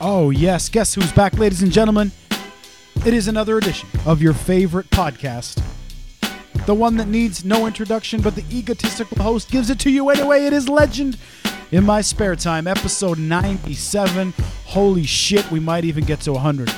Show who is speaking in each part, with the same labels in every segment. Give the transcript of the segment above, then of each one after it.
Speaker 1: Oh, yes. Guess who's back, ladies and gentlemen? It is another edition of your favorite podcast. The one that needs no introduction, but the egotistical host gives it to you anyway. It is legend in my spare time, episode 97. Holy shit, we might even get to 100.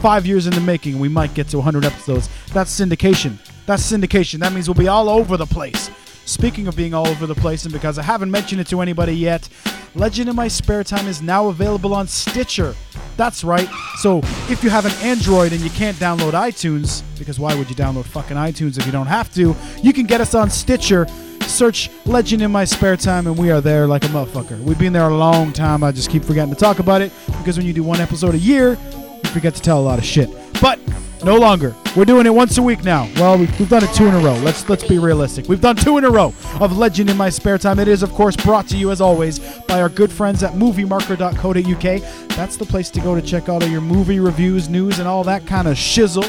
Speaker 1: Five years in the making, we might get to 100 episodes. That's syndication. That's syndication. That means we'll be all over the place. Speaking of being all over the place, and because I haven't mentioned it to anybody yet, Legend in My Spare Time is now available on Stitcher. That's right. So if you have an Android and you can't download iTunes, because why would you download fucking iTunes if you don't have to? You can get us on Stitcher. Search Legend in My Spare Time, and we are there like a motherfucker. We've been there a long time. I just keep forgetting to talk about it because when you do one episode a year, you forget to tell a lot of shit. But no longer. We're doing it once a week now. Well, we- we've done it two in a row. Let's let's be realistic. We've done two in a row of Legend in My Spare Time. It is, of course, brought to you as always by our good friends at MovieMarker.co.uk. That's the place to go to check out all your movie reviews, news, and all that kind of shizzle.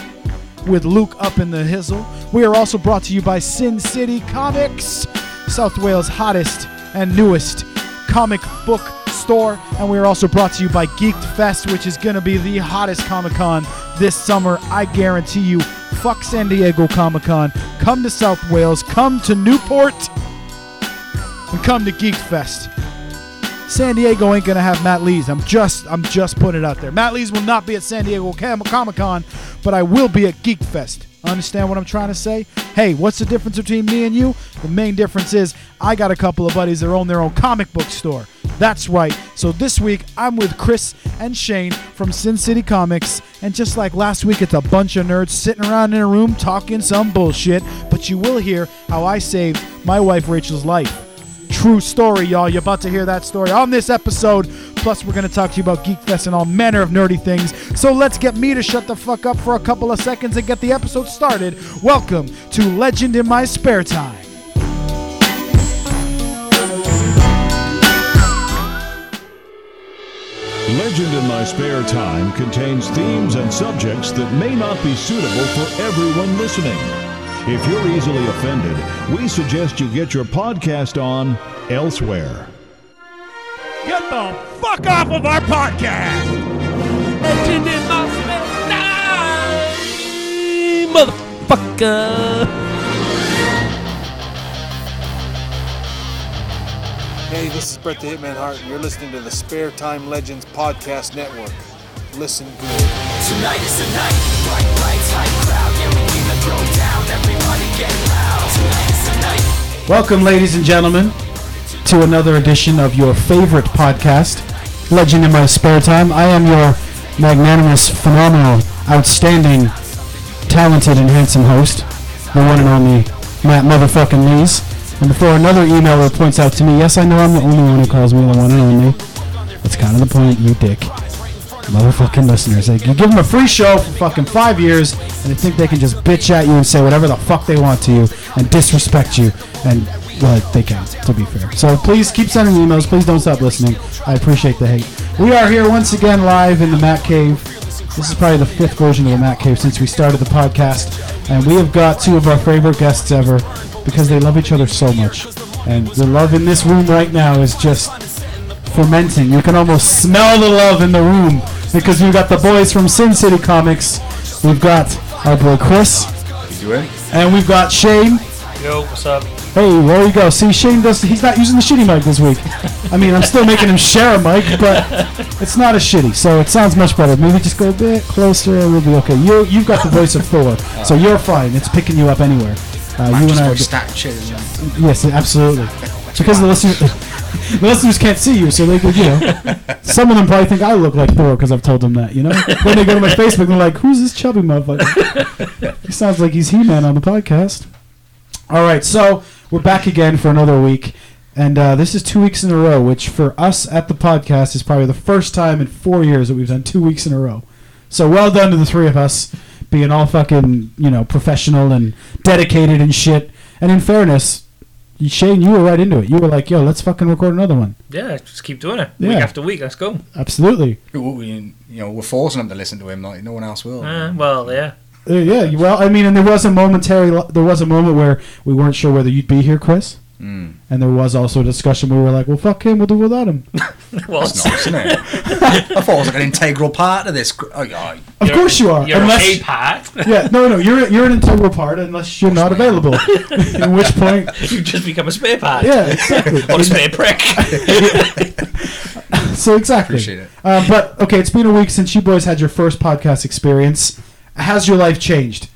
Speaker 1: With Luke up in the hizzle. We are also brought to you by Sin City Comics, South Wales' hottest and newest comic book store. And we are also brought to you by Geeked Fest, which is going to be the hottest Comic Con this summer. I guarantee you. Fuck San Diego Comic Con. Come to South Wales. Come to Newport. And come to Geek Fest. San Diego ain't gonna have Matt Lees. I'm just, I'm just putting it out there. Matt Lees will not be at San Diego Cam- Comic Con, but I will be at Geek Fest. Understand what I'm trying to say? Hey, what's the difference between me and you? The main difference is I got a couple of buddies that own their own comic book store. That's right. So this week I'm with Chris and Shane from Sin City Comics, and just like last week, it's a bunch of nerds sitting around in a room talking some bullshit. But you will hear how I saved my wife Rachel's life. True story, y'all. You're about to hear that story on this episode. Plus, we're going to talk to you about Geek Fest and all manner of nerdy things. So let's get me to shut the fuck up for a couple of seconds and get the episode started. Welcome to Legend in My Spare Time.
Speaker 2: Legend in My Spare Time contains themes and subjects that may not be suitable for everyone listening. If you're easily offended, we suggest you get your podcast on elsewhere.
Speaker 3: Get the fuck off of our podcast!
Speaker 4: Legend in my spare time, motherfucker.
Speaker 5: Hey, this is Brett the Hitman Hart, and you're listening to the Spare Time Legends Podcast Network. Listen good.
Speaker 1: Welcome, ladies and gentlemen, to another edition of your favorite podcast, Legend in My Spare Time. I am your magnanimous, phenomenal, outstanding, talented, and handsome host, the one and only Matt Motherfucking Lees. And before another emailer points out to me, yes, I know I'm the only one who calls me the one and only. That's kind of the point, you dick motherfucking listeners. Like, you give them a free show for fucking five years, and they think they can just bitch at you and say whatever the fuck they want to you and disrespect you, and well, they can, to be fair. So please keep sending emails. Please don't stop listening. I appreciate the hate. We are here once again live in the Matt Cave. This is probably the fifth version of the Matt Cave since we started the podcast, and we have got two of our favorite guests ever because they love each other so much. And the love in this room right now is just fermenting. You can almost smell the love in the room because we've got the boys from Sin City Comics. We've got our boy Chris. And we've got Shane.
Speaker 4: Yo, what's up?
Speaker 1: Hey, there you go. See, Shane does. He's not using the shitty mic this week. I mean, I'm still making him share a mic, but it's not a shitty, so it sounds much better. Maybe just go a bit closer, and we'll be okay. You, you've got the voice of Thor, so you're fine. It's picking you up anywhere. Uh, you and I are Yes, absolutely. Because the listeners, the listeners can't see you, so they could, you know. Some of them probably think I look like Thor because I've told them that, you know. Then they go to my Facebook and they're like, "Who's this chubby motherfucker?" he sounds like he's He-Man on the podcast. All right, so we're back again for another week, and uh, this is two weeks in a row, which for us at the podcast is probably the first time in four years that we've done two weeks in a row. So well done to the three of us being all fucking you know professional and dedicated and shit. And in fairness, Shane, you were right into it. You were like, "Yo, let's fucking record another one."
Speaker 4: Yeah, just keep doing it
Speaker 1: Yeah.
Speaker 4: week after week. Let's go.
Speaker 1: Absolutely.
Speaker 6: you know, we're forcing them to listen to him like no one else will.
Speaker 4: Uh, well, yeah.
Speaker 1: Uh, yeah. Well, I mean, and there was a momentary, there was a moment where we weren't sure whether you'd be here, Chris.
Speaker 4: Mm.
Speaker 1: And there was also a discussion where we were like, well, fuck him, we'll do without him.
Speaker 4: Well,
Speaker 6: That's nice, isn't it? I thought it was like an integral part of this. gr- Oh, yeah.
Speaker 1: Of course you are.
Speaker 4: You're
Speaker 1: unless,
Speaker 4: a part.
Speaker 1: yeah, no, no, you're you're an integral part unless you're not available. At which point,
Speaker 4: you just become a spare part.
Speaker 1: yeah, exactly.
Speaker 4: Or a spare prick.
Speaker 1: So exactly.
Speaker 6: Appreciate it.
Speaker 1: Uh, but okay, it's been a week since you boys had your first podcast experience. Has your life changed?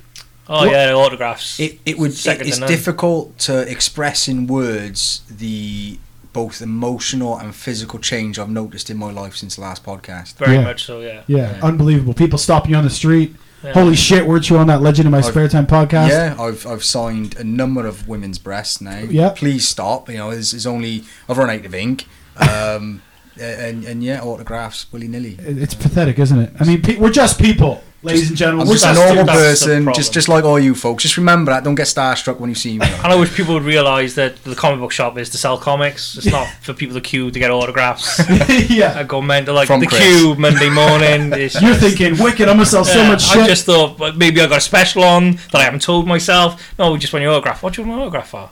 Speaker 4: oh, yeah, autographs.
Speaker 6: It, it would.
Speaker 4: Second
Speaker 6: It,
Speaker 4: to
Speaker 6: it's
Speaker 4: none.
Speaker 6: difficult to express in words the both emotional and physical change I've noticed in my life since the last podcast.
Speaker 4: Very
Speaker 1: Yeah.
Speaker 4: much so, yeah.
Speaker 1: Yeah, unbelievable. People stopping you on the street.
Speaker 4: Yeah.
Speaker 1: Holy shit, weren't you on that Legend in My
Speaker 6: I've-
Speaker 1: Spare Time podcast?
Speaker 6: Yeah, I've I've signed a number of women's breasts now.
Speaker 1: Yeah.
Speaker 6: Please stop. You know, there's, there's only I've run out of ink. Um, and and yeah, autographs willy nilly.
Speaker 1: It- It's pathetic, isn't it? I mean, pe- we're just people, ladies and
Speaker 6: I'm
Speaker 1: gentlemen. We're
Speaker 6: just a
Speaker 1: just
Speaker 4: that's-
Speaker 6: normal
Speaker 4: that's the
Speaker 6: person,
Speaker 4: problem.
Speaker 6: just just like all you folks. Just remember that. Don't get starstruck when you see me.
Speaker 4: And I wish people would realise that the comic book shop is to sell comics. It's not for people to queue to get autographs. I
Speaker 1: yeah.
Speaker 4: go mental like
Speaker 6: From
Speaker 4: the
Speaker 6: Chris.
Speaker 4: queue Monday morning. It's
Speaker 1: You're
Speaker 4: just-
Speaker 1: thinking, wicked. I'm gonna sell so
Speaker 4: Yeah,
Speaker 1: much
Speaker 4: I
Speaker 1: shit.
Speaker 4: just thought but maybe I got a special on that I haven't told myself. No, we just want your autograph. What do you want my autograph for?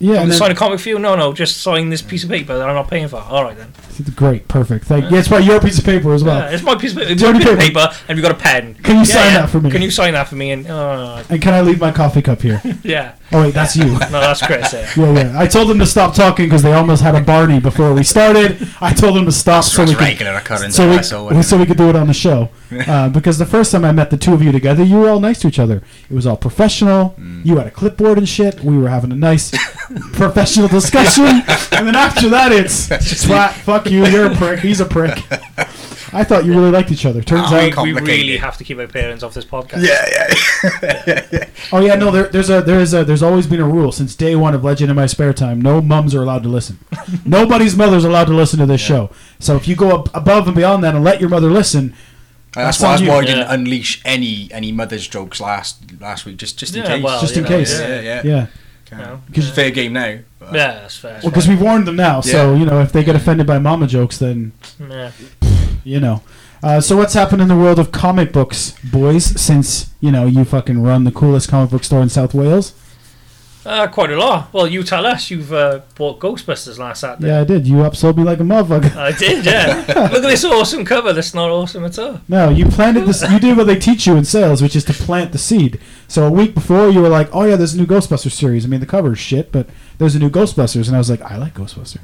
Speaker 1: yeah, and then-
Speaker 4: sign a comic for you? No, no, just sign this piece of paper that I'm not paying for. All right then.
Speaker 1: great, perfect. Thank. Yeah, it's probably your piece of paper as well.
Speaker 4: Yeah, it's my piece of paper, it's
Speaker 1: Do you
Speaker 4: my
Speaker 1: have
Speaker 4: piece of
Speaker 1: any
Speaker 4: paper, and we got a pen.
Speaker 1: Can you
Speaker 4: Yeah,
Speaker 1: sign
Speaker 4: yeah.
Speaker 1: that for me?
Speaker 4: Can you sign that for me? And uh,
Speaker 1: and can I leave my coffee cup here?
Speaker 4: yeah,
Speaker 1: oh wait, that's you.
Speaker 4: no, that's Chris. Yeah.
Speaker 1: Yeah, yeah. I told them to stop talking because they almost had a Barney before we started. I told them to stop so we
Speaker 6: That's
Speaker 1: could
Speaker 6: regular occurrence. uh,
Speaker 1: so
Speaker 6: I
Speaker 1: we,
Speaker 6: saw
Speaker 1: we-
Speaker 6: it.
Speaker 1: so we could do it on the show. Uh, because the first time I met the two of you together, you were all nice to each other. It was all professional.
Speaker 6: Mm.
Speaker 1: You had a clipboard and shit. We were having a nice professional discussion. and then after that, it's twat, fuck you, you're a prick, he's a prick. I thought you really liked each other. Turns
Speaker 6: Oh,
Speaker 1: out,
Speaker 6: we
Speaker 4: We
Speaker 6: Complicated.
Speaker 4: really have to keep our parents off this podcast.
Speaker 6: yeah, yeah.
Speaker 1: oh yeah, no, there, there's a there's a there's always been a rule since day one of Legend in my spare time. No mums are allowed to listen. Nobody's mother's allowed to listen to this show. So if you go up above and beyond that and let your mother listen,
Speaker 6: That's,
Speaker 1: That's
Speaker 6: why,
Speaker 1: on
Speaker 6: that's
Speaker 1: you.
Speaker 6: why I didn't
Speaker 4: Yeah.
Speaker 6: unleash any any mother's jokes last last week, just just in
Speaker 4: Yeah,
Speaker 6: case.
Speaker 4: well,
Speaker 1: just
Speaker 4: you
Speaker 1: in
Speaker 4: know,
Speaker 1: case.
Speaker 6: Yeah, yeah.
Speaker 1: yeah.
Speaker 6: Okay.
Speaker 4: No.
Speaker 6: It's fair game now. but-
Speaker 4: Yeah, that's fair.
Speaker 1: Well, because we've warned them now, so
Speaker 6: Yeah.
Speaker 1: you know if they get offended by mama jokes, then
Speaker 4: Yeah.
Speaker 1: you know. Uh, so what's happened in the world of comic books, boys? Since you know you fucking run the coolest comic book store in South Wales.
Speaker 4: Uh, quite a lot. Well, you tell us. You've uh, bought Ghostbusters last Saturday.
Speaker 1: Yeah, I did. You upsold me like a motherfucker.
Speaker 4: I did, yeah. Look at this awesome cover. That's not awesome at all.
Speaker 1: No, you planted this. You did what they teach you in sales, which is to plant the seed. So a week before, you were like, "Oh yeah, there's a new Ghostbusters series." I mean, the cover's shit, but there's a new Ghostbusters, and I was like, "I like Ghostbusters."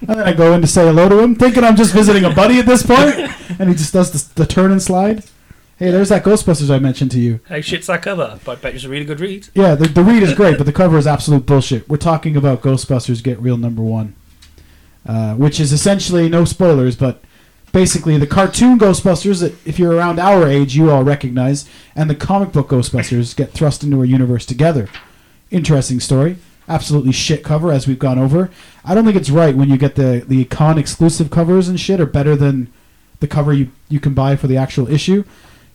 Speaker 1: and then I go in to say hello to him, thinking I'm just visiting a buddy at this point, and he just does the, the turn and slide. Hey, there's that Ghostbusters I mentioned to you.
Speaker 4: How shit's that cover? But I bet it's a really good read.
Speaker 1: Yeah, the, the read is great, but the cover is absolute bullshit. We're talking about Ghostbusters Get Real number one, uh, which is essentially no spoilers, but basically the cartoon Ghostbusters that if you're around our age, you all recognize, and the comic book Ghostbusters get thrust into a universe together. Interesting story. Absolutely shit cover, as we've gone over. I don't think it's right when you get the the con exclusive covers and shit are better than the cover you you can buy for the actual issue.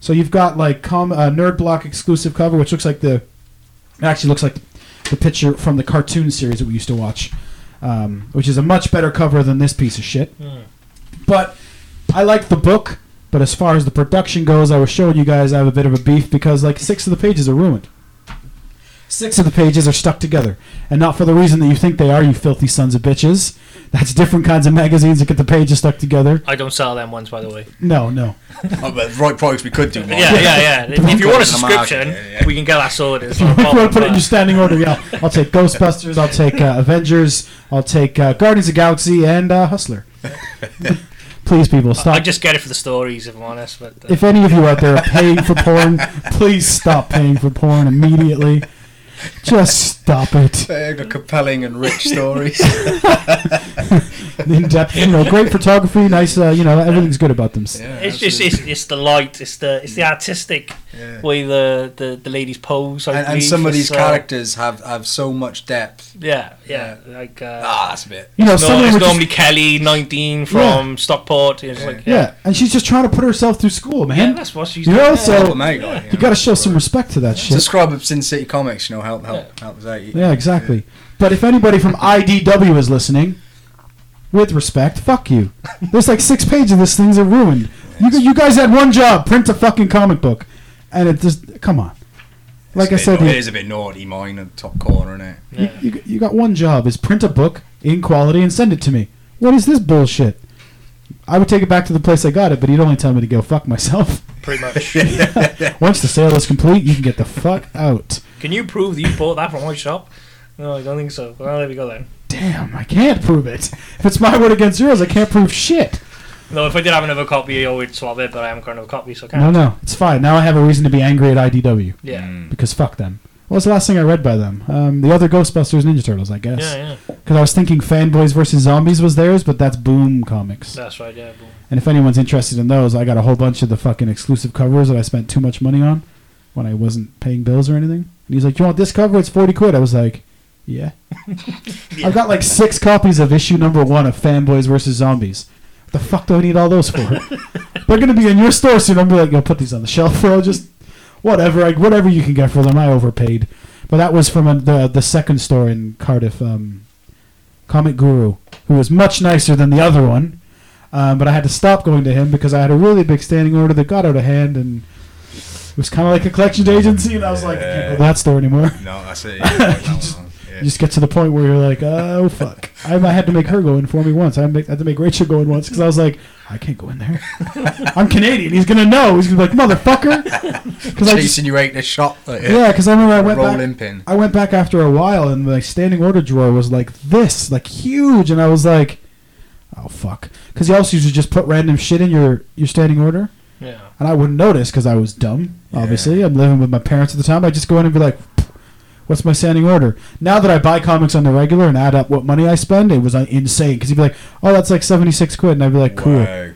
Speaker 1: So you've got like com uh, Nerd Block exclusive cover, which looks like the it actually looks like the picture from the cartoon series that we used to watch, um, which is a much better cover than this piece of shit. But I like the book, but as far as the production goes, I was showing you guys I have a bit of a beef because like six of the pages are ruined. Six of the pages are stuck together, and not for the reason that you think they are, you filthy sons of bitches. That's different kinds of magazines that get the pages stuck together.
Speaker 4: I don't sell them ones, by the way.
Speaker 1: No, no.
Speaker 6: Oh, but right products we could do. Mark.
Speaker 4: Yeah, yeah, yeah. If you want a
Speaker 6: Put it in the market,
Speaker 4: subscription,
Speaker 6: yeah, yeah.
Speaker 4: we can get that sorted. It's
Speaker 1: If
Speaker 4: not a
Speaker 1: you want
Speaker 4: problem,
Speaker 1: to put it in
Speaker 4: but-
Speaker 1: your standing order, yeah, I'll take Ghostbusters, I'll take uh, Avengers, I'll take uh, Guardians of the Galaxy, and uh, Hustler. please, people, stop.
Speaker 4: I just get it for the stories, if I'm honest. But uh,
Speaker 1: if any of you out there are paying for porn, please stop paying for porn immediately. Just stop it.
Speaker 6: They got compelling and rich stories.
Speaker 1: In depth, you know, great photography, nice, uh, you know, everything's good about them.
Speaker 4: it's just it's, it's the light, it's the it's the artistic
Speaker 6: Yeah.
Speaker 4: way the, the the ladies pose. I
Speaker 6: and, and
Speaker 4: believe,
Speaker 6: some of these
Speaker 4: it's, uh,
Speaker 6: characters have, have so much depth.
Speaker 4: Yeah, yeah, like. Uh,
Speaker 6: Ah, that's a bit.
Speaker 1: You know,
Speaker 4: no,
Speaker 1: someone
Speaker 4: it's
Speaker 1: would just-
Speaker 4: normally Kelly, 19 from Stockport. It's like, yeah,
Speaker 1: yeah, and she's just trying to put herself through school,
Speaker 4: yeah,
Speaker 1: man.
Speaker 4: that's what she's
Speaker 1: You
Speaker 4: doing.
Speaker 1: know,
Speaker 4: yeah.
Speaker 1: so-
Speaker 6: Help 'em out, like, you
Speaker 1: you
Speaker 6: know.
Speaker 1: got to show some respect to that shit.
Speaker 6: Subscribe to Sin City Comics, you know, help help help us out.
Speaker 1: Yeah, exactly. But if anybody from IDW is listening, with respect, fuck you. There's like six pages of this thing's are ruined. You, you guys had one job: print a fucking comic book, and it just come on. Like I
Speaker 6: It's a
Speaker 1: said,
Speaker 6: bit,
Speaker 1: you-
Speaker 6: it is a bit naughty. Mine in the top corner, isn't it?
Speaker 1: You, you, you got one job is print a book in quality and send it to me. What is this bullshit? I would take it back to the place I got it, but he'd only tell me to go fuck myself.
Speaker 4: pretty much.
Speaker 1: Once the sale is complete, you can get the fuck out.
Speaker 4: Can you prove that you bought that from my shop? No, I don't think so. Well, there we go then.
Speaker 1: Damn, I can't prove it. If it's my word against yours, I can't prove shit.
Speaker 4: No, if I did have another copy, I would swap it, but I haven't got another copy, so I can't.
Speaker 1: No, no, it's fine. Now I have a reason to be angry at IDW
Speaker 4: Yeah.
Speaker 6: Mm.
Speaker 1: because fuck them. What was the last thing I read by them? Um, the other Ghostbusters Ninja Turtles, I guess.
Speaker 4: Yeah, yeah.
Speaker 1: Because I was thinking Fanboys versus Zombies was theirs, but that's Boom Comics.
Speaker 4: That's right, yeah. Boom.
Speaker 1: And if anyone's interested in those, I got a whole bunch of the fucking exclusive covers that I spent too much money on when I wasn't paying bills or anything. And he's like, "You want this cover? It's forty quid." I was like, "Yeah." I've got like six copies of issue number one of Fanboys versus Zombies. What the fuck do I need all those for? They're gonna be in your store soon. I'm gonna be like, "Yo, put these on the shelf, bro. Just whatever, like whatever you can get for them." I overpaid, but that was from a, the the second store in Cardiff, um, Comic Guru, who was much nicer than the other one. Um, but I had to stop going to him because I had a really big standing order that got out of hand and it was kind of like a collections agency. And I was like, I can't go to that store anymore.
Speaker 6: No, that's it. Yeah, that one, yeah.
Speaker 1: You just get to the point where you're like, oh, fuck. I, I had to make her go in for me once. I make- had to make Rachel go in once because I was like, I can't go in there. I'm Canadian. He's going to know. He's going to be like, motherfucker. Because I just
Speaker 6: Chasing you out the shop. Like,
Speaker 1: yeah, because I remember I went
Speaker 6: Rolling
Speaker 1: back.
Speaker 6: pin.
Speaker 1: I went back after a while, and my standing order drawer was like this, like huge, and I was like, "Oh fuck!" Because you also used to just put random shit in your your standing order,
Speaker 4: Yeah.
Speaker 1: and I wouldn't notice because I was dumb. Obviously, I'm living with my parents at the time. I just go in and be like, "What's my standing order?" Now that I buy comics on the regular and add up what money I spend, it was like, insane. Because he'd be like, "Oh, that's like seventy six quid," and I'd be like, "Cool."
Speaker 6: Wow.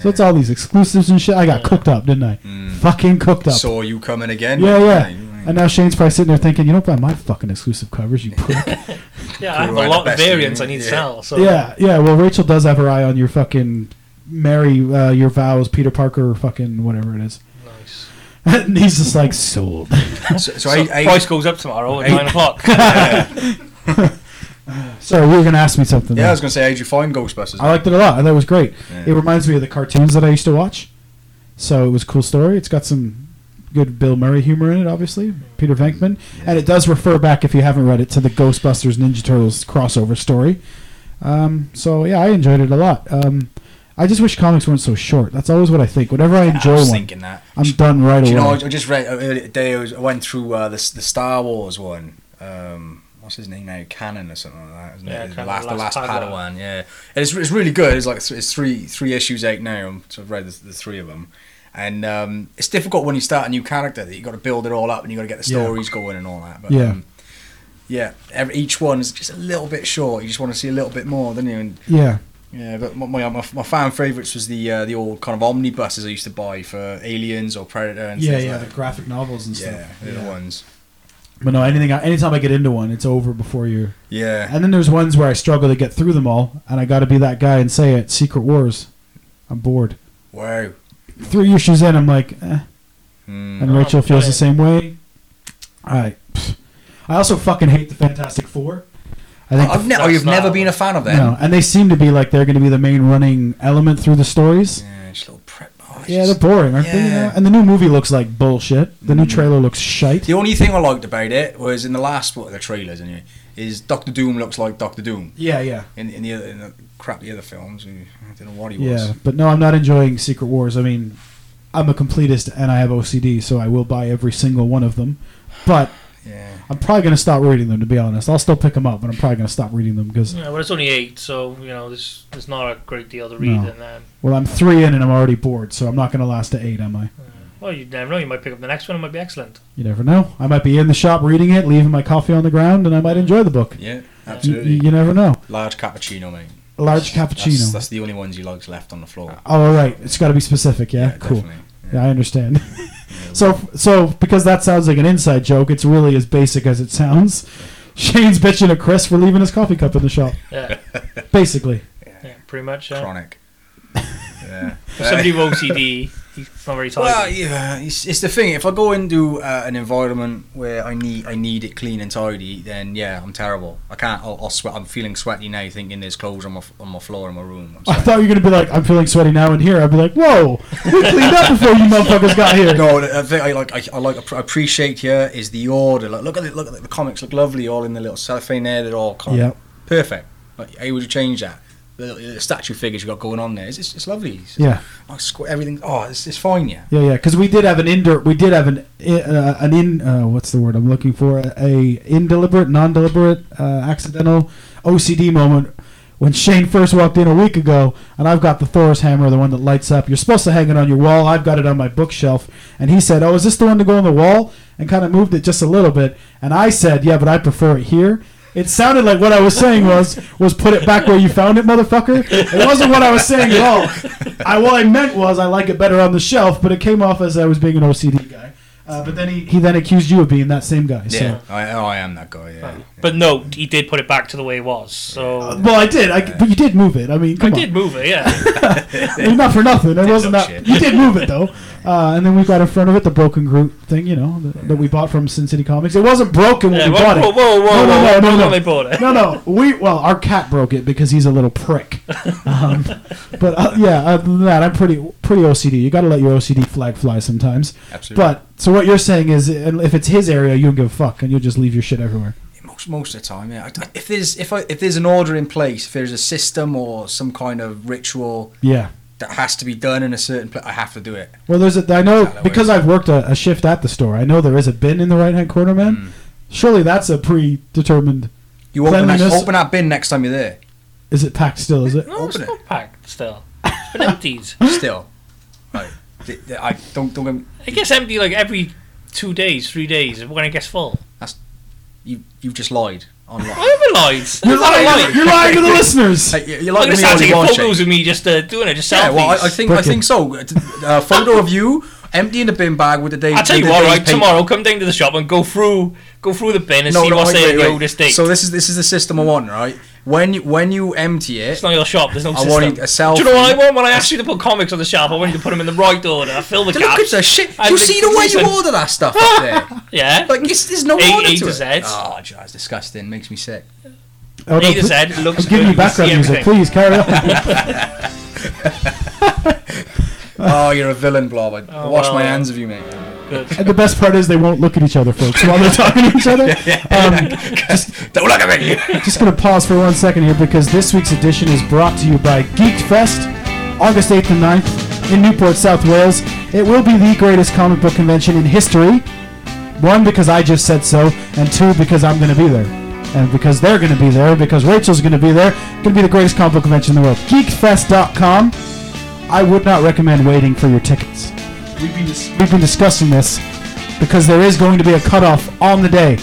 Speaker 1: So it's all these exclusives and shit. I got cooked up, didn't I? Fucking cooked up.
Speaker 6: Saw you coming again.
Speaker 1: Yeah, yeah.
Speaker 6: Right.
Speaker 1: And now Shane's probably sitting there thinking, you don't buy my fucking exclusive covers, you prick.
Speaker 4: Yeah, I have a
Speaker 6: Right, the
Speaker 4: lot of
Speaker 6: best
Speaker 4: variants I
Speaker 6: thing,
Speaker 4: need to
Speaker 6: yeah.
Speaker 4: sell, so.
Speaker 1: yeah, yeah. Well, Rachel does have her eye on your fucking marry uh, your vows, Peter Parker, fucking whatever it is.
Speaker 4: Nice.
Speaker 1: and he's just like sold.
Speaker 6: So, so,
Speaker 4: So,
Speaker 6: I, I,
Speaker 4: price goes up tomorrow at 9 o'clock.
Speaker 1: Sorry, you were gonna ask me something.
Speaker 6: yeah, I
Speaker 1: there.
Speaker 6: was gonna say, how'd you find Ghostbusters?
Speaker 1: I liked it a lot. I thought it was great. It reminds me of the cartoons that I used to watch. So it was a cool story. It's got some good Bill Murray humor in it, obviously. Peter Venkman. And it does refer back, if you haven't read it, to the Ghostbusters Ninja Turtles crossover story. Um, so yeah, I enjoyed it a lot. Um, I just wish comics weren't so short. That's always what I think. Whenever I enjoy
Speaker 6: I was
Speaker 1: one,
Speaker 6: thinking that.
Speaker 1: I'm done right
Speaker 6: Do you know, I
Speaker 1: away.
Speaker 6: I just read uh, earlier today. I, was, I went through uh, the the Star Wars one. Um, what's his name now? Cannon or something like that, isn't
Speaker 4: Yeah,
Speaker 6: it? The
Speaker 4: Cannon,
Speaker 6: last, the last
Speaker 4: Last
Speaker 6: Padawan.
Speaker 4: Padawan.
Speaker 6: Yeah, and it's it's really good. It's like th- it's three three issues out now. So I've read the, the three of them, and um, it's difficult when you start a new character that you got to build it all up and you got to get the
Speaker 1: Yeah.
Speaker 6: stories going and all that. But
Speaker 1: Yeah.
Speaker 6: um, yeah, every, each one is just a little bit short. You just want to see a little bit more, don't you? And
Speaker 1: Yeah,
Speaker 6: yeah, but my my, my, my fan favourites was the uh, the old kind of omnibuses I used to buy for Aliens or Predator and
Speaker 1: yeah,
Speaker 6: things
Speaker 1: yeah.
Speaker 6: like
Speaker 1: The
Speaker 6: that.
Speaker 1: graphic novels and
Speaker 6: Yeah,
Speaker 1: stuff.
Speaker 6: they're the ones.
Speaker 1: But no, anything. Anytime I get into one, it's over before you're.
Speaker 6: Yeah.
Speaker 1: And then there's ones where I struggle to get through them all, and I got to be that guy and say it. Secret Wars. I'm bored.
Speaker 6: Wow.
Speaker 1: Three issues in, I'm like, eh.
Speaker 6: Mm.
Speaker 1: and
Speaker 4: Oh,
Speaker 1: Rachel feels
Speaker 4: right.
Speaker 1: the same way. I, pfft. I also fucking hate the Fantastic Four. I think
Speaker 6: I've ne- oh,
Speaker 4: that's
Speaker 6: you've
Speaker 4: not-
Speaker 6: never been a fan of them.
Speaker 1: no, and they seem to be like they're going to be the main running element through the stories.
Speaker 6: Yeah, just little prep. oh, it's
Speaker 1: Yeah,
Speaker 6: just-
Speaker 1: they're boring, aren't they?
Speaker 6: Yeah.
Speaker 1: Yeah. And the new movie looks like bullshit. The new trailer looks shite.
Speaker 6: the only thing I liked about it was in the last one of the trailers, anyway, is Doctor Doom looks like Doctor Doom
Speaker 1: Yeah, yeah,
Speaker 6: in, in the other in the crap the other films. I don't know what he was.
Speaker 1: yeah. But no, I'm not enjoying Secret Wars. I mean, I'm a completist and I have OCD, so I will buy every single one of them. But
Speaker 6: Yeah.
Speaker 1: I'm probably going to stop reading them. To be honest, I'll still pick them up, but I'm probably going to stop reading them because
Speaker 4: Yeah, but it's only 8, so, you know, there's, there's not a great deal to read
Speaker 1: No.
Speaker 4: in them.
Speaker 1: Well, I'm three in and I'm already bored, so I'm not going to last to eight, am I?
Speaker 4: Well, you never know. You might pick up the next one. It might be excellent.
Speaker 1: You never know. I might be in the shop reading it, leaving my coffee on the ground, and I might enjoy the book.
Speaker 6: Yeah,
Speaker 1: You,
Speaker 6: absolutely.
Speaker 1: you you never know.
Speaker 6: Large cappuccino, mate.
Speaker 1: Large
Speaker 6: That's,
Speaker 1: cappuccino.
Speaker 6: that's the only ones he likes left on the floor.
Speaker 1: oh, all right. It's got to be specific. Yeah, Ah, cool.
Speaker 6: definitely.
Speaker 1: Yeah, I understand. so, so because that sounds like an inside joke, it's really as basic as it sounds. Shane's bitching at Chris for leaving his coffee cup in the shop.
Speaker 4: Yeah,
Speaker 1: Basically,
Speaker 4: yeah pretty much. Yeah.
Speaker 6: Chronic. yeah.
Speaker 4: If somebody with OCD He's not very tidy.
Speaker 6: Well, yeah, it's, it's the thing. If I go into uh, an environment where I need I need it clean and tidy, then yeah, I'm terrible. I can't. I'll, I'll sweat. I'm feeling sweaty now, thinking there's clothes on my f- on my floor in my room. I'm
Speaker 1: I
Speaker 6: sweating.
Speaker 1: thought you were gonna be like, I'm feeling sweaty now in here. I'd be like, whoa, we cleaned up before you motherfuckers got here.
Speaker 6: no, the the thing I like I, I like appre- appreciate here is the order. Like, look at it. Look at it, the comics. Look lovely, all in the little cellophane there. They're all kind
Speaker 1: Yep.
Speaker 6: of perfect. Like, how would you change that? The, the statue figures you got going on there. It's, it's, it's lovely. It's,
Speaker 1: Yeah.
Speaker 6: I squ- everything. Oh, it's, it's fine. Yeah.
Speaker 1: Yeah, yeah, because we did have an indoor, we did have an i- uh, an in uh, what's the word I'm looking for a indeliberate, non-deliberate, uh, accidental OCD moment when Shane first walked in a week ago, and I've got the Thor's hammer, the one that lights up. You're supposed to hang it on your wall. I've got it on my bookshelf, and he said, "Oh, is this the one to go on the wall?" And kind of moved it just a little bit, and I said, "Yeah, but I prefer it here." It sounded like what I was saying was was put it back where you found it, motherfucker. It wasn't what I was saying at all. I what I meant was I like it better on the shelf, but it came off as I was being an OCD guy. Uh, but then he, he then accused you of being that same guy. So.
Speaker 6: Yeah. I, oh, I am that guy. Yeah.
Speaker 4: But no, he did put it back to the way it was. So
Speaker 1: Well, I did, I, but you did move it. I mean,
Speaker 4: I
Speaker 1: come on,
Speaker 4: did move it. Yeah,
Speaker 1: I mean, not for nothing. It wasn't
Speaker 6: dumb
Speaker 1: that
Speaker 6: shit.
Speaker 1: you did move it though. Uh, and then we got in front of it the broken group thing, you know, that, that we bought from Sin City Comics. It wasn't broken when
Speaker 4: yeah.
Speaker 1: we
Speaker 4: Whoa,
Speaker 1: bought
Speaker 4: whoa,
Speaker 1: it.
Speaker 4: whoa,
Speaker 1: no,
Speaker 4: whoa,
Speaker 1: no, no,
Speaker 4: whoa,
Speaker 1: no,
Speaker 4: whoa,
Speaker 1: no.
Speaker 4: they bought it.
Speaker 1: no, no. We well, our cat broke it because he's a little prick. Um, but uh, yeah, other than that, I'm pretty pretty OCD. You got to let your OCD flag fly sometimes.
Speaker 6: Absolutely.
Speaker 1: But so what you're saying is, and if it's his area, you don't give a fuck, and you'll just leave your shit everywhere.
Speaker 6: Most most of the time, yeah. I- I- If there's if I, if there's an order in place, if there's a system or some kind of ritual
Speaker 1: Yeah.
Speaker 6: that has to be done in a certain place, I have to do it.
Speaker 1: Well, there's a. I know
Speaker 6: Kinda
Speaker 1: because I've worked a, a shift at the store. I know there is a bin in the right hand corner, man. Surely that's a predetermined.
Speaker 6: You open that,
Speaker 1: Cleanliness-
Speaker 6: open that bin next time you're there.
Speaker 1: Is it packed still? Is it?
Speaker 4: No, it's
Speaker 6: Open it.
Speaker 4: not packed still. It's been emptied.
Speaker 6: Still, like th- th- I don't don't. get me-
Speaker 4: It gets empty like every two days, three days, when it gets full.
Speaker 6: You you just lied on
Speaker 4: I haven't lied.
Speaker 1: You're
Speaker 4: It's not a
Speaker 1: lying.
Speaker 4: lie.
Speaker 1: You're lying to the listeners.
Speaker 6: Hey, you- you
Speaker 4: I'm
Speaker 6: lied
Speaker 4: gonna
Speaker 6: to me
Speaker 4: start
Speaker 6: on
Speaker 4: taking
Speaker 6: your
Speaker 4: photos of me just uh, doing it, just selfies.
Speaker 6: Yeah, well, I, I think I
Speaker 1: Wicked.
Speaker 6: think so. Uh, A photo of you emptying the bin bag with the day.
Speaker 4: I'll tell you
Speaker 6: with the
Speaker 4: what,
Speaker 6: day's
Speaker 4: right?
Speaker 6: paper.
Speaker 4: Tomorrow, come down to the shop and go through, go through the bin and see what's
Speaker 6: wait,
Speaker 4: there
Speaker 6: wait,
Speaker 4: the
Speaker 6: wait.
Speaker 4: oldest date.
Speaker 6: So this is this is the system I want, right? When you when you empty it,
Speaker 4: it's not your shop. There's no
Speaker 6: I
Speaker 4: system.
Speaker 6: wanted a selfie.
Speaker 4: Do you know what I want? When I asked you to put comics on the shelf, I wanted you to put them in the right order. I fill the
Speaker 6: Look at
Speaker 4: gaps.
Speaker 6: the shit.
Speaker 4: I
Speaker 6: You
Speaker 4: think
Speaker 6: see the way
Speaker 4: reason-
Speaker 6: you order that stuff up there.
Speaker 4: Yeah.
Speaker 6: Like, it's, there's no
Speaker 4: A-
Speaker 6: order
Speaker 4: A
Speaker 6: to
Speaker 4: to
Speaker 6: it.
Speaker 4: Z.
Speaker 6: Oh, gee, that's disgusting. Makes me sick.
Speaker 1: Oh, no,
Speaker 4: He just
Speaker 1: please-
Speaker 4: said, "Looks
Speaker 1: I'm giving
Speaker 4: good,
Speaker 1: you
Speaker 4: you can
Speaker 1: background
Speaker 4: see
Speaker 1: music.
Speaker 4: everything."
Speaker 1: Please carry on.
Speaker 6: Oh, you're a villain, Blob. I I wash
Speaker 4: Oh, well,
Speaker 6: my
Speaker 4: yeah.
Speaker 6: hands of you, mate.
Speaker 1: and the best part is they won't look at each other, folks, while they're talking to each other. Um,
Speaker 6: Don't look at me.
Speaker 1: Just going to pause for one second here because this week's edition is brought to you by Geek Fest, August 8th and 9th in Newport, South Wales. It will be the greatest comic book convention in history. One, because I just said so, and two, because I'm going to be there. And because they're going to be there, because Rachel's going to be there. It's going to be the greatest comic book convention in the world. Geekfest.com. I would not recommend waiting for your tickets. We've been, dis- we've been discussing this because there is going to be a cutoff on the day.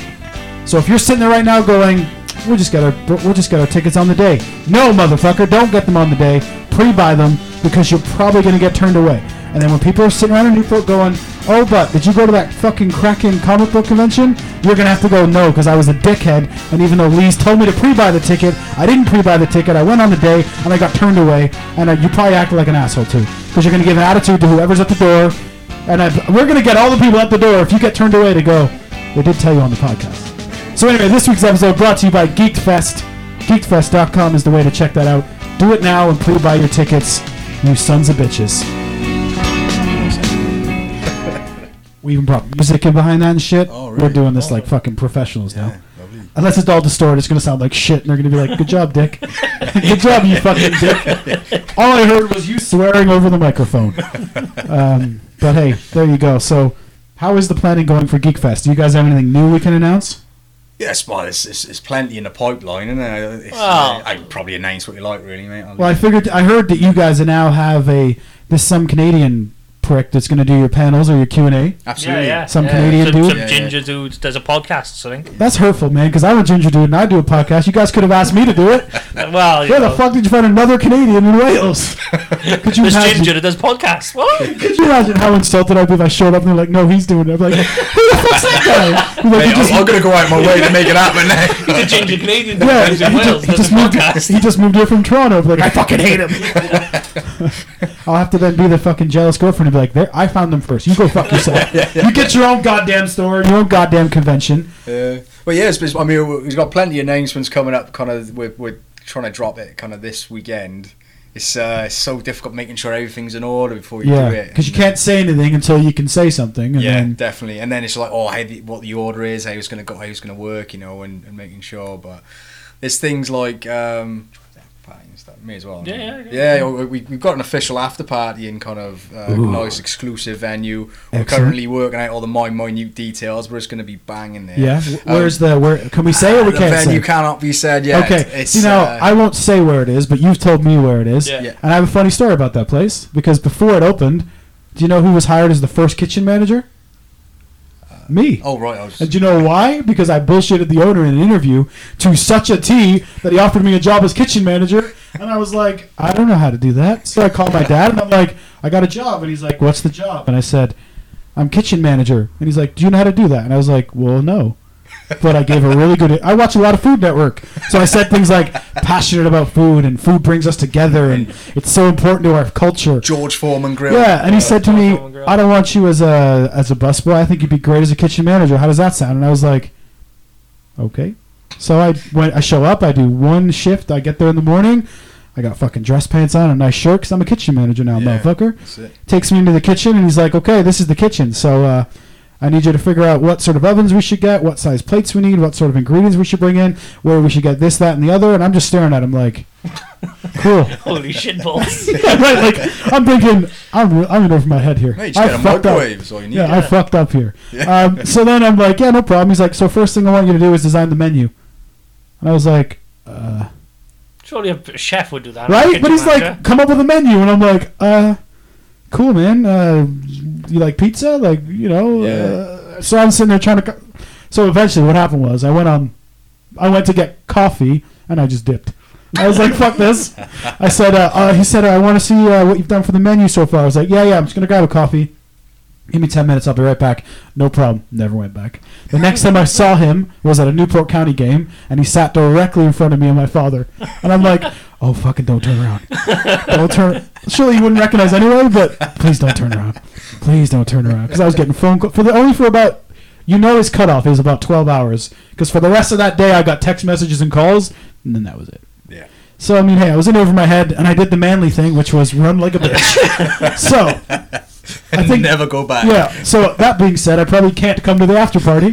Speaker 1: So if you're sitting there right now going, we just got our we just got our tickets on the day. No, motherfucker, don't get them on the day. Pre-buy them because you're probably gonna get turned away. And then when people are sitting around in Newport going, oh, but did you go to that fucking Kraken comic book convention? You're gonna have to go no because I was a dickhead. And even though Lee's told me to pre-buy the ticket, I didn't pre-buy the ticket. I went on the day and I got turned away. And uh, you probably acted like an asshole too because you're gonna give an attitude to whoever's at the door. And i we're gonna get all the people at the door if you get turned away to go. They did tell you on the podcast. So anyway, this week's episode brought to you by Geeked Fest. GeekedFest.com is the way to check that out. Do it now and pre-buy your tickets, you sons of bitches. We even brought music in behind that and shit.
Speaker 6: Oh,
Speaker 1: We're
Speaker 6: really?
Speaker 1: doing this like fucking professionals now. Unless it's all distorted, it's gonna sound like shit, and they're gonna be like, "Good job, Dick. Good job, you fucking dick." All I heard was you swearing over the microphone. Um, but hey, there you go. So, how is the planning going for Geek Fest? Do you guys have anything new we can announce?
Speaker 6: Yes, well, it's, it's, it's plenty in the pipeline, isn't there? It's, uh,
Speaker 4: Well-
Speaker 6: I could probably announce what you like, really, mate. I'll-
Speaker 1: Well, I figured I heard that you guys now have a this some Canadian prick that's going to do your panels or your Q and A.
Speaker 4: yeah,
Speaker 6: Absolutely.
Speaker 4: yeah.
Speaker 1: Some
Speaker 4: yeah.
Speaker 1: Canadian
Speaker 4: some,
Speaker 1: dude?
Speaker 4: Some
Speaker 6: Yeah, yeah.
Speaker 4: ginger dude does a podcast, I think.
Speaker 1: That's hurtful, man. Because I'm a ginger dude and I do a podcast. You guys could have asked me to do it.
Speaker 4: Well, you
Speaker 1: Where the
Speaker 4: know,
Speaker 1: fuck did you find another Canadian in Wales? Could you
Speaker 4: there's
Speaker 1: imagine?
Speaker 4: ginger that does podcasts. What?
Speaker 1: Could you imagine how insulted I'd be if I showed up and they're like, "No, he's doing it." I'd be like, "Who the fuck's that guy? Like, he just-
Speaker 6: I'm, gonna go out my way to make it happen. eh? now.
Speaker 4: The ginger Canadian
Speaker 1: yeah, he,
Speaker 4: that lives in
Speaker 1: he
Speaker 4: Wales
Speaker 1: just, he
Speaker 4: does
Speaker 1: just
Speaker 4: a
Speaker 1: moved,
Speaker 4: podcast.
Speaker 1: he just moved here from Toronto. Like, I fucking hate him. I'll have to then be the fucking jealous girlfriend and be like, there, I found them first. You go fuck yourself. You get your own goddamn store, your own goddamn convention.
Speaker 6: Yeah. Uh, Well, yeah, it's, it's- I mean, we've got plenty of announcements coming up. Kind of, we're, we're trying to drop it kind of this weekend. It's uh, it's so difficult making sure everything's in order before you do
Speaker 1: Yeah,
Speaker 6: it.
Speaker 1: because you can't say anything until you can say something. And
Speaker 6: Yeah,
Speaker 1: then,
Speaker 6: definitely. And then it's like, oh, how the, what the order is, how it's gonna go, how it's gonna work, you know, and, and making sure. But there's things like um, me as well.
Speaker 4: Yeah, yeah,
Speaker 6: yeah. we, we- we've got an official after party in kind of uh, nice exclusive venue. We're
Speaker 1: Excellent.
Speaker 6: currently working out all the mi- minute details, but it's gonna be banging there.
Speaker 1: yeah,
Speaker 6: Um,
Speaker 1: wh- where's the where? Can we say or we
Speaker 6: the
Speaker 1: can't
Speaker 6: venue
Speaker 1: say?
Speaker 6: cannot be said yet.
Speaker 1: okay, you know,
Speaker 6: uh,
Speaker 1: I won't say where it is, but you've told me where it is.
Speaker 4: Yeah.
Speaker 6: Yeah.
Speaker 1: And I have a funny story about that place because before it opened, do you know who was hired as the first kitchen manager? Uh, Me.
Speaker 6: oh right, I was,
Speaker 1: And do you know why? Because I bullshitted the owner in an interview to such a T that he offered me a job as kitchen manager. And I was like, I don't know how to do that. So I called my dad and I'm like, I got a job. And he's like, What's the job? And I said, I'm kitchen manager. And he's like, Do you know how to do that? And I was like, Well, no. But I gave a really good. I watch a lot of Food Network, so I said things like passionate about food and food brings us together and it's so important to our culture.
Speaker 6: George Foreman Grill.
Speaker 1: Yeah, and he said to me,
Speaker 4: Golden Girl.
Speaker 1: "I don't want you as a as a busboy. I think you'd be great as a kitchen manager. How does that sound?" And I was like, "Okay." So I went. I show up. I do one shift. I get there in the morning. I got fucking dress pants on and a nice shirt because I'm a kitchen manager now,
Speaker 6: Yeah.
Speaker 1: motherfucker.
Speaker 6: That's it.
Speaker 1: Takes me into the kitchen and he's like, "Okay, this is the kitchen. So uh, I need you to figure out what sort of ovens we should get, what size plates we need, what sort of ingredients we should bring in, where we should get this, that, and the other." And I'm just staring at him like, "Cool."
Speaker 4: Holy shit balls.
Speaker 1: Yeah, right. Like I'm thinking, I'm re- I'm in over my head here.
Speaker 6: Mate,
Speaker 1: I
Speaker 6: just get a
Speaker 1: fucked up.
Speaker 6: microwave is all you need.
Speaker 1: Yeah, I fucked up here. Um, so then I'm like, yeah, no problem. He's like, so first thing I want you to do is design the menu, and I was like, uh,
Speaker 4: Surely a chef would do that. not a
Speaker 1: right?
Speaker 4: kitchen
Speaker 1: But he's
Speaker 4: manager.
Speaker 1: like, come up with a menu, and I'm like, uh, cool, man. Uh, you like pizza? Like you know? Uh, so I'm sitting there trying to. Co- so eventually, what happened was I went on, I went to get coffee, and I just dipped. I was like, "Fuck this!" I said. Uh, uh, he said, "I want to see uh, what you've done for the menu so far." I was like, "Yeah, yeah, I'm just gonna grab a coffee. Give me ten minutes. I'll be right back." No problem. Never went back. The next time I saw him was at a Newport County game, and he sat directly in front of me and my father. And I'm like, "Oh, fucking don't turn around. Don't turn. Surely you wouldn't recognize anyway, but please don't turn around. Please don't turn around." Because I was getting phone call for the only for about. You know his cutoff is about 12 hours because for the rest of that day I got text messages and calls and then that was it.
Speaker 6: Yeah.
Speaker 1: So I mean, hey, I was in over my head, and I did the manly thing, which was run like a bitch. so I think,
Speaker 6: never go back.
Speaker 1: yeah. So that being said, I probably can't come to the after party,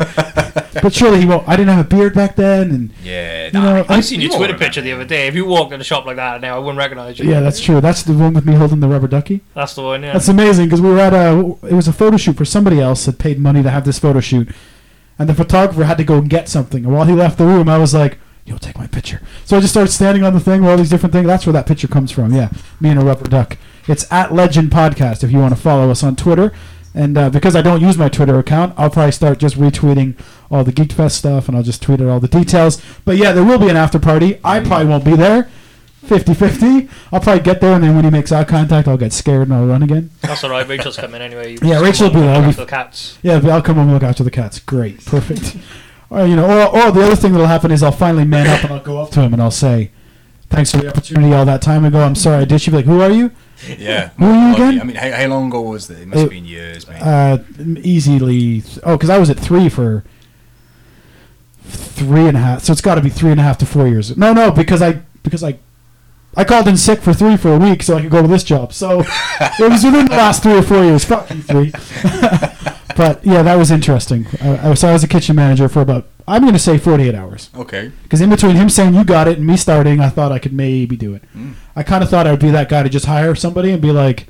Speaker 1: but surely he won't. I didn't have a beard back then, and
Speaker 6: Yeah,
Speaker 1: you know, I,
Speaker 4: I've seen
Speaker 6: You
Speaker 4: your
Speaker 6: won't
Speaker 4: Twitter
Speaker 6: remember.
Speaker 4: picture the other day. If you walked in a shop like that now, I wouldn't recognise you.
Speaker 1: yeah, that's true. That's the one with me holding the rubber ducky.
Speaker 4: That's the one, yeah.
Speaker 1: That's amazing because we were at a. It was a photo shoot for somebody else had paid money to have this photo shoot, and the photographer had to go and get something. And while he left the room, I was like, "You'll take my picture." So I just started standing on the thing with all these different things. That's where that picture comes from. Yeah, me and a rubber duck. It's at Legend Podcast if you want to follow us on Twitter. And uh, because I don't use my Twitter account, I'll probably start just retweeting all the Geek Fest stuff, and I'll just tweet out all the details. But yeah, there will be an after party. I probably won't be there. 50-50. I'll probably get there, and then when he makes eye contact, I'll get scared and I'll run again.
Speaker 4: That's all right. Rachel's coming anyway. You
Speaker 1: Yeah,
Speaker 4: just
Speaker 1: Rachel
Speaker 4: come
Speaker 1: will be
Speaker 4: on,
Speaker 1: there. I'll
Speaker 4: look after
Speaker 1: be-
Speaker 4: the cats.
Speaker 1: Yeah, but I'll come home and look after the cats. Great, perfect. or you know, or, or the other thing that'll happen is I'll finally man up and I'll go up to him and I'll say, "Thanks for the opportunity all that time ago. I'm sorry I did." She'll be like, "Who are you?"
Speaker 6: Yeah.
Speaker 1: Who are you
Speaker 6: Okay,
Speaker 1: again?
Speaker 6: I mean, how, how long ago was it? It must
Speaker 1: It-
Speaker 6: have been years, mate.
Speaker 1: Uh, easily. Th- oh, because I was at three for three and a half. So it's got to be three and a half to four years. No, no, because I because I I called in sick for three for a week so I could go to this job. So it was within the last three or four years. Fuck you, three. but yeah, that was interesting. I, I, so I was a kitchen manager for about I'm going to say 48 hours.
Speaker 6: okay.
Speaker 1: Because in between him saying you got it and me starting, I thought I could maybe do it. I kind of thought I would be that guy to just hire somebody and be like,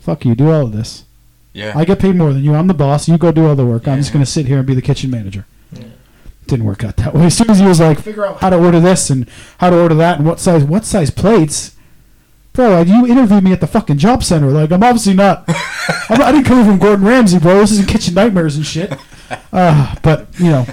Speaker 1: "Fuck you, do all of this."
Speaker 6: Yeah.
Speaker 1: I get paid more than you. I'm the boss. You go do all the work. I'm just
Speaker 6: Yeah.
Speaker 1: going to sit here and be the kitchen manager. Didn't work out that way. As soon as he was like, figure out how to order this and how to order that and what size, what size plates. bro, you interviewed me at the fucking job center. Like, I'm obviously not. I'm, I didn't come from Gordon Ramsay, bro. This isn't Kitchen Nightmares and shit. Uh, but you know,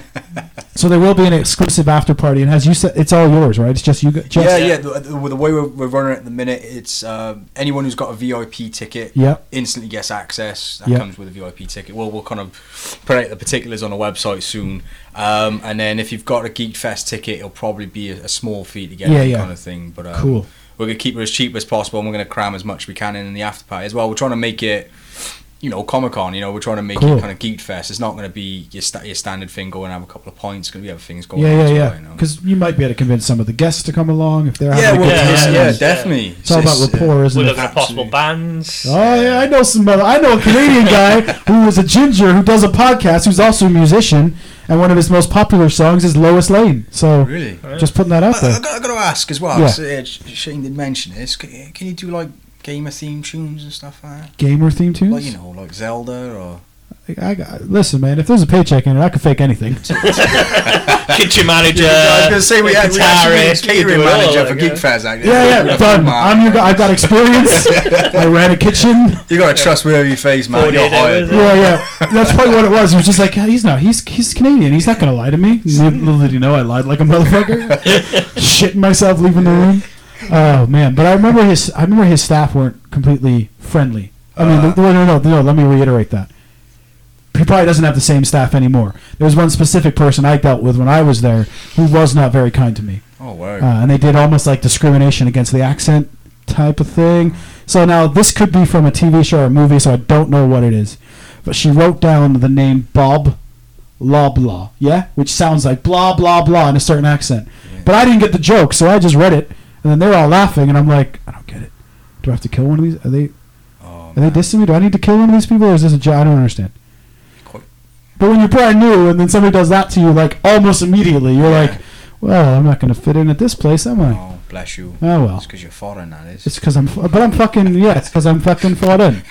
Speaker 1: so there will be an exclusive after party, and as you said, it's all yours, right? It's just you. Just,
Speaker 6: Yeah, yeah. The, the, the way we're, we're running it at the minute, it's um, anyone who's got a VIP ticket
Speaker 1: Yep.
Speaker 6: instantly gets access. That
Speaker 1: Yep.
Speaker 6: comes with a VIP ticket. Well, we'll kind of put out the particulars on the website soon. Um, and then if you've got a Geek Fest ticket, it'll probably be a, a small fee to get
Speaker 1: Yeah,
Speaker 6: it
Speaker 1: yeah.
Speaker 6: kind of thing. But um,
Speaker 1: Cool.
Speaker 6: We're gonna keep it as cheap as possible, and we're gonna cram as much we can in, in the after party as well. We're trying to make it. You know, Comic Con. You know, we're trying to make
Speaker 1: Cool.
Speaker 6: it kind of geek fest. It's not going to be your, sta your standard thing. Go and have a couple of points. It's going to be other things going. on
Speaker 1: yeah,
Speaker 6: as
Speaker 1: yeah,
Speaker 6: well, you
Speaker 1: yeah.
Speaker 6: know?
Speaker 1: Because you might be able to convince some of the guests to come along if they're
Speaker 6: Yeah,
Speaker 1: having a
Speaker 6: well,
Speaker 1: good
Speaker 4: yeah,
Speaker 6: it's-
Speaker 1: time.
Speaker 6: yeah,
Speaker 4: yeah.
Speaker 6: definitely. uh,
Speaker 1: It's all about rapport, isn't
Speaker 4: We're
Speaker 1: it?
Speaker 4: looking at possible bands.
Speaker 1: Oh yeah, I know some. Mother- I know a Canadian guy who is a ginger who does a podcast, who's also a musician, and one of his most popular songs is "Lois Lane." So
Speaker 6: Really?
Speaker 1: just putting that out
Speaker 6: I, I,
Speaker 1: there.
Speaker 6: got, I got to ask as well.
Speaker 1: Yeah.
Speaker 6: so, yeah, Sh- Shane did mention this. Can, can you do like gamer theme tunes and stuff like that?
Speaker 1: Gamer theme tunes.
Speaker 6: Like you know, like Zelda or
Speaker 1: I got, listen, man. If there's a paycheck in it, I could fake anything.
Speaker 4: Kitchen manager.
Speaker 6: I was gonna say we had we actually
Speaker 4: guitarist,
Speaker 6: need a
Speaker 4: you
Speaker 6: catering
Speaker 4: do it all,
Speaker 6: manager
Speaker 4: like,
Speaker 6: for
Speaker 4: yeah.
Speaker 6: Geek Fest. Like,
Speaker 1: yeah, yeah, done. I'm your guy. I've got experience. I ran a kitchen.
Speaker 6: You got to trust wherever you face, man. You're
Speaker 4: 48 hours,
Speaker 6: hired.
Speaker 4: yeah.
Speaker 1: Yeah, yeah. That's probably what it was. It was just like "Yeah, he's not. He's he's Canadian. He's not gonna lie to me. Little did he know I lied like a motherfucker. Shitting myself leaving the room. Oh man! But I remember his. I remember his staff weren't completely friendly. I mean, the- no, no, no, no. Let me reiterate that. He probably doesn't have the same staff anymore. There was one specific person I dealt with when I was there who was not very kind to me
Speaker 6: Oh wow.
Speaker 1: uh, and they did almost like discrimination against the accent type of thing. So now this could be from a TV show or a movie, so I don't know what it is. But she wrote down the name Bob Loblaw, yeah, which sounds like blah blah blah in a certain accent. But I didn't get the joke, so I just read it, and then they're all laughing, and I'm like, I don't get it. Do I have to kill one of these? Are they
Speaker 6: oh,
Speaker 1: are they
Speaker 6: man.
Speaker 1: dissing me? Do I need to kill one of these people, or is this a joke? I don't understand.
Speaker 6: Quite-
Speaker 1: But when you're brand new, and then somebody does that to you, like almost immediately, you're
Speaker 6: Yeah.
Speaker 1: like, well, I'm not going to fit in at this place, am I?
Speaker 6: Oh, bless you.
Speaker 1: Oh well.
Speaker 6: It's because you're foreign, that is.
Speaker 1: It's because I'm, but I'm fucking yeah. It's because I'm fucking fought in.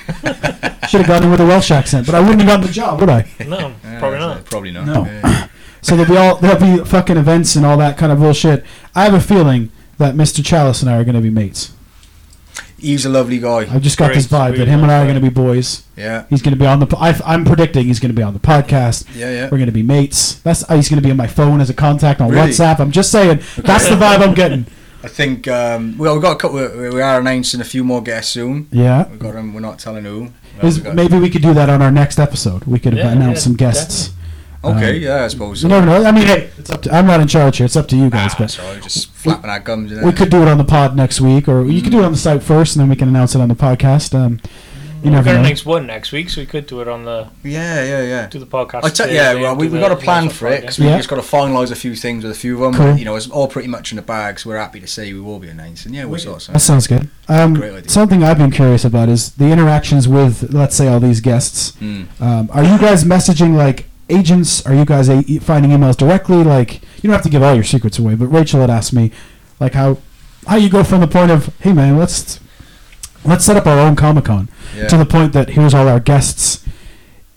Speaker 1: Should have gone in with a Welsh accent, but I wouldn't have gotten the job, would I?
Speaker 4: No,
Speaker 6: Yeah,
Speaker 4: probably
Speaker 6: that's
Speaker 4: not.
Speaker 6: it, Probably not.
Speaker 1: No.
Speaker 6: Yeah.
Speaker 1: So there'll be all there'll be fucking events and all that kind of bullshit. I have a feeling that Mr. Chalice and I are going to be mates.
Speaker 6: He's a lovely guy.
Speaker 1: I've just got this
Speaker 4: Great.
Speaker 1: vibe that him and I are going to be boys.
Speaker 6: Yeah.
Speaker 1: He's going to be on the. po- I, I'm predicting he's going to be on the podcast.
Speaker 6: Yeah, yeah.
Speaker 1: We're going to be mates. That's uh, he's going to be on my phone as a contact on
Speaker 6: Really?
Speaker 1: WhatsApp. I'm just saying that's the vibe I'm getting.
Speaker 6: I think um, well, we've got a couple. We we are announcing a few more guests soon.
Speaker 1: Yeah.
Speaker 6: We've got them. We're not telling who. Uh,
Speaker 1: Is-
Speaker 6: we've got-
Speaker 1: maybe we could do that on our next episode. We could
Speaker 4: Yeah,
Speaker 1: announce
Speaker 4: yeah,
Speaker 1: some guests.
Speaker 6: Okay,
Speaker 1: Um,
Speaker 6: yeah, I suppose.
Speaker 1: You never know. I mean, hey, it's up to, I'm not in charge here. It's up to you guys.
Speaker 6: Ah,
Speaker 1: but
Speaker 6: sorry, just flapping our gums.
Speaker 1: we could do it on the pod next week, or you could do it on the site first, and then we can announce it on the podcast. Um, you
Speaker 4: We're
Speaker 1: never
Speaker 4: going
Speaker 1: know.
Speaker 4: next one next week, so we could do it on the
Speaker 6: Yeah, yeah, yeah.
Speaker 4: do the podcast.
Speaker 6: I tell
Speaker 4: Thursday
Speaker 6: yeah,
Speaker 4: and
Speaker 6: well, we
Speaker 4: do
Speaker 6: we
Speaker 4: the-
Speaker 6: got a
Speaker 4: the
Speaker 6: plan
Speaker 4: next
Speaker 6: for
Speaker 4: one,
Speaker 6: it
Speaker 4: yeah.
Speaker 6: 'cause we
Speaker 1: Yeah.
Speaker 6: just got to finalise a few things with a few of them.
Speaker 1: Cool.
Speaker 6: You know, it's all pretty much in the bag, so we're happy to say we will be announcing. Yeah, we'll sort
Speaker 1: That
Speaker 6: something.
Speaker 1: sounds good. Um,
Speaker 6: Great idea.
Speaker 1: something I've been curious about is the interactions with, let's say, all these guests.
Speaker 6: Mm.
Speaker 1: Um, are you guys messaging like agents? Are you guys a- e- finding emails directly? Like, you don't have to give all your secrets away, but Rachel had asked me, like, how how you go from the point of, hey man, let's let's set up our own Comic Con
Speaker 6: Yeah.
Speaker 1: to the point that here's all our guests.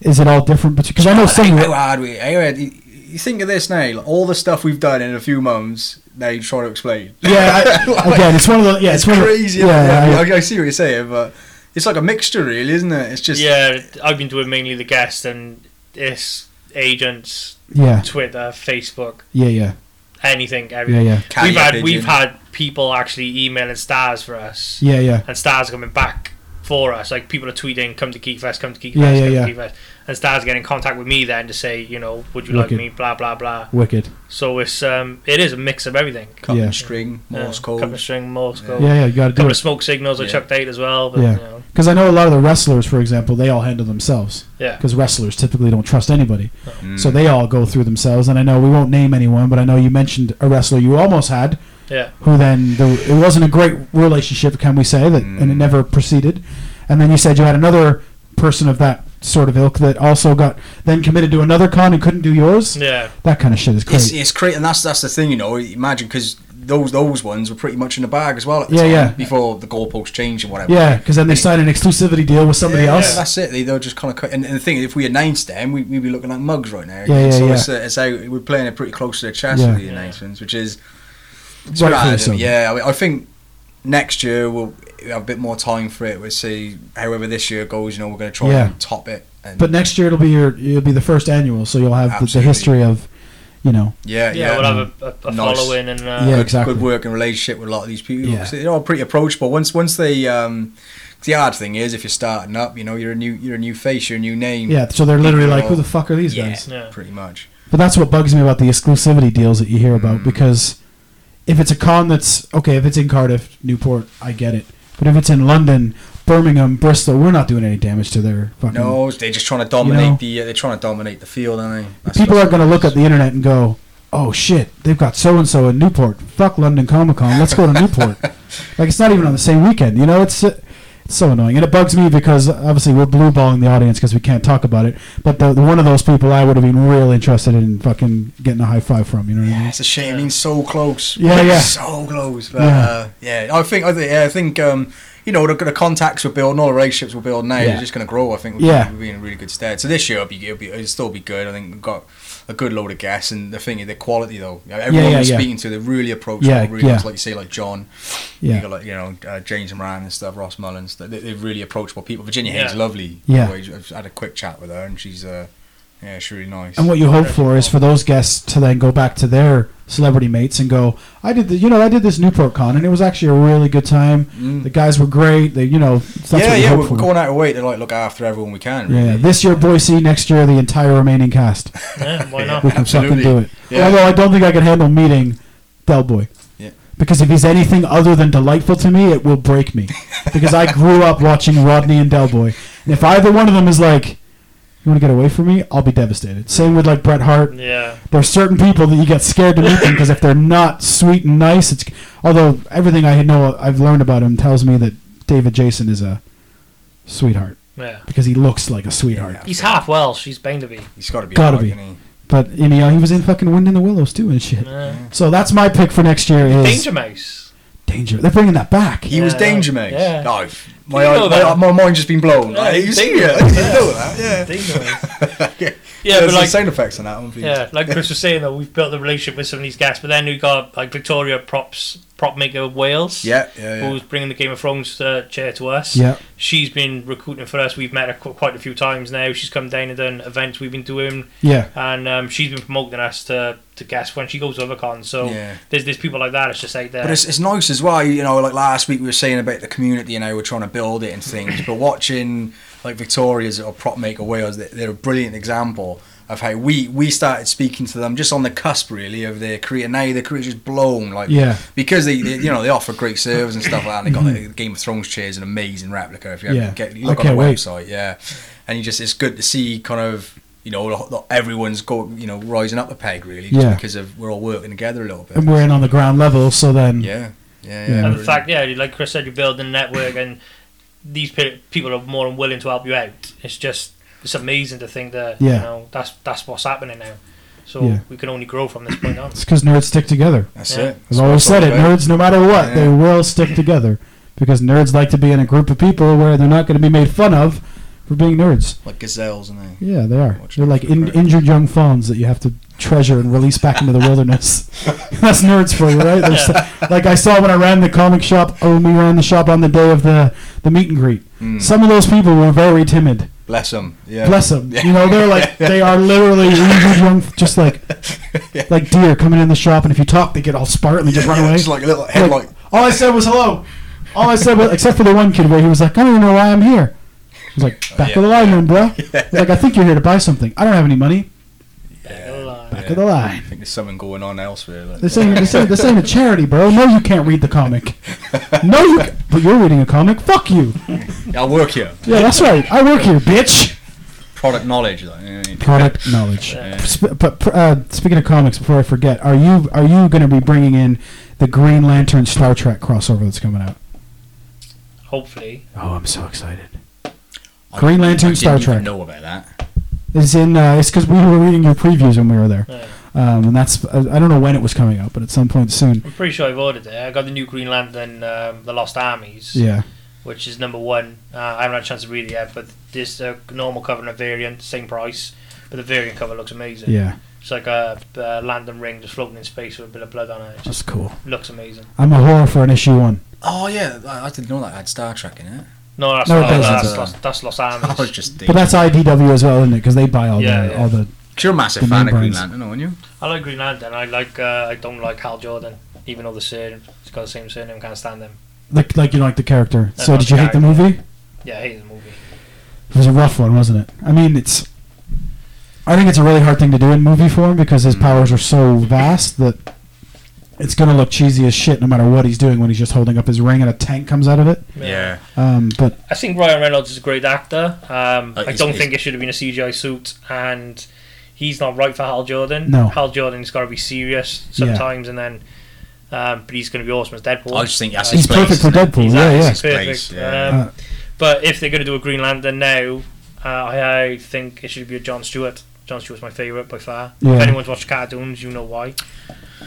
Speaker 1: Is it all different? Because I know some.
Speaker 6: How hard we? How hard, you, you think of this now? Like, all the stuff we've done in a few months. Now you try to explain.
Speaker 1: Yeah, I, again, it's one of the yeah, it's,
Speaker 6: It's
Speaker 1: one of the-
Speaker 6: crazy.
Speaker 1: yeah,
Speaker 6: yeah,
Speaker 1: yeah,
Speaker 6: I, I see what you're saying, but it's like a mixture, really, isn't it? It's just
Speaker 4: Yeah, I've been doing mainly the guests and it's agents,
Speaker 1: yeah,
Speaker 4: Twitter, Facebook,
Speaker 1: yeah, yeah,
Speaker 4: anything,
Speaker 1: yeah,
Speaker 4: everything.
Speaker 1: yeah,
Speaker 6: Carrier
Speaker 4: we've had
Speaker 6: pigeon.
Speaker 4: we've had people actually emailing stars for us,
Speaker 1: yeah, yeah.
Speaker 4: and stars are coming back for us. Like people are tweeting, "Come to Geekfest, come to Geekfest,
Speaker 1: Yeah, yeah,
Speaker 4: come
Speaker 1: yeah.
Speaker 4: to Geekfest," and stars get in contact with me then to say, you know, would you
Speaker 1: Wicked.
Speaker 4: like me? Blah blah blah.
Speaker 1: Wicked.
Speaker 4: So it's um, it is a mix of everything.
Speaker 6: cutting
Speaker 1: Yeah.
Speaker 6: string, Morse
Speaker 4: Yeah,
Speaker 6: code.
Speaker 4: couple of string, Morse code,
Speaker 1: Yeah, yeah, you got to do
Speaker 4: couple of
Speaker 1: it.
Speaker 4: smoke signals. I
Speaker 6: Yeah.
Speaker 4: chucked out as well, but
Speaker 1: Yeah.
Speaker 4: you know,
Speaker 1: Because I know a lot of the wrestlers, for example, they all handle themselves.
Speaker 4: yeah.
Speaker 1: Because wrestlers typically don't trust anybody.
Speaker 6: Mm.
Speaker 1: So they all go through themselves, and I know we won't name anyone, but I know you mentioned a wrestler you almost had,
Speaker 4: Yeah.
Speaker 1: who then the, it wasn't a great relationship, can we say that, and it
Speaker 6: Mm.
Speaker 1: never proceeded. And then you said you had another person of that sort of ilk that also got then committed to another con and couldn't do yours.
Speaker 4: Yeah,
Speaker 1: That kind of shit is
Speaker 6: It's,
Speaker 1: crazy.
Speaker 6: it's great, and that's that's the thing, you know. Imagine because those those ones were pretty much in the bag as well. At the
Speaker 1: Yeah,
Speaker 6: time,
Speaker 1: yeah.
Speaker 6: Before the goalposts changed and whatever.
Speaker 1: Yeah, because then they sign an exclusivity deal with somebody
Speaker 6: Yeah,
Speaker 1: else.
Speaker 6: that's it. They they'll just kind of cut. And, and the thing, is, if we announced them, we, we'd be looking like mugs right now.
Speaker 1: Yeah, yeah,
Speaker 6: so
Speaker 1: yeah.
Speaker 6: It's, uh, it's how we're playing it pretty close to the chest
Speaker 1: Yeah.
Speaker 6: with the
Speaker 4: Yeah.
Speaker 6: announcements, which is it's
Speaker 1: Rightfully
Speaker 6: mad.
Speaker 1: so.
Speaker 6: Yeah, I, mean, I think next year we'll have a bit more time for it. We'll see. However, this year goes, you know, we're going to try
Speaker 1: Yeah.
Speaker 6: and top it. And
Speaker 1: But next year it'll be your it'll be the first annual, so you'll have the, the
Speaker 6: Absolutely.
Speaker 1: history of, you know,
Speaker 6: yeah,
Speaker 4: Yeah,
Speaker 6: yeah,
Speaker 4: we'll have a, a, a
Speaker 6: Nice.
Speaker 4: following and uh,
Speaker 1: Yeah.
Speaker 6: good,
Speaker 1: exactly.
Speaker 6: good working relationship with a lot of these people.
Speaker 1: Yeah.
Speaker 6: 'Cause They're all pretty approachable. Once once they, um, 'cause the hard thing is if you're starting up, you know, you're a new you're a new face, you're a new name.
Speaker 1: yeah. So they're literally like, who the fuck are these
Speaker 6: Yeah.
Speaker 1: guys?
Speaker 4: yeah.
Speaker 6: pretty much.
Speaker 1: But that's what bugs me about the exclusivity deals that you hear
Speaker 6: Mm.
Speaker 1: about because if it's a con that's okay, if it's in Cardiff, Newport, I get it. But if it's in London, Birmingham, Bristol, we're not doing any damage to their fucking.
Speaker 6: No, they're just trying to dominate
Speaker 1: know?
Speaker 6: the. Uh, they're trying to dominate the field, aren't they? That's-
Speaker 1: People are
Speaker 6: that's-
Speaker 1: going to look at the internet and go, "Oh shit, they've got so and so in Newport. Fuck London Comic Con. Let's go to Newport." like it's not even on the same weekend. You know, it's uh, it's so annoying, and it bugs me because obviously we're blue balling the audience because we can't talk about it. But the, the one of those people I would have been real interested in fucking getting a high five from. You know what I
Speaker 6: Yeah,
Speaker 1: mean?
Speaker 6: it's a shame. I mean, so close.
Speaker 1: Yeah, yeah.
Speaker 6: So close. But,
Speaker 1: Yeah.
Speaker 6: yeah. Uh, yeah, I think, I think, yeah, I think um, you know, the, the contacts we're building, all the relationships we're building now,
Speaker 1: Yeah.
Speaker 6: they're just going to grow. I think we're,
Speaker 1: Yeah.
Speaker 6: we'll be in a really good stead. So this year, it'll, be, it'll, be, it'll still be good. I think we've got a good load of guests. And the thing is, the quality, though. Everyone
Speaker 1: yeah,
Speaker 6: we're
Speaker 1: yeah.
Speaker 6: speaking to, they're really approachable.
Speaker 1: Yeah,
Speaker 6: really
Speaker 1: yeah.
Speaker 6: nice, Like you say, like John, you,
Speaker 1: Yeah,
Speaker 6: got like, you know, uh, James Moran and stuff, Ross Mullins. They, they're really approachable people. Virginia Hayes,
Speaker 4: Yeah.
Speaker 6: lovely.
Speaker 1: Yeah.
Speaker 6: I've had a quick chat with her, and she's, uh, yeah, she's really nice.
Speaker 1: and what you hope for is for those guests to then go back to their celebrity mates and go, "I did the, you know, I did this Newport Con, and it was actually a really good time.
Speaker 6: Mm.
Speaker 1: The guys were great. They, you know, that's
Speaker 6: yeah,
Speaker 1: what you
Speaker 6: yeah,
Speaker 1: hope
Speaker 6: we're
Speaker 1: for."
Speaker 6: going out of way to like look after everyone we can. Really.
Speaker 1: Yeah, this year Boise, next year the entire remaining cast.
Speaker 4: yeah, why not?
Speaker 1: We can fucking
Speaker 6: Absolutely.
Speaker 1: do it.
Speaker 6: Yeah.
Speaker 1: Although I don't think I can handle meeting Del Boy.
Speaker 6: Yeah.
Speaker 1: Because if he's anything other than delightful to me, it will break me. Because I grew up watching Rodney and Del Boy. And if either one of them is like, you want to get away from me, I'll be devastated. Same with like Bret Hart.
Speaker 4: Yeah,
Speaker 1: There's certain people that you get scared to meet them because if they're not sweet and nice, it's. Although everything I know I've learned about him tells me that David Jason is a sweetheart
Speaker 4: yeah.
Speaker 1: because he looks like a sweetheart.
Speaker 6: Yeah.
Speaker 4: He's half Welsh. He's bound to be.
Speaker 6: He's got to be.
Speaker 1: Gotta
Speaker 6: alright,
Speaker 1: be.
Speaker 6: isn't
Speaker 1: But you know, he was in fucking Wind in the Willows too and shit.
Speaker 4: Yeah.
Speaker 1: So that's my pick for next year is
Speaker 4: Danger Mouse.
Speaker 1: Danger. They're bringing that back.
Speaker 6: He, he was
Speaker 4: Yeah.
Speaker 6: Danger Mouse.
Speaker 4: Yeah.
Speaker 6: No, my,
Speaker 4: you know
Speaker 6: my,
Speaker 4: that?
Speaker 6: my mind just been blown. Like, you see
Speaker 4: Danger
Speaker 6: it? I
Speaker 4: Mouse,
Speaker 6: didn't know that. Yeah.
Speaker 4: Danger Mouse.
Speaker 6: yeah,
Speaker 4: Yeah,
Speaker 6: there's
Speaker 4: but
Speaker 6: some
Speaker 4: like,
Speaker 6: sound effects on that one, please.
Speaker 4: yeah, like Chris was saying though, we've built a relationship with some of these guests, but then we got like Victoria props prop maker of Wales.
Speaker 6: Yeah, yeah, yeah.
Speaker 4: Who's bringing the Game of Thrones uh, chair to us?
Speaker 1: Yeah.
Speaker 4: she's been recruiting for us. We've met her qu- quite a few times now. She's come down and done events we've been doing,
Speaker 1: Yeah.
Speaker 4: and um, she's been promoting us to, to guests when she goes to other cons. So
Speaker 6: Yeah.
Speaker 4: there's there's people like that. It's just out there.
Speaker 6: But it's, it's nice as well, you know. Like last week, we were saying about the community and how we're trying to build it and things. But watching like Victoria's or Prop Maker Wales, they- they're a brilliant example of how we we started speaking to them just on the cusp, really, of their career. Now their career's just blown, like
Speaker 1: Yeah. Mm-hmm.
Speaker 6: because they, they you know they offer great service and stuff like that. And they got the Game of Thrones chairs, an amazing replica. If you
Speaker 1: Yeah.
Speaker 6: ever get look
Speaker 1: I can't
Speaker 6: on the
Speaker 1: wait.
Speaker 6: website, yeah, and you just it's good to see kind of. You know, the- the- everyone's go, you know, rising up a peg really, just
Speaker 1: Yeah.
Speaker 6: because of we're all working together a little bit.
Speaker 1: And we're in on the ground level, so then
Speaker 6: Yeah, yeah,
Speaker 1: Yeah.
Speaker 6: yeah.
Speaker 4: and the fact, yeah, like Chris said, you're building a network, and these pe- people are more than willing to help you out. It's just it's amazing to think that
Speaker 1: Yeah.
Speaker 4: you know that's that's what's happening now. So
Speaker 1: Yeah.
Speaker 4: we can only grow from this point on.
Speaker 1: it's because nerds stick together.
Speaker 6: that's
Speaker 4: Yeah.
Speaker 6: it.
Speaker 1: I've always said it. Nerds, no matter what,
Speaker 6: Yeah.
Speaker 1: they will stick together because nerds like to be in a group of people where they're not going to be made fun of for being nerds.
Speaker 6: like gazelles and they.
Speaker 1: Yeah, they are.
Speaker 6: Watch
Speaker 1: They're
Speaker 6: out
Speaker 1: like
Speaker 6: for
Speaker 1: in,
Speaker 6: nerds.
Speaker 1: injured young fawns that you have to treasure and release back into the wilderness. That's nerds for you, right? There's- like I saw when I ran the comic shop, oh, we ran the shop on the day of the, the meet and greet.
Speaker 6: Hmm.
Speaker 1: Some of those people were very timid.
Speaker 6: Bless them. Yeah.
Speaker 1: Bless them. You know, they're like they are literally injured young, just like like deer coming in the shop, and if you talk, they get all spartan and just run away.
Speaker 6: Just like a little
Speaker 1: Like,
Speaker 6: headlight.
Speaker 1: all I said was hello. All I said was, except for the one kid where he was like, I don't even know why I'm here. I was like, back
Speaker 6: yeah.
Speaker 1: of the line, then, bro. I was like, I think you're here to buy something. I don't have any money.
Speaker 4: uh,
Speaker 1: Back of the
Speaker 6: I
Speaker 1: line.
Speaker 6: think there's something going on elsewhere. Like,
Speaker 1: This ain't, this, ain't, this ain't a charity, bro. No, you can't read the comic. No, you. Ca- but you're reading a comic. Fuck you.
Speaker 6: I work here.
Speaker 1: Yeah, that's right. I work here, bitch.
Speaker 6: Product knowledge, though. Yeah, yeah.
Speaker 1: Product knowledge. Sp- but pr- uh, speaking of comics, before I forget, are you are you going to be bringing in the Green Lantern Star Trek crossover that's coming out?
Speaker 4: Hopefully,
Speaker 1: Oh, I'm so excited.
Speaker 6: I
Speaker 1: Green
Speaker 6: didn't-
Speaker 1: Lantern,
Speaker 6: I didn't
Speaker 1: Star
Speaker 6: even
Speaker 1: Trek.
Speaker 6: Know about that?
Speaker 1: It's in. Uh, it's because we were reading your previews when we were there,
Speaker 4: Yeah.
Speaker 1: um, and that's. I, I don't know when it was coming out, but at some point soon.
Speaker 4: I'm pretty sure I've ordered it. I got the new Green Lantern, um, the Lost Armies.
Speaker 1: Yeah,
Speaker 4: which is number one. Uh, I haven't had a chance to read uh, it yet, but there's a normal cover and a variant, same price, but the variant cover looks amazing.
Speaker 1: yeah.
Speaker 4: It's like a, a landing ring just floating in space with a bit of blood on it. It just
Speaker 1: That's cool.
Speaker 4: looks amazing.
Speaker 1: I'm a horror for an issue one.
Speaker 6: Oh yeah, I, I didn't know that had Star Trek in it.
Speaker 4: No, that's
Speaker 1: No, Oh, it
Speaker 4: not,
Speaker 1: doesn't,
Speaker 4: that's,
Speaker 6: does it?
Speaker 4: Los, that's Los
Speaker 6: I was
Speaker 4: Angeles.
Speaker 6: just
Speaker 1: But
Speaker 6: thinking.
Speaker 1: that's IDW as well, isn't it? Because they buy all
Speaker 4: Yeah,
Speaker 1: the
Speaker 4: yeah.
Speaker 1: all the.
Speaker 6: You're a massive
Speaker 1: the
Speaker 6: fan of Green
Speaker 1: membranes.
Speaker 6: Lantern, aren't you?
Speaker 4: I like Green Lantern. I like. Uh, I don't like Hal Jordan, even though the surname it's got the same surname. Can't stand him.
Speaker 1: Like, like you like the character.
Speaker 4: That's
Speaker 1: so
Speaker 4: not
Speaker 1: did you hate the
Speaker 4: character.
Speaker 1: movie?
Speaker 4: Yeah, I hate the movie.
Speaker 1: It was a rough one, wasn't it? I mean, it's. I think it's a really hard thing to do in movie form because
Speaker 4: Mm.
Speaker 1: his powers are so vast that it's going to look cheesy as shit no matter what he's doing when he's just holding up his ring and a tank comes out of it. Um, but
Speaker 4: I think Ryan Reynolds is a great actor. Um, I
Speaker 6: Uh, he's-
Speaker 4: don't
Speaker 6: he's-
Speaker 4: think it should have been a CGI suit, and he's not right for Hal Jordan.
Speaker 1: No.
Speaker 4: Hal Jordan's got to be serious
Speaker 1: Yeah.
Speaker 4: sometimes, and then. Um, but he's going to be awesome as Deadpool.
Speaker 6: I just think that's
Speaker 1: he's
Speaker 6: his place.
Speaker 1: perfect for Deadpool.
Speaker 4: Exactly,
Speaker 1: Yeah, yeah.
Speaker 4: it's perfect.
Speaker 6: Place, yeah.
Speaker 4: Um,
Speaker 1: Uh,
Speaker 4: but if they're going to do a Green Lantern now, uh, I, I think it should be a John Stewart. John Stewart's my favourite by far.
Speaker 1: Yeah.
Speaker 4: If anyone's watched cartoons, you know why.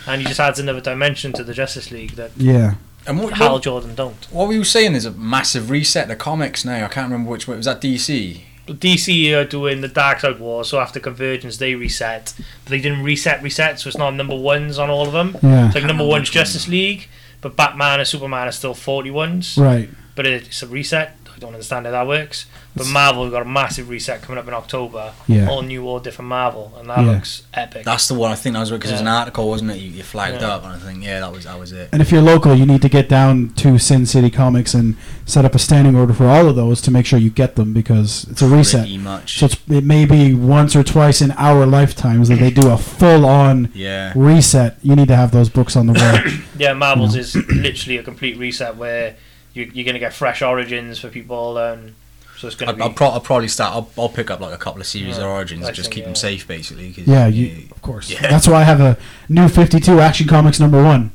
Speaker 4: And he just adds another dimension to the Justice League that
Speaker 1: Yeah.
Speaker 6: And what,
Speaker 4: Hal
Speaker 6: what,
Speaker 4: Jordan don't.
Speaker 6: what were you saying? There's a massive reset of comics now. I can't remember which way. Was that DC?
Speaker 4: DC are doing the Dark Side War, so after Convergence they reset. But they didn't reset reset, so it's not number ones on all of them.
Speaker 1: Yeah.
Speaker 4: It's like number one's Justice League, but Batman and Superman are still 40 ones.
Speaker 1: Right.
Speaker 4: But it's a reset. I don't understand how that works. But Marvel got a massive reset coming up in October.
Speaker 1: Yeah.
Speaker 4: All new, all different Marvel, and that
Speaker 1: Yeah.
Speaker 4: looks epic.
Speaker 6: That's the one I think that was because it was an
Speaker 4: Yeah.
Speaker 6: article, wasn't it? You, you flagged
Speaker 4: Yeah.
Speaker 6: up, and I think yeah, that was that was it.
Speaker 1: And if you're local, you need to get down to Sin City Comics and set up a standing order for all of those to make sure you get them because it's a reset.
Speaker 6: Pretty much.
Speaker 1: So it's, it may be once or twice in our lifetimes that they do a full on
Speaker 6: yeah.
Speaker 1: reset. You need to have those books on the wall.
Speaker 4: yeah, Marvel's is literally a complete reset where you, you're going to get fresh origins for people, and so it's going
Speaker 6: I'll,
Speaker 4: to
Speaker 6: I'll,
Speaker 4: be.
Speaker 6: pro- I'll probably start. I'll, I'll pick up like a couple of series
Speaker 4: Yeah,
Speaker 6: of origins,
Speaker 4: I
Speaker 6: just
Speaker 4: think,
Speaker 6: keep
Speaker 4: yeah.
Speaker 6: them safe, basically. 'cause,
Speaker 1: yeah, you, of course.
Speaker 6: Yeah.
Speaker 1: That's why I have a new 52 Action Comics number one.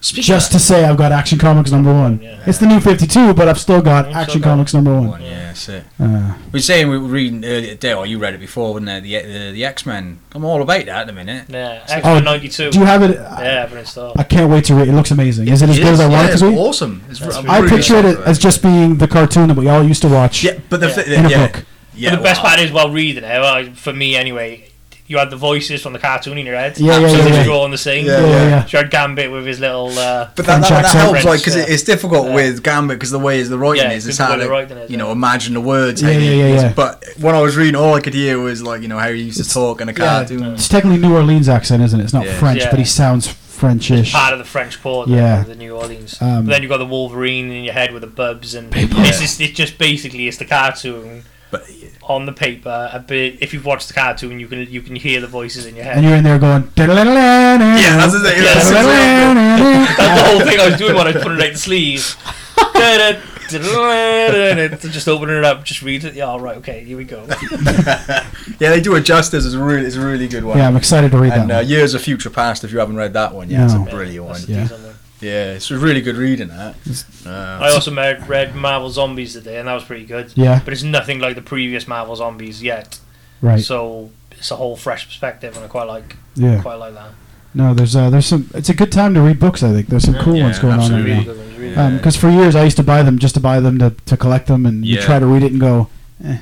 Speaker 6: Speaking
Speaker 1: Just to
Speaker 6: of
Speaker 1: say I've got Action Comics number one.
Speaker 4: Yeah.
Speaker 1: It's the new 52, but I've still got
Speaker 4: I've still
Speaker 1: Action
Speaker 4: got
Speaker 1: Comics number
Speaker 6: that
Speaker 1: one.
Speaker 6: one, yeah, that's it.
Speaker 1: Uh,
Speaker 6: We were saying we were reading earlier today, or you read it before, wasn't it? The uh, the, the X Men. I'm all about that at the minute.
Speaker 4: Yeah, X Men '92.
Speaker 1: Oh, do you have it?
Speaker 4: Yeah, but it's still.
Speaker 1: I can't wait to read it. It looks amazing. Is it as
Speaker 6: It
Speaker 1: good as I want
Speaker 6: yeah,
Speaker 1: it to be?
Speaker 6: It's awesome. It's r- I'm
Speaker 1: I
Speaker 6: really
Speaker 1: pictured it
Speaker 6: excited
Speaker 1: as
Speaker 6: for
Speaker 1: just being the cartoon that we all used to watch
Speaker 6: Yeah, but the
Speaker 4: Yeah.
Speaker 6: thi-
Speaker 1: in a
Speaker 6: yeah,
Speaker 1: book.
Speaker 6: Yeah,
Speaker 4: but the best
Speaker 6: wow.
Speaker 4: part is while reading it, well, for me anyway, you had the voices from the cartoon in your head.
Speaker 1: Yeah, yeah,
Speaker 4: so
Speaker 1: yeah,
Speaker 4: they
Speaker 1: yeah.
Speaker 4: were all on the same.
Speaker 6: Yeah,
Speaker 1: yeah, yeah.
Speaker 4: So you had Gambit with his little. Uh,
Speaker 6: But that, that,
Speaker 1: Jack
Speaker 6: that
Speaker 1: Sarah.
Speaker 6: helps, like, because
Speaker 4: Yeah.
Speaker 6: it's difficult
Speaker 4: Yeah.
Speaker 6: with Gambit because the way is the writing
Speaker 4: Yeah,
Speaker 6: is,
Speaker 4: it's
Speaker 6: it's
Speaker 4: the way
Speaker 6: hard
Speaker 4: the
Speaker 6: to,
Speaker 4: writing is,
Speaker 6: you know,
Speaker 4: yeah.
Speaker 6: imagine the words. how
Speaker 1: Yeah,
Speaker 6: they-
Speaker 1: yeah, yeah, yeah.
Speaker 6: But when I was reading, all I could hear was like, you know, how he used to talk in a cartoon.
Speaker 1: It's technically New Orleans accent, isn't it? It's not
Speaker 6: Yeah.
Speaker 1: French,
Speaker 4: Yeah.
Speaker 1: but he sounds Frenchish.
Speaker 4: part of the French quarter,
Speaker 1: Yeah.
Speaker 4: yeah. the New Orleans.
Speaker 1: Um,
Speaker 4: but then you've got the Wolverine in your head with the bubs, and it's, just, it's just basically it's the cartoon
Speaker 6: But
Speaker 4: on the paper. A bit. If you've watched the cartoon, you can you can hear the voices in your
Speaker 1: And
Speaker 4: head.
Speaker 1: you're in there going. Yeah,
Speaker 6: that's the thing, that's
Speaker 4: That's the whole thing I was doing when I was putting it out the sleeve. just opening it up, just read it. Yeah, all right, okay, here we go.
Speaker 6: yeah, they do it justice. It's a really, it's a really good one.
Speaker 1: Yeah, I'm excited to read that.
Speaker 6: and uh,
Speaker 1: one.
Speaker 6: Years of Future Past, if you haven't read that one, yeah, it's
Speaker 1: No.
Speaker 6: a
Speaker 1: Yeah,
Speaker 6: brilliant one.
Speaker 4: That's a
Speaker 1: Yeah.
Speaker 4: decent one.
Speaker 6: Yeah, it's a really good reading. That. Uh,
Speaker 4: I also ma- read Marvel Zombies today, and that was pretty good.
Speaker 1: Yeah.
Speaker 4: But it's nothing like the previous Marvel Zombies yet.
Speaker 1: Right.
Speaker 4: So it's a whole fresh perspective, and I quite like
Speaker 1: yeah.
Speaker 4: quite like that.
Speaker 1: No, there's uh, there's some. It's a good time to read books. I think there's some cool
Speaker 6: Yeah,
Speaker 1: ones going
Speaker 6: absolutely.
Speaker 1: on
Speaker 4: Really
Speaker 1: right
Speaker 4: good ones, really
Speaker 1: now. Because for years I used to buy them just to buy them to, to collect them, and you
Speaker 6: Yeah.
Speaker 1: try to read it and go, eh.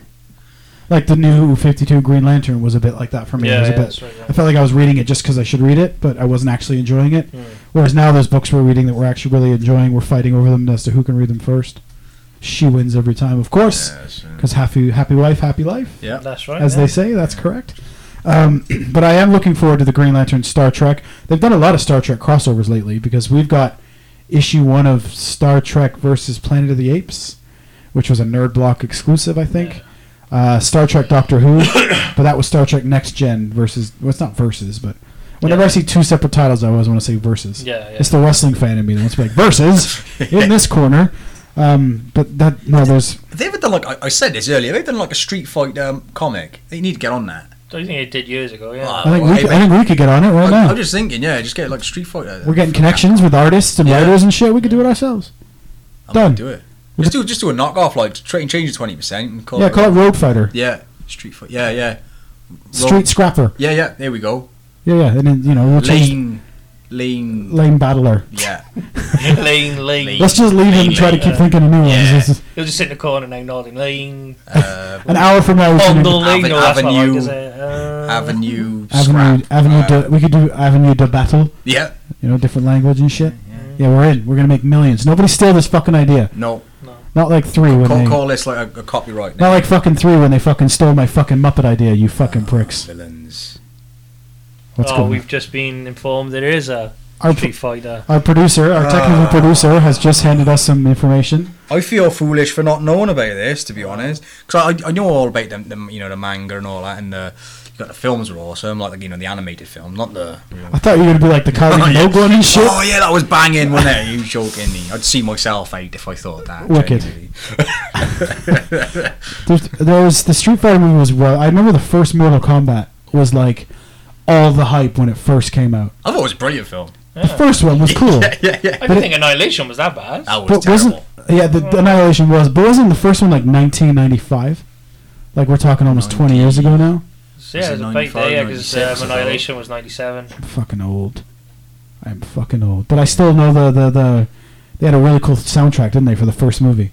Speaker 1: like the new 52 Green Lantern was a bit like that for me.
Speaker 4: Yeah,
Speaker 1: it was
Speaker 4: yeah,
Speaker 1: a bit,
Speaker 4: that's right, yeah.
Speaker 1: I felt like I was reading it just because I should read it, but I wasn't actually enjoying it. Whereas now those books we're reading that we're actually really enjoying, we're fighting over them as to who can read them first. She wins every time, of course,
Speaker 6: yeah, it's, uh,
Speaker 1: because happy happy wife, happy life
Speaker 6: yeah.
Speaker 4: That's right.
Speaker 1: as
Speaker 4: Oh, yeah.
Speaker 1: they say. That's correct. Um, but I am looking forward to the Green Lantern Star Trek. They've done a lot of Star Trek crossovers lately because we've got issue one of Star Trek versus Planet of the Apes, which was a Nerd Block exclusive, I think. Uh, Star Trek Doctor Who, but that was Star Trek Next Gen versus. Well, it's not versus, but whenever
Speaker 4: Yeah.
Speaker 1: I see two separate titles, I always want to say versus.
Speaker 4: Yeah, yeah.
Speaker 1: It's the wrestling fan in me that wants to be like versus in this corner. Um, but that no, there's
Speaker 6: Have they ever done like I, I said this earlier? Have they done like a Street Fight um, comic? They need to get on that.
Speaker 4: I think it did years ago. Yeah.
Speaker 6: Wow.
Speaker 1: I think
Speaker 6: Well,
Speaker 1: we
Speaker 6: hey,
Speaker 1: could,
Speaker 6: mate.
Speaker 1: I think we could get on it right
Speaker 6: I,
Speaker 1: now.
Speaker 6: I'm just thinking, yeah, just get like Street Fighter.
Speaker 1: We're getting connections with artists and
Speaker 6: Yeah.
Speaker 1: writers and shit. We could do it ourselves.
Speaker 6: I'm gonna
Speaker 1: Done.
Speaker 6: Do it. Just do just do a knockoff, like tra- change it twenty percent and call
Speaker 1: yeah,
Speaker 6: it.
Speaker 1: call it Road Fighter,
Speaker 6: Oh, Yeah, Street Fighter. Yeah, yeah. Roll-
Speaker 1: Street Scrapper.
Speaker 6: Yeah, yeah. There we go.
Speaker 1: Yeah, yeah, and then you know we'll change.
Speaker 6: Lane Lane.
Speaker 1: Lane Battler.
Speaker 6: Yeah.
Speaker 4: Lane, Lane.
Speaker 1: Let's just leave it and try to keep thinking of new ones.
Speaker 6: Yeah.
Speaker 1: This is-
Speaker 4: He'll just sit in the corner now nodding. Lane,
Speaker 6: Uh,
Speaker 1: an hour from now, we should
Speaker 4: Bundle,
Speaker 1: do
Speaker 4: Lane.
Speaker 6: Ave-
Speaker 4: no, that's what I like
Speaker 6: Avenue-
Speaker 4: to say. Uh,
Speaker 6: Avenue.
Speaker 1: Avenue,
Speaker 6: Scrap.
Speaker 1: Avenue
Speaker 6: Uh,
Speaker 1: de, we could do Avenue de Battle.
Speaker 6: yeah.
Speaker 1: You know, different language and shit. Yeah, we're in. We're gonna make millions. Nobody steal this fucking idea.
Speaker 6: No.
Speaker 1: Not like three when
Speaker 6: Call,
Speaker 1: they.
Speaker 6: call this like a, a copyright.
Speaker 1: Not like fucking three when they fucking stole my fucking Muppet idea. You fucking pricks.
Speaker 6: Villains.
Speaker 1: What's
Speaker 4: oh,
Speaker 1: going on?
Speaker 4: we've just been informed there is a
Speaker 1: Our,
Speaker 4: Street
Speaker 1: pr-
Speaker 4: Fighter.
Speaker 1: our producer, our technical producer, has just handed us some information.
Speaker 6: I feel foolish for not knowing about this, to be honest, because I, I know all about them, them, you know, the manga and all that, and the you got the films were awesome, like the, you know the animated film, not the.
Speaker 1: I thought you were gonna be like the Kyrie
Speaker 6: Oh, yeah.
Speaker 1: Minogue one and shit.
Speaker 6: Oh yeah, that was banging, wasn't it? You joking me? I'd see myself out if I thought that.
Speaker 1: Wicked.
Speaker 6: genuinely.
Speaker 1: There's, there was the Street Fighter movie was well. I remember the first Mortal Kombat was like all the hype when it first came out.
Speaker 6: I thought it was a brilliant film.
Speaker 1: The first one was cool.
Speaker 6: Yeah, yeah, yeah.
Speaker 4: I didn't think Annihilation was that bad.
Speaker 6: That was
Speaker 1: But
Speaker 6: terrible.
Speaker 1: wasn't yeah the, the Annihilation was, but wasn't the first one like 1995? Like we're talking almost 20 years ago now.
Speaker 4: So, yeah, it
Speaker 6: it
Speaker 4: was a big
Speaker 6: 95,
Speaker 4: day because
Speaker 6: 96
Speaker 4: um,
Speaker 6: or
Speaker 4: Annihilation was 97.
Speaker 1: I'm fucking old. I'm fucking old, but I still know the the the. They had a really cool soundtrack, didn't they, for the first movie?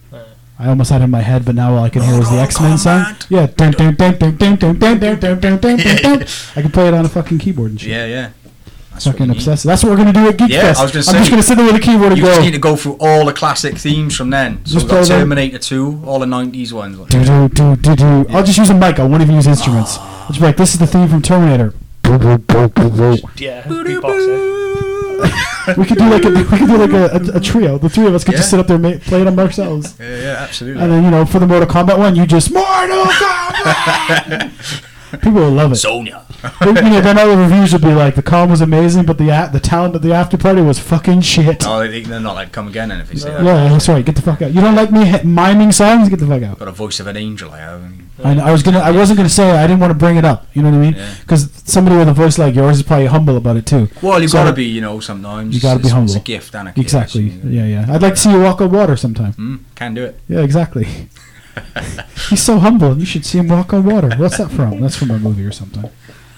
Speaker 1: I almost had it in my head, but now all I can hear is the
Speaker 6: Mortal
Speaker 1: X Men song.
Speaker 6: Kombat.
Speaker 1: Yeah, dun, dun, dun, dun, dun, dun, dun, dun, dun, dun, dun,
Speaker 6: Yeah,
Speaker 1: dun.
Speaker 6: yeah.
Speaker 1: I can play it on a fucking keyboard and shit.
Speaker 6: Yeah, yeah. That's what
Speaker 1: fucking
Speaker 6: you need.
Speaker 1: obsessive. That's what we're gonna do at Geek
Speaker 6: Yeah,
Speaker 1: Fest.
Speaker 6: I was gonna
Speaker 1: I'm
Speaker 6: say,
Speaker 1: just gonna sit there with a keyboard and
Speaker 6: You just need
Speaker 1: go.
Speaker 6: to go through all the classic themes from then. So
Speaker 1: Just
Speaker 6: we've got
Speaker 1: play them.
Speaker 6: Terminator 2, all the 90s ones. Like,
Speaker 1: Do, do, do, do, do. I'll just use a mic. I won't even use instruments. I'll just be like, "This is the theme from Terminator."
Speaker 4: Yeah, beatboxer.
Speaker 1: We could do like a, we could do like a, a, a trio. The three of us could just
Speaker 6: Yeah.
Speaker 1: sit up there and ma- play it on ourselves.
Speaker 6: yeah, yeah, absolutely.
Speaker 1: And then you know, for the Mortal Kombat one, you just Mortal Kombat. People will love it.
Speaker 6: Sonya.
Speaker 1: But, you know, then all the reviews would be like, "The calm was amazing, but the a- the talent at the after party was fucking shit."
Speaker 6: No, they, they're not like come again. And if you say that,
Speaker 1: Yeah, that's right. Get the fuck out. You don't like me he- miming songs? Get the fuck out.
Speaker 6: got a voice of an angel. I have. and-
Speaker 1: I, I was gonna. I wasn't gonna say. it. I didn't want to bring it up. You know what I mean?
Speaker 6: Yeah.
Speaker 1: Because somebody with a voice like yours is probably humble about it too.
Speaker 6: Well, you
Speaker 1: So-
Speaker 6: gotta be, you know. Sometimes
Speaker 1: You gotta be
Speaker 6: it's,
Speaker 1: humble.
Speaker 6: It's a gift, and a gift,
Speaker 1: Exactly.
Speaker 6: you know.
Speaker 1: Yeah, yeah. I'd like to see you walk on water sometime.
Speaker 6: Mm, can do it.
Speaker 1: Yeah, exactly. He's so humble. You should see him walk on water. What's that from? That's from a movie or something.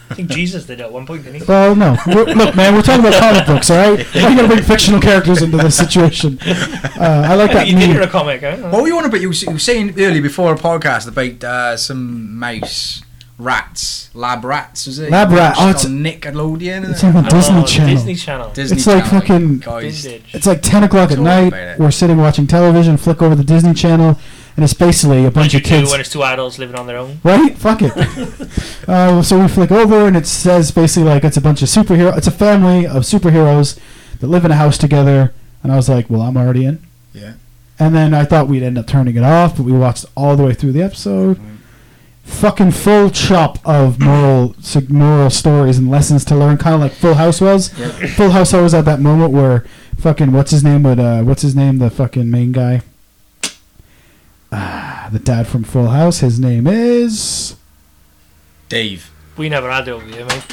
Speaker 4: I think Jesus did it at one point, didn't he?
Speaker 1: Well, no. We're, look, man, we're talking about comic books, all right? Why you gotta bring fictional characters into this situation? Uh, I like that
Speaker 4: I think he did it in
Speaker 1: meme.
Speaker 4: a comic. eh? I don't know.
Speaker 6: What were you on about? You were you were saying earlier before a podcast about uh, some mice, rats, lab rats. Was it
Speaker 1: Lab
Speaker 6: You
Speaker 1: rat.
Speaker 6: watched
Speaker 1: Oh, it's-
Speaker 6: on Nickelodeon.
Speaker 1: It's
Speaker 6: isn't
Speaker 1: on
Speaker 6: it?
Speaker 1: the
Speaker 4: Oh,
Speaker 1: Disney Channel.
Speaker 4: Disney Channel.
Speaker 6: Disney
Speaker 1: it's like
Speaker 6: Channel,
Speaker 1: fucking-
Speaker 6: guys.
Speaker 4: Vintage.
Speaker 1: It's like 10 o'clock at
Speaker 6: Talk
Speaker 1: night.
Speaker 6: about it.
Speaker 1: We're sitting watching television, flick over the Disney Channel, and it's basically a
Speaker 4: What
Speaker 1: bunch
Speaker 4: you
Speaker 1: of kids.
Speaker 4: do when it's two adults living on their own.
Speaker 1: Right? Fuck it. uh, so we flick over, and it says basically like it's a bunch of superhero. It's a family of superheroes that live in a house together. And I was like, well, I'm already in.
Speaker 6: Yeah.
Speaker 1: And then I thought we'd end up turning it off, but we watched all the way through the episode. Fucking full chop of moral sig- moral stories and lessons to learn, kind of like Full House was. Full House was at that moment where fucking what's his name would uh, what's his name the fucking main guy, ah, the dad from Full House. His name is
Speaker 6: Dave,
Speaker 4: We never had it over here, mate.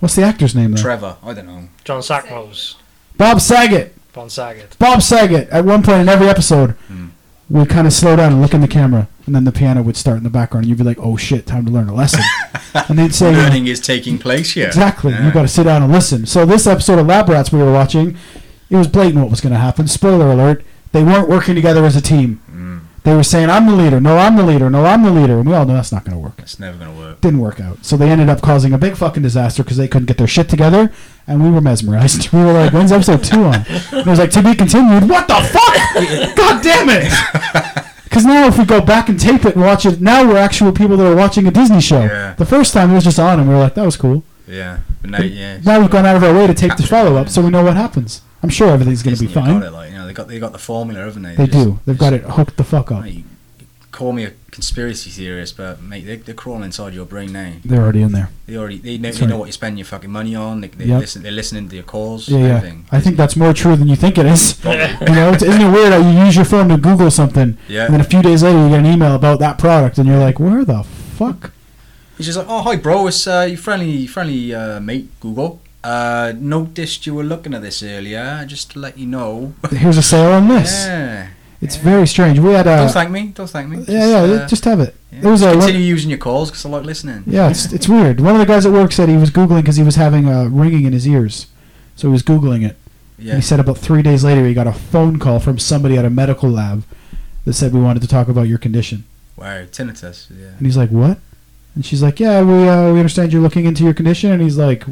Speaker 1: What's the actor's name though?
Speaker 6: Trevor. I don't know.
Speaker 4: John Sackmose,
Speaker 1: Bob Saget.
Speaker 4: Bon Saget.
Speaker 1: Bob Saget. At one point in every episode,
Speaker 6: Hmm.
Speaker 1: would kind of slow down and look in the camera, and then the piano would start in the background, and you'd be like, "Oh shit, time to learn a lesson." and they'd say,
Speaker 6: Learning is taking place here.
Speaker 1: "Exactly,
Speaker 6: Yeah.
Speaker 1: you got to sit down and listen." So this episode of Lab Rats we were watching, it was blatant what was going to happen. Spoiler alert: they weren't working together as a team.
Speaker 6: Hmm.
Speaker 1: They were saying, "I'm the leader. No, I'm the leader. No, I'm the leader," and we all know that's not going to work.
Speaker 6: It's never gonna work.
Speaker 1: didn't work out. So they ended up causing a big fucking disaster because they couldn't get their shit together, and we were mesmerized. We were like, "When's episode two on?" And it was like, "To be continued." What the fuck? God damn it! Because now if we go back and tape it and watch it, now we're actual people that are watching a Disney show.
Speaker 6: Yeah.
Speaker 1: The first time it was just on, and we were like, "That was cool."
Speaker 6: Yeah. But now, yeah.
Speaker 1: Now we've gone out of our way to tape the
Speaker 6: Capture it,
Speaker 1: follow up,
Speaker 6: yeah.
Speaker 1: so we know what happens. I'm sure everything's gonna
Speaker 6: Disney
Speaker 1: be
Speaker 6: have
Speaker 1: fine.
Speaker 6: Got it, like, you know, they got they got the formula, haven't they?
Speaker 1: They
Speaker 6: Just-
Speaker 1: do. They've got it hooked the fuck up.
Speaker 6: Mate, you call me a conspiracy theorist, but mate, they, they're crawling inside your brain now.
Speaker 1: They're already in there.
Speaker 6: They already they know, they
Speaker 1: right.
Speaker 6: know what you spend your fucking money on. They, they
Speaker 1: Yep.
Speaker 6: listen. They're listening to your calls.
Speaker 1: Yeah, yeah.
Speaker 6: everything.
Speaker 1: I think that's more true than you think it is.
Speaker 6: Probably.
Speaker 1: You know, it's, isn't it weird how you use your phone to Google something,
Speaker 6: Yeah.
Speaker 1: and then a few days later you get an email about that product, and you're like, "Where the fuck?"
Speaker 6: He's just like, oh hi bro, it's uh, your friendly friendly uh, mate Google. Uh, noticed you were looking at this earlier, just to let you know.
Speaker 1: Here's a sale on this.
Speaker 6: yeah.
Speaker 1: It's very strange. We had
Speaker 6: Don't
Speaker 1: a
Speaker 6: thank me. Don't thank me.
Speaker 1: Uh, yeah, yeah,
Speaker 6: uh,
Speaker 1: just have it.
Speaker 6: yeah,
Speaker 1: There was a
Speaker 6: just
Speaker 1: one,
Speaker 6: continue using your calls because I like listening.
Speaker 1: yeah, it's it's weird. One of the guys at work said he was googling because he was having a ringing in his ears, so So he was Googling it.
Speaker 6: Yeah.
Speaker 1: He said about three days later, he got a phone call from somebody at a medical lab that said, We wanted to talk about your condition.
Speaker 6: wow, tinnitus. Yeah.
Speaker 1: And he's like, What? And she's like, Yeah, we, uh, we understand you're looking into your condition. And he's like,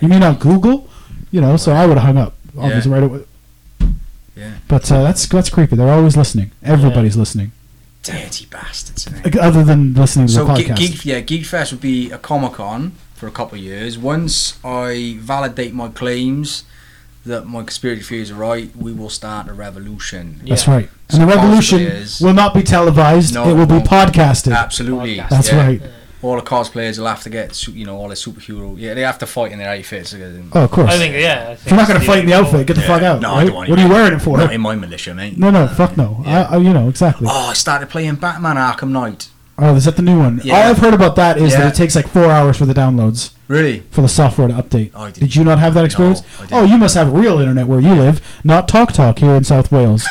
Speaker 1: You mean on Google? You know, so I would have hung up. Obviously, right away.
Speaker 6: Yeah.
Speaker 1: But uh, that's that's creepy. They're always listening. Everybody's listening,
Speaker 6: Dirty bastards. innit?
Speaker 1: Like, other than listening to
Speaker 6: So
Speaker 1: the
Speaker 6: Ge-
Speaker 1: podcast.
Speaker 6: Geek, yeah, Geek Fest would be a Comic Con for a couple of years. Once I validate my claims that my conspiracy theories are right, we will start a revolution.
Speaker 1: That's
Speaker 4: Yeah.
Speaker 1: right. And the
Speaker 6: So
Speaker 1: revolution
Speaker 6: cosplayers-
Speaker 1: will not be televised.
Speaker 6: No,
Speaker 1: it will
Speaker 6: it
Speaker 1: be
Speaker 6: won't.
Speaker 1: podcasted.
Speaker 6: Absolutely.
Speaker 4: Podcast.
Speaker 1: That's
Speaker 6: yeah.
Speaker 1: right.
Speaker 6: All the cosplayers will have to get, su- you know, all their superhero. Yeah, they have to fight in their outfits.
Speaker 1: Oh, of course.
Speaker 4: I think, yeah. I think
Speaker 1: if you're not going to
Speaker 4: it's
Speaker 1: fight in the
Speaker 4: illegal.
Speaker 1: outfit, get the fuck out.
Speaker 6: No, I
Speaker 1: right?
Speaker 6: don't want
Speaker 1: What are
Speaker 6: it.
Speaker 1: you wearing it for?
Speaker 6: Not in my militia, mate.
Speaker 1: No, no, fuck no.
Speaker 6: Yeah.
Speaker 1: I, I, you know exactly.
Speaker 6: Oh, I started playing Batman Arkham Knight.
Speaker 1: Oh, is that the new one?
Speaker 6: Yeah.
Speaker 1: All I've heard about that is
Speaker 6: Yeah.
Speaker 1: that it takes like four hours for the downloads
Speaker 6: Really?
Speaker 1: for the software to update.
Speaker 6: Oh, I didn't-
Speaker 1: did you not have that experience?
Speaker 6: I didn't.
Speaker 1: oh, you must have real internet where you live, not Talk Talk here in South Wales.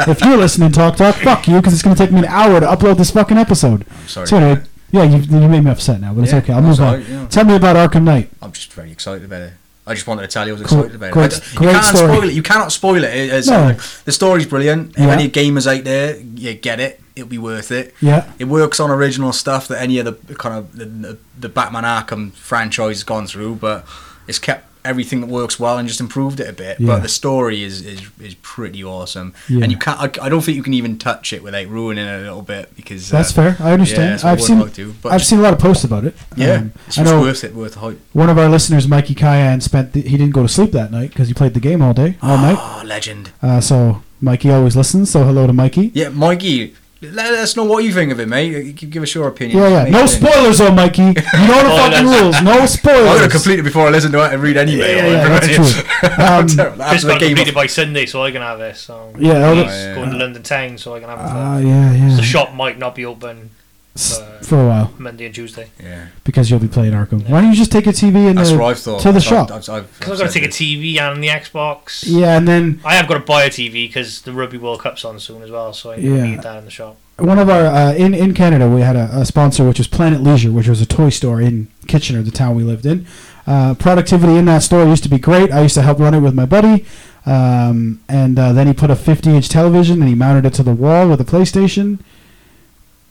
Speaker 1: if you're listening to Talk Talk, fuck you, because it's going to take me an hour to upload this fucking episode. I'm
Speaker 6: sorry
Speaker 1: So anyway,
Speaker 6: about
Speaker 1: yeah, you, you made me upset now, but it's
Speaker 6: Yeah,
Speaker 1: okay. I'll
Speaker 6: I'm
Speaker 1: move
Speaker 6: sorry,
Speaker 1: on.
Speaker 6: yeah.
Speaker 1: Tell me about Arkham Knight.
Speaker 6: I'm just very excited about it. I just wanted to tell you I was
Speaker 1: Cool.
Speaker 6: excited about
Speaker 1: Great-
Speaker 6: it. I-
Speaker 1: great
Speaker 6: you can't
Speaker 1: story.
Speaker 6: spoil it. You cannot spoil it. It- it's- uh,
Speaker 1: No.
Speaker 6: The story's brilliant.
Speaker 1: Yeah.
Speaker 6: If any gamers out there, you get it. It'll be worth it.
Speaker 1: Yeah.
Speaker 6: It works on original stuff that any of the kind of the- the, the Batman Arkham franchise has gone through, but it's kept everything that works well and just improved it a bit.
Speaker 1: Yeah.
Speaker 6: But the story is is, is pretty awesome,
Speaker 1: Yeah.
Speaker 6: and you can't. I, I don't think you can even touch it without ruining it a little bit because
Speaker 1: That's
Speaker 6: uh,
Speaker 1: fair. I
Speaker 6: Yeah,
Speaker 1: understand.
Speaker 6: that's what
Speaker 1: I've
Speaker 6: I would
Speaker 1: seen.
Speaker 6: like to, but
Speaker 1: I've
Speaker 6: just-
Speaker 1: seen a lot of posts about it.
Speaker 6: Yeah,
Speaker 1: Um,
Speaker 6: it's
Speaker 1: I
Speaker 6: just
Speaker 1: know
Speaker 6: worth it. Worth the hype.
Speaker 1: one of our listeners, Mikey Kyan, spent. The, he didn't go to sleep that night because he played the game all day, all night.
Speaker 6: Oh, legend.
Speaker 1: Uh, so Mikey always listens. So hello to Mikey.
Speaker 6: Yeah, Mikey, let us know what you think of it, mate. You can Give us your opinion.
Speaker 1: Yeah, yeah.
Speaker 6: Make
Speaker 1: No
Speaker 6: it in.
Speaker 1: spoilers, though, Mikey. You know
Speaker 6: Oh,
Speaker 1: the fucking
Speaker 4: Spoilers.
Speaker 1: rules. No
Speaker 6: I'm going to
Speaker 1: spoilers.
Speaker 6: complete it before I listen to it and read any mail.
Speaker 1: yeah, yeah, that's true. Um,
Speaker 6: I'm terrible.
Speaker 4: Chris
Speaker 6: After the
Speaker 4: got
Speaker 6: game,
Speaker 4: completed by Sunday, so I can have this. So
Speaker 1: Yeah, oh,
Speaker 4: He's
Speaker 6: that's-
Speaker 4: going to London town, so I can have it.
Speaker 1: Ah, yeah, yeah.
Speaker 4: the shop might not be open
Speaker 1: S-
Speaker 4: uh,
Speaker 1: for a while
Speaker 4: Monday and Tuesday.
Speaker 6: yeah,
Speaker 1: because you'll be playing Arkham. Why don't you just take a TV and
Speaker 6: that's
Speaker 1: uh,
Speaker 6: what I've thought.
Speaker 1: to the
Speaker 6: I've-
Speaker 1: shop?
Speaker 6: I've, I've,
Speaker 4: Because I've got to take a TV and the Xbox.
Speaker 1: yeah, and then
Speaker 4: I have got to buy a TV because the Rugby World Cup's on soon as well, so I
Speaker 1: Yeah.
Speaker 4: need that in the shop.
Speaker 1: one of our uh, in in Canada we had a, a sponsor which was Planet Leisure, which was a toy store in Kitchener, the town we lived in. Uh, productivity in that store used to be great. I used to help run it with my buddy, um, and uh, then he put a 50 inch television and he mounted it to the wall with a PlayStation.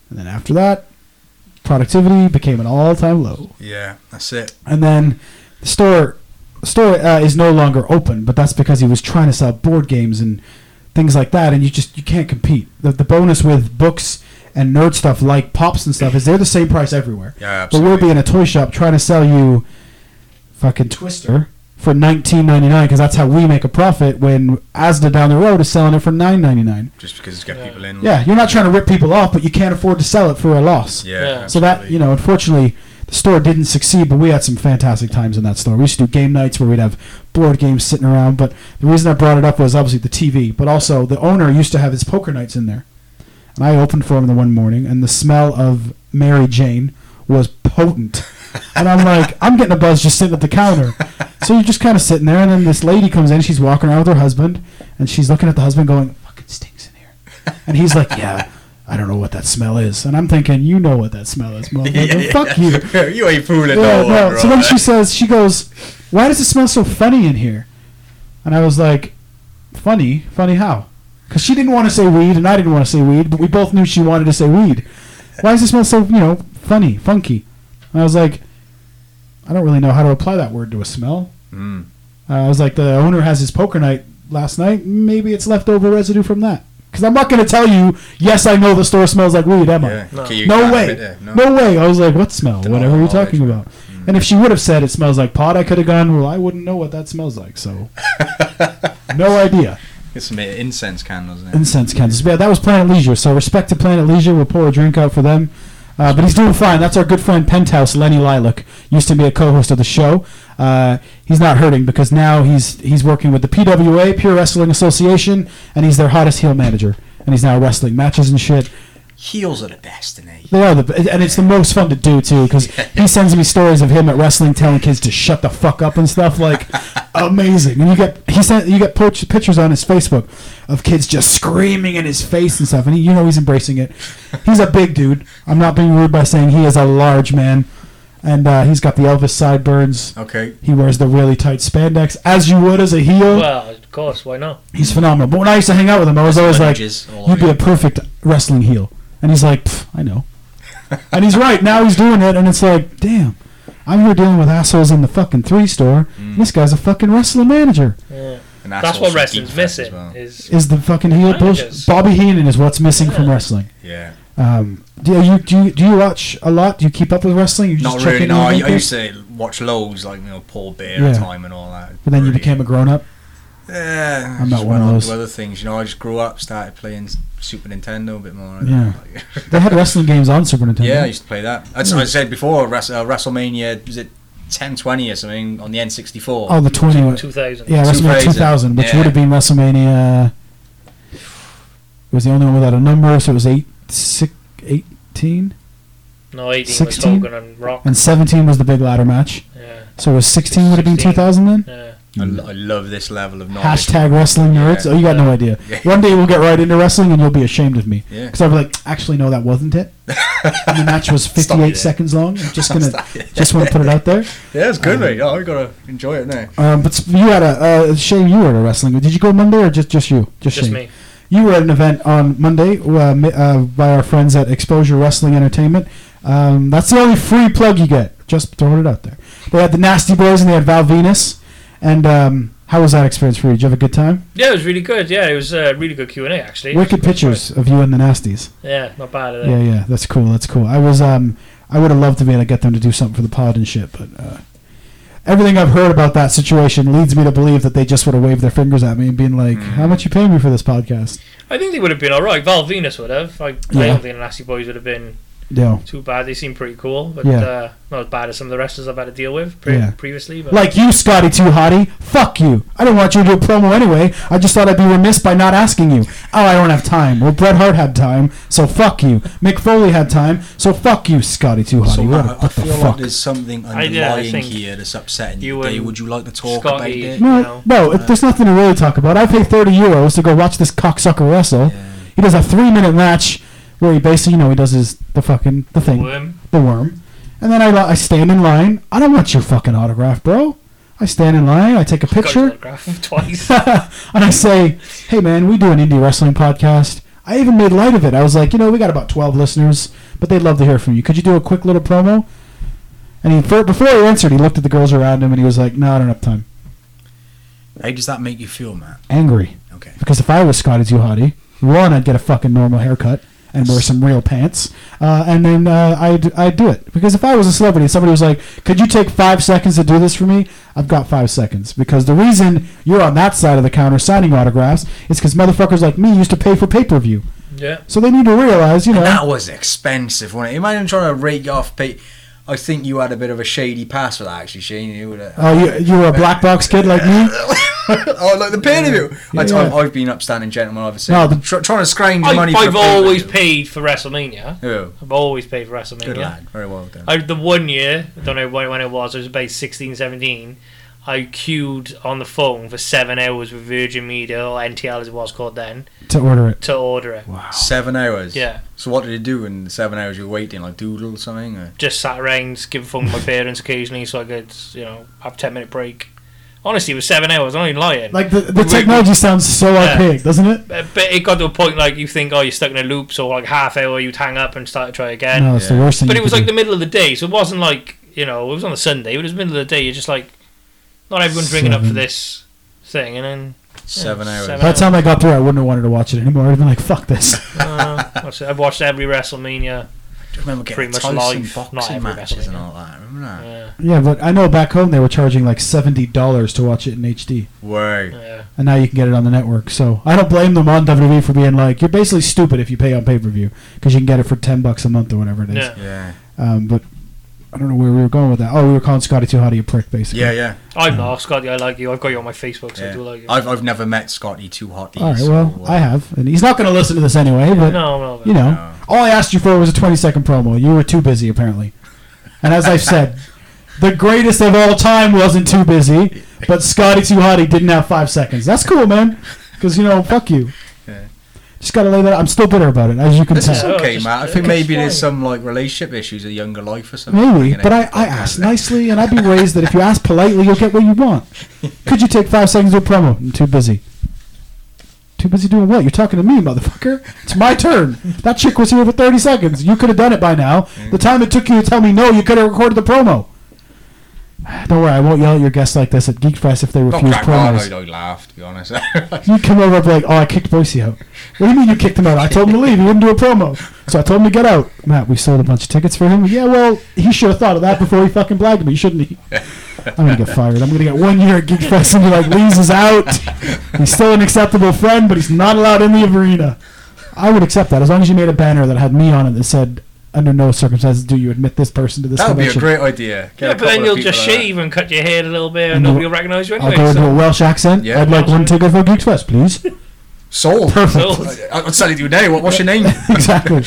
Speaker 1: And then after that, productivity became an all time low.
Speaker 6: Yeah, that's it.
Speaker 1: And then the store store uh, is no longer open, but that's because he was trying to sell board games and things like that. And you just you can't compete. The, the bonus with books and nerd stuff like pops and stuff is they're the same price everywhere.
Speaker 6: Yeah,
Speaker 1: But we'll
Speaker 6: absolutely.
Speaker 1: be in a toy shop trying to sell you fucking Twister for nineteen ninety nine because that's how we make a profit. When Asda down the road is selling it for nine ninety nine.
Speaker 6: Just because it's got people in.
Speaker 1: Yeah, you're not trying to rip people off, but you can't afford to sell it for a loss.
Speaker 6: Yeah.
Speaker 4: Yeah.
Speaker 1: So that you know, unfortunately, the store didn't succeed, but we had some fantastic times in that store. We used to do game nights where we'd have board games sitting around. But the reason I brought it up was obviously the TV, but also the owner used to have his poker nights in there. And I opened for him the one morning, and the smell of Mary Jane was potent. And I'm like, I'm getting a buzz just sitting at the counter. So you're just kind of sitting there, and then this lady comes in. She's walking around with her husband, and she's looking at the husband, going, "Fucking stinks in here." And he's like, "Yeah, I don't know what that smell is." And I'm thinking, "You know what that smell is, motherfucker? Fuck you."
Speaker 6: you. you ain't fooling
Speaker 1: Yeah,
Speaker 6: no one.
Speaker 1: no.
Speaker 6: right?
Speaker 1: So then she says, she goes, "Why does it smell so funny in here?" And I was like, "Funny, funny how?" Because she didn't want to say weed, and I didn't want to say weed, but we both knew she wanted to say weed. Why does it smell so, you know, funny, funky? And I was like, I don't really know how to apply that word to a smell.
Speaker 6: Mm.
Speaker 1: Uh, I was like, the owner has his poker night last night. Maybe it's leftover residue from that. Because I'm not going to tell you, yes, I know the store smells like weed, am I?
Speaker 6: Yeah. Okay, you
Speaker 1: no
Speaker 6: can't
Speaker 1: way.
Speaker 6: fit there.
Speaker 1: No. way. I was like, what smell?
Speaker 6: Denial
Speaker 1: Whatever you're
Speaker 6: of
Speaker 1: talking
Speaker 6: knowledge. Mm.
Speaker 1: about. And if she would have said it smells like pot, I could have gone, well, I wouldn't know what that smells like. So, no idea.
Speaker 6: It's some incense candles. Isn't it?
Speaker 1: Incense candles. Yeah, that was Planet Leisure. So, respect to Planet Leisure. We'll pour a drink out for them. Uh, but he's doing fine. That's our good friend Penthouse, Lenny Lilac. Used to be a co host of the show. Uh, he's not hurting because now he's he's working with the PWA, Pure Wrestling Association, and he's their hottest heel manager. And he's now wrestling matches and shit.
Speaker 6: Heels are the best, innit?
Speaker 1: They are the, b- and it's the most fun to do too because he sends me stories of him at wrestling, telling kids to shut the fuck up and stuff. Like, amazing. And you get he sent you get poch- pictures on his Facebook of kids just screaming in his face and stuff, and he, you know he's embracing it. He's a big dude. I'm not being rude by saying he is a large man. and uh, he's got the Elvis sideburns.
Speaker 6: Okay.
Speaker 1: He wears the really tight spandex, as you would as a heel.
Speaker 4: Well, of course, why not?
Speaker 1: He's phenomenal. But when I used to hang out with him, I was always like,
Speaker 6: Bandages all
Speaker 1: "You'd
Speaker 6: over
Speaker 1: be
Speaker 6: you.
Speaker 1: a perfect wrestling heel," and he's like, "Pff, "I know," and he's right. Now he's doing it, and it's like, "Damn, I'm here dealing with assholes in the fucking three store.
Speaker 6: Mm.
Speaker 1: and This guy's a fucking wrestling manager."
Speaker 4: Yeah.
Speaker 6: And
Speaker 4: That's
Speaker 6: assholes
Speaker 4: what
Speaker 6: and
Speaker 4: wrestling's
Speaker 6: deep threats
Speaker 4: missing.
Speaker 6: as well.
Speaker 4: Is
Speaker 1: Is the fucking heel bullshit?
Speaker 4: Managers.
Speaker 1: Bobby Heenan is what's missing from
Speaker 4: Yeah.
Speaker 1: wrestling.
Speaker 6: Yeah.
Speaker 1: Um, do you do you, do you watch a lot? Do you keep up with wrestling? You just
Speaker 6: Not
Speaker 1: check
Speaker 6: really.
Speaker 1: in
Speaker 6: No,
Speaker 1: on
Speaker 6: I, I
Speaker 1: everything?
Speaker 6: used to watch loads, like you know, Paul Bear
Speaker 1: Yeah.
Speaker 6: time and all that.
Speaker 1: But then you became a grown up.
Speaker 6: Yeah,
Speaker 1: I'm
Speaker 6: just
Speaker 1: not one
Speaker 6: went
Speaker 1: of
Speaker 6: on
Speaker 1: those.
Speaker 6: to Other things, you know, I just grew up, started playing Super Nintendo a bit more.
Speaker 1: Yeah.
Speaker 6: Like-
Speaker 1: They had wrestling games on Super Nintendo.
Speaker 6: yeah, I used to play that. As I said before, Wrest- uh, WrestleMania was it 1020 or something on the N64.
Speaker 1: Oh, the twenty. one-
Speaker 4: two thousand.
Speaker 1: Yeah, WrestleMania
Speaker 6: 2000,
Speaker 1: 2000, which
Speaker 6: yeah.
Speaker 1: would have been WrestleMania. It was the only one without a number, so it was eight, six, 18?
Speaker 4: No, eighteen
Speaker 1: 16?
Speaker 4: was Hogan and Rock.
Speaker 1: And 17 was the big ladder match.
Speaker 4: Yeah,
Speaker 1: So it was 16 would have been
Speaker 4: 16.
Speaker 1: 2000 then?
Speaker 4: yeah.
Speaker 6: I, lo- I love this level of knowledge.
Speaker 1: Hashtag wrestling nerds.
Speaker 6: Oh, Yeah.
Speaker 1: Oh, you got no idea.
Speaker 6: Yeah.
Speaker 1: One day we'll get right into wrestling and you'll be ashamed of me.
Speaker 6: Yeah.
Speaker 1: Because I'll be like, actually, no, that wasn't it. and the match was
Speaker 6: it
Speaker 1: 58
Speaker 6: there.
Speaker 1: seconds long. I'm just going
Speaker 6: Stop
Speaker 1: to
Speaker 6: it.
Speaker 1: just want to put it out there.
Speaker 6: Yeah, it's good, mate. Oh, we gotta enjoy it now.
Speaker 1: Um, but you had a uh, Shane. You were at a wrestling. Did you go Monday or just just you? Just,
Speaker 4: Just
Speaker 1: Shane?
Speaker 4: me.
Speaker 1: You were at an event on Monday uh, mi- uh, by our friends at Exposure Wrestling Entertainment. Um, that's the only free plug you get. Just throwing it out there. They had the Nasty Boys and they had Val Venus. And um, how was that experience for you? Did you have a good time?
Speaker 4: Yeah, it was really good. Yeah, it was a really good Q and A actually.
Speaker 1: Wicked pictures of you and the Nasties.
Speaker 4: Yeah, not bad at all.
Speaker 1: Yeah, yeah, that's cool. That's cool. I was um, I would have loved to be able to get them to do something for the pod and shit, but uh, everything I've heard about that situation leads me to believe that they just would have waved their fingers at me and been like, "How much you paying me for this podcast?"
Speaker 4: I think they would have been all right. Val Venus would have. I, I
Speaker 1: Yeah.
Speaker 4: don't think the Nasty Boys would have been
Speaker 1: No.
Speaker 4: too bad. They seem pretty cool, but
Speaker 1: Yeah.
Speaker 4: uh, not as bad as some of the wrestlers I've had to deal with pre-
Speaker 1: Yeah.
Speaker 4: previously. But
Speaker 1: Like you, Scotty Too Hottie. Fuck you. I didn't want you to do a promo anyway. I just thought I'd be remiss by not asking you. Oh, I don't have time. Well, Bret Hart had time, so fuck you. Mick Foley had time, so fuck you, Scotty Too Hottie.
Speaker 6: So
Speaker 1: what,
Speaker 6: I,
Speaker 1: a-
Speaker 6: I
Speaker 1: what the
Speaker 6: feel like
Speaker 1: fuck?
Speaker 6: there's something
Speaker 4: I- yeah, I
Speaker 6: underlying
Speaker 4: think
Speaker 6: here that's upsetting
Speaker 4: you
Speaker 6: you. Dave,
Speaker 4: and
Speaker 6: would you like to talk
Speaker 4: Scotty-
Speaker 6: about it?
Speaker 1: no,
Speaker 4: you know.
Speaker 1: no
Speaker 6: uh,
Speaker 1: if there's nothing to really talk about. I pay 30 euros to go watch this cocksucker wrestle. He does a three-minute match where he basically, you know, he does his the fucking the thing,
Speaker 4: worm.
Speaker 1: the worm, and then I li- I stand in line. I don't want your fucking autograph, bro. I stand in line. I take a
Speaker 4: Got his
Speaker 1: picture.
Speaker 4: autograph twice.
Speaker 1: and I say, "Hey, man, we do an indie wrestling podcast." I even made light of it. I was like, "You know, we got about twelve listeners, but they'd love to hear from you. Could you do a quick little promo?" And he, for, before he answered, he looked at the girls around him and he was like, "No, I don't have time."
Speaker 6: How does that make you feel, Matt?
Speaker 1: Angry
Speaker 6: Okay.
Speaker 1: because if I was Scotty Zuhadi, one, I'd get a fucking normal haircut and wear some real pants, uh, and then uh, I'd I'd do it. Because if I was a celebrity, and somebody was like, "Could you take five seconds to do this for me?" I've got five seconds because the reason you're on that side of the counter signing autographs is because motherfuckers like me used to pay for pay per view,
Speaker 4: yeah.
Speaker 1: so they need to realize, you know.
Speaker 6: That was expensive, wasn't it? Imagine trying to rake off pay. I think you had a bit of a shady pass for that, actually, Shane. You would have.
Speaker 1: Oh, you, you were a black box kid like me?
Speaker 6: oh, like the pain of you. I,
Speaker 1: Yeah.
Speaker 6: I've, I've been upstanding gentleman ever since.
Speaker 1: No, the-
Speaker 6: Try- trying to scrounge
Speaker 4: I,
Speaker 6: money. for
Speaker 4: I've
Speaker 6: a pay-per-view.
Speaker 4: always paid for WrestleMania.
Speaker 6: Oh,
Speaker 4: I've always paid for
Speaker 6: good
Speaker 4: WrestleMania.
Speaker 6: lad. Very well done.
Speaker 4: I, the one year, I don't know when, when it was, I was about 16, 17, I queued on the phone for seven hours with Virgin Media, or NTL as it was called then,
Speaker 1: to order it.
Speaker 4: to order it. Wow.
Speaker 6: Seven hours.
Speaker 4: Yeah.
Speaker 6: So what did you do in the seven hours you were waiting? Like doodle or something? Or?
Speaker 4: Just sat around, giving phone to my parents occasionally so I could, you know, have a 10 minute break. Honestly, it was seven hours, I'm not even lying.
Speaker 1: Like the, the technology sounds so archaic, doesn't it?
Speaker 4: but but it got to a point like you think, oh, you're stuck in a loop, so like half hour you'd hang up and start to try again.
Speaker 1: No, it's the worst thing.
Speaker 4: But
Speaker 1: you
Speaker 4: it was
Speaker 1: could
Speaker 4: like
Speaker 1: do.
Speaker 4: the middle of the day, so it wasn't like you know it was on a Sunday. But it was middle of the day. You're just like, not everyone's ringing up for
Speaker 1: Seven.
Speaker 4: this thing, and then
Speaker 6: Seven hours.
Speaker 4: seven
Speaker 1: By the time I got through, I wouldn't have wanted to watch it anymore. I'd have been like, "Fuck this."
Speaker 4: uh, what's it? I've watched every WrestleMania.
Speaker 6: Just remember getting
Speaker 4: Pretty much
Speaker 6: Tyson
Speaker 4: live, not
Speaker 6: boxing
Speaker 4: every
Speaker 6: matches and
Speaker 4: WrestleMania.
Speaker 6: all that. Remember that?
Speaker 4: Yeah,
Speaker 1: Yeah, but I know back home they were charging like seventy dollars to watch it in HD,
Speaker 6: Way.
Speaker 4: yeah.
Speaker 1: and now you can get it on the network. So I don't blame them on WWE for being like, you're basically stupid if you pay on pay per view because you can get it for ten bucks a month or whatever it is.
Speaker 4: Yeah.
Speaker 6: Yeah.
Speaker 1: Um, but I don't know where we were going with that. Oh, we were calling Scotty too hotty a prick, basically.
Speaker 6: Yeah, yeah.
Speaker 4: I'm not Scotty. I like you. I've got you on my Facebook, so I do like you.
Speaker 6: I've, I've never met Scotty too hot.
Speaker 1: All right. Well, I have, and he's not going to listen to this anyway. But
Speaker 4: no, no,
Speaker 1: you know,
Speaker 6: No.
Speaker 1: all I asked you for was a twenty second promo. You were too busy apparently. And as I've said, the greatest of all time wasn't too busy, but Scotty Too Hotty didn't have five seconds. That's cool, man. Because you know, fuck you. Just gotta lay that. I'm still bitter about it, as you can
Speaker 6: This is
Speaker 1: tell.
Speaker 4: so-
Speaker 6: okay,
Speaker 4: just-
Speaker 6: Matt. I think maybe there's some like relationship issues, a younger life or something.
Speaker 1: Maybe,
Speaker 6: you know,
Speaker 1: but I, I
Speaker 6: like
Speaker 1: asked
Speaker 6: that.
Speaker 1: nicely, and I've been raised that if you ask politely, you'll get what you want. Could you take five seconds of promo? I'm too busy. Too busy doing what? You're talking to me, motherfucker. It's my turn. That chick was here for 30 seconds. You could have done it by now. The time it took you to tell me no, you could have recorded the promo. Don't worry, I won't yell at your guests like this at Geek Fest if they
Speaker 6: Not
Speaker 1: refuse
Speaker 6: crack on,
Speaker 1: promos.
Speaker 6: I'd, I'd laugh, to be honest.
Speaker 1: You come over and be like, oh, I kicked Boise out. What do you mean you kicked him out? I told him to leave. He wouldn't do a promo. So I told him to get out. Matt, we sold a bunch of tickets for him. Yeah, well, he should have thought of that before he fucking blagged me, shouldn't he? I'm going to get fired. I'm going to get one year at Geek Fest and be like, Lees is out. He's still an acceptable friend, but he's not allowed in the arena. I would accept that as long as you made a banner that had me on it that said, under no circumstances do you admit this person to this
Speaker 6: that would be a
Speaker 1: convention.
Speaker 6: great idea. Get
Speaker 4: Yeah,
Speaker 6: a
Speaker 4: but then
Speaker 6: couple of
Speaker 4: you'll
Speaker 6: people
Speaker 4: just
Speaker 6: like that.
Speaker 4: shave and cut your hair a little bit, and
Speaker 1: And
Speaker 4: nobody
Speaker 1: you-
Speaker 4: will recognise you
Speaker 1: I'll
Speaker 4: anyway.
Speaker 1: go into
Speaker 4: so-
Speaker 1: a Welsh accent.
Speaker 6: Yeah.
Speaker 1: I'd like one ticket for Geek Fest, please.
Speaker 6: Sold.
Speaker 1: Perfect.
Speaker 4: So-
Speaker 6: I- I'd sell it to you now. What, what's your name?
Speaker 1: exactly.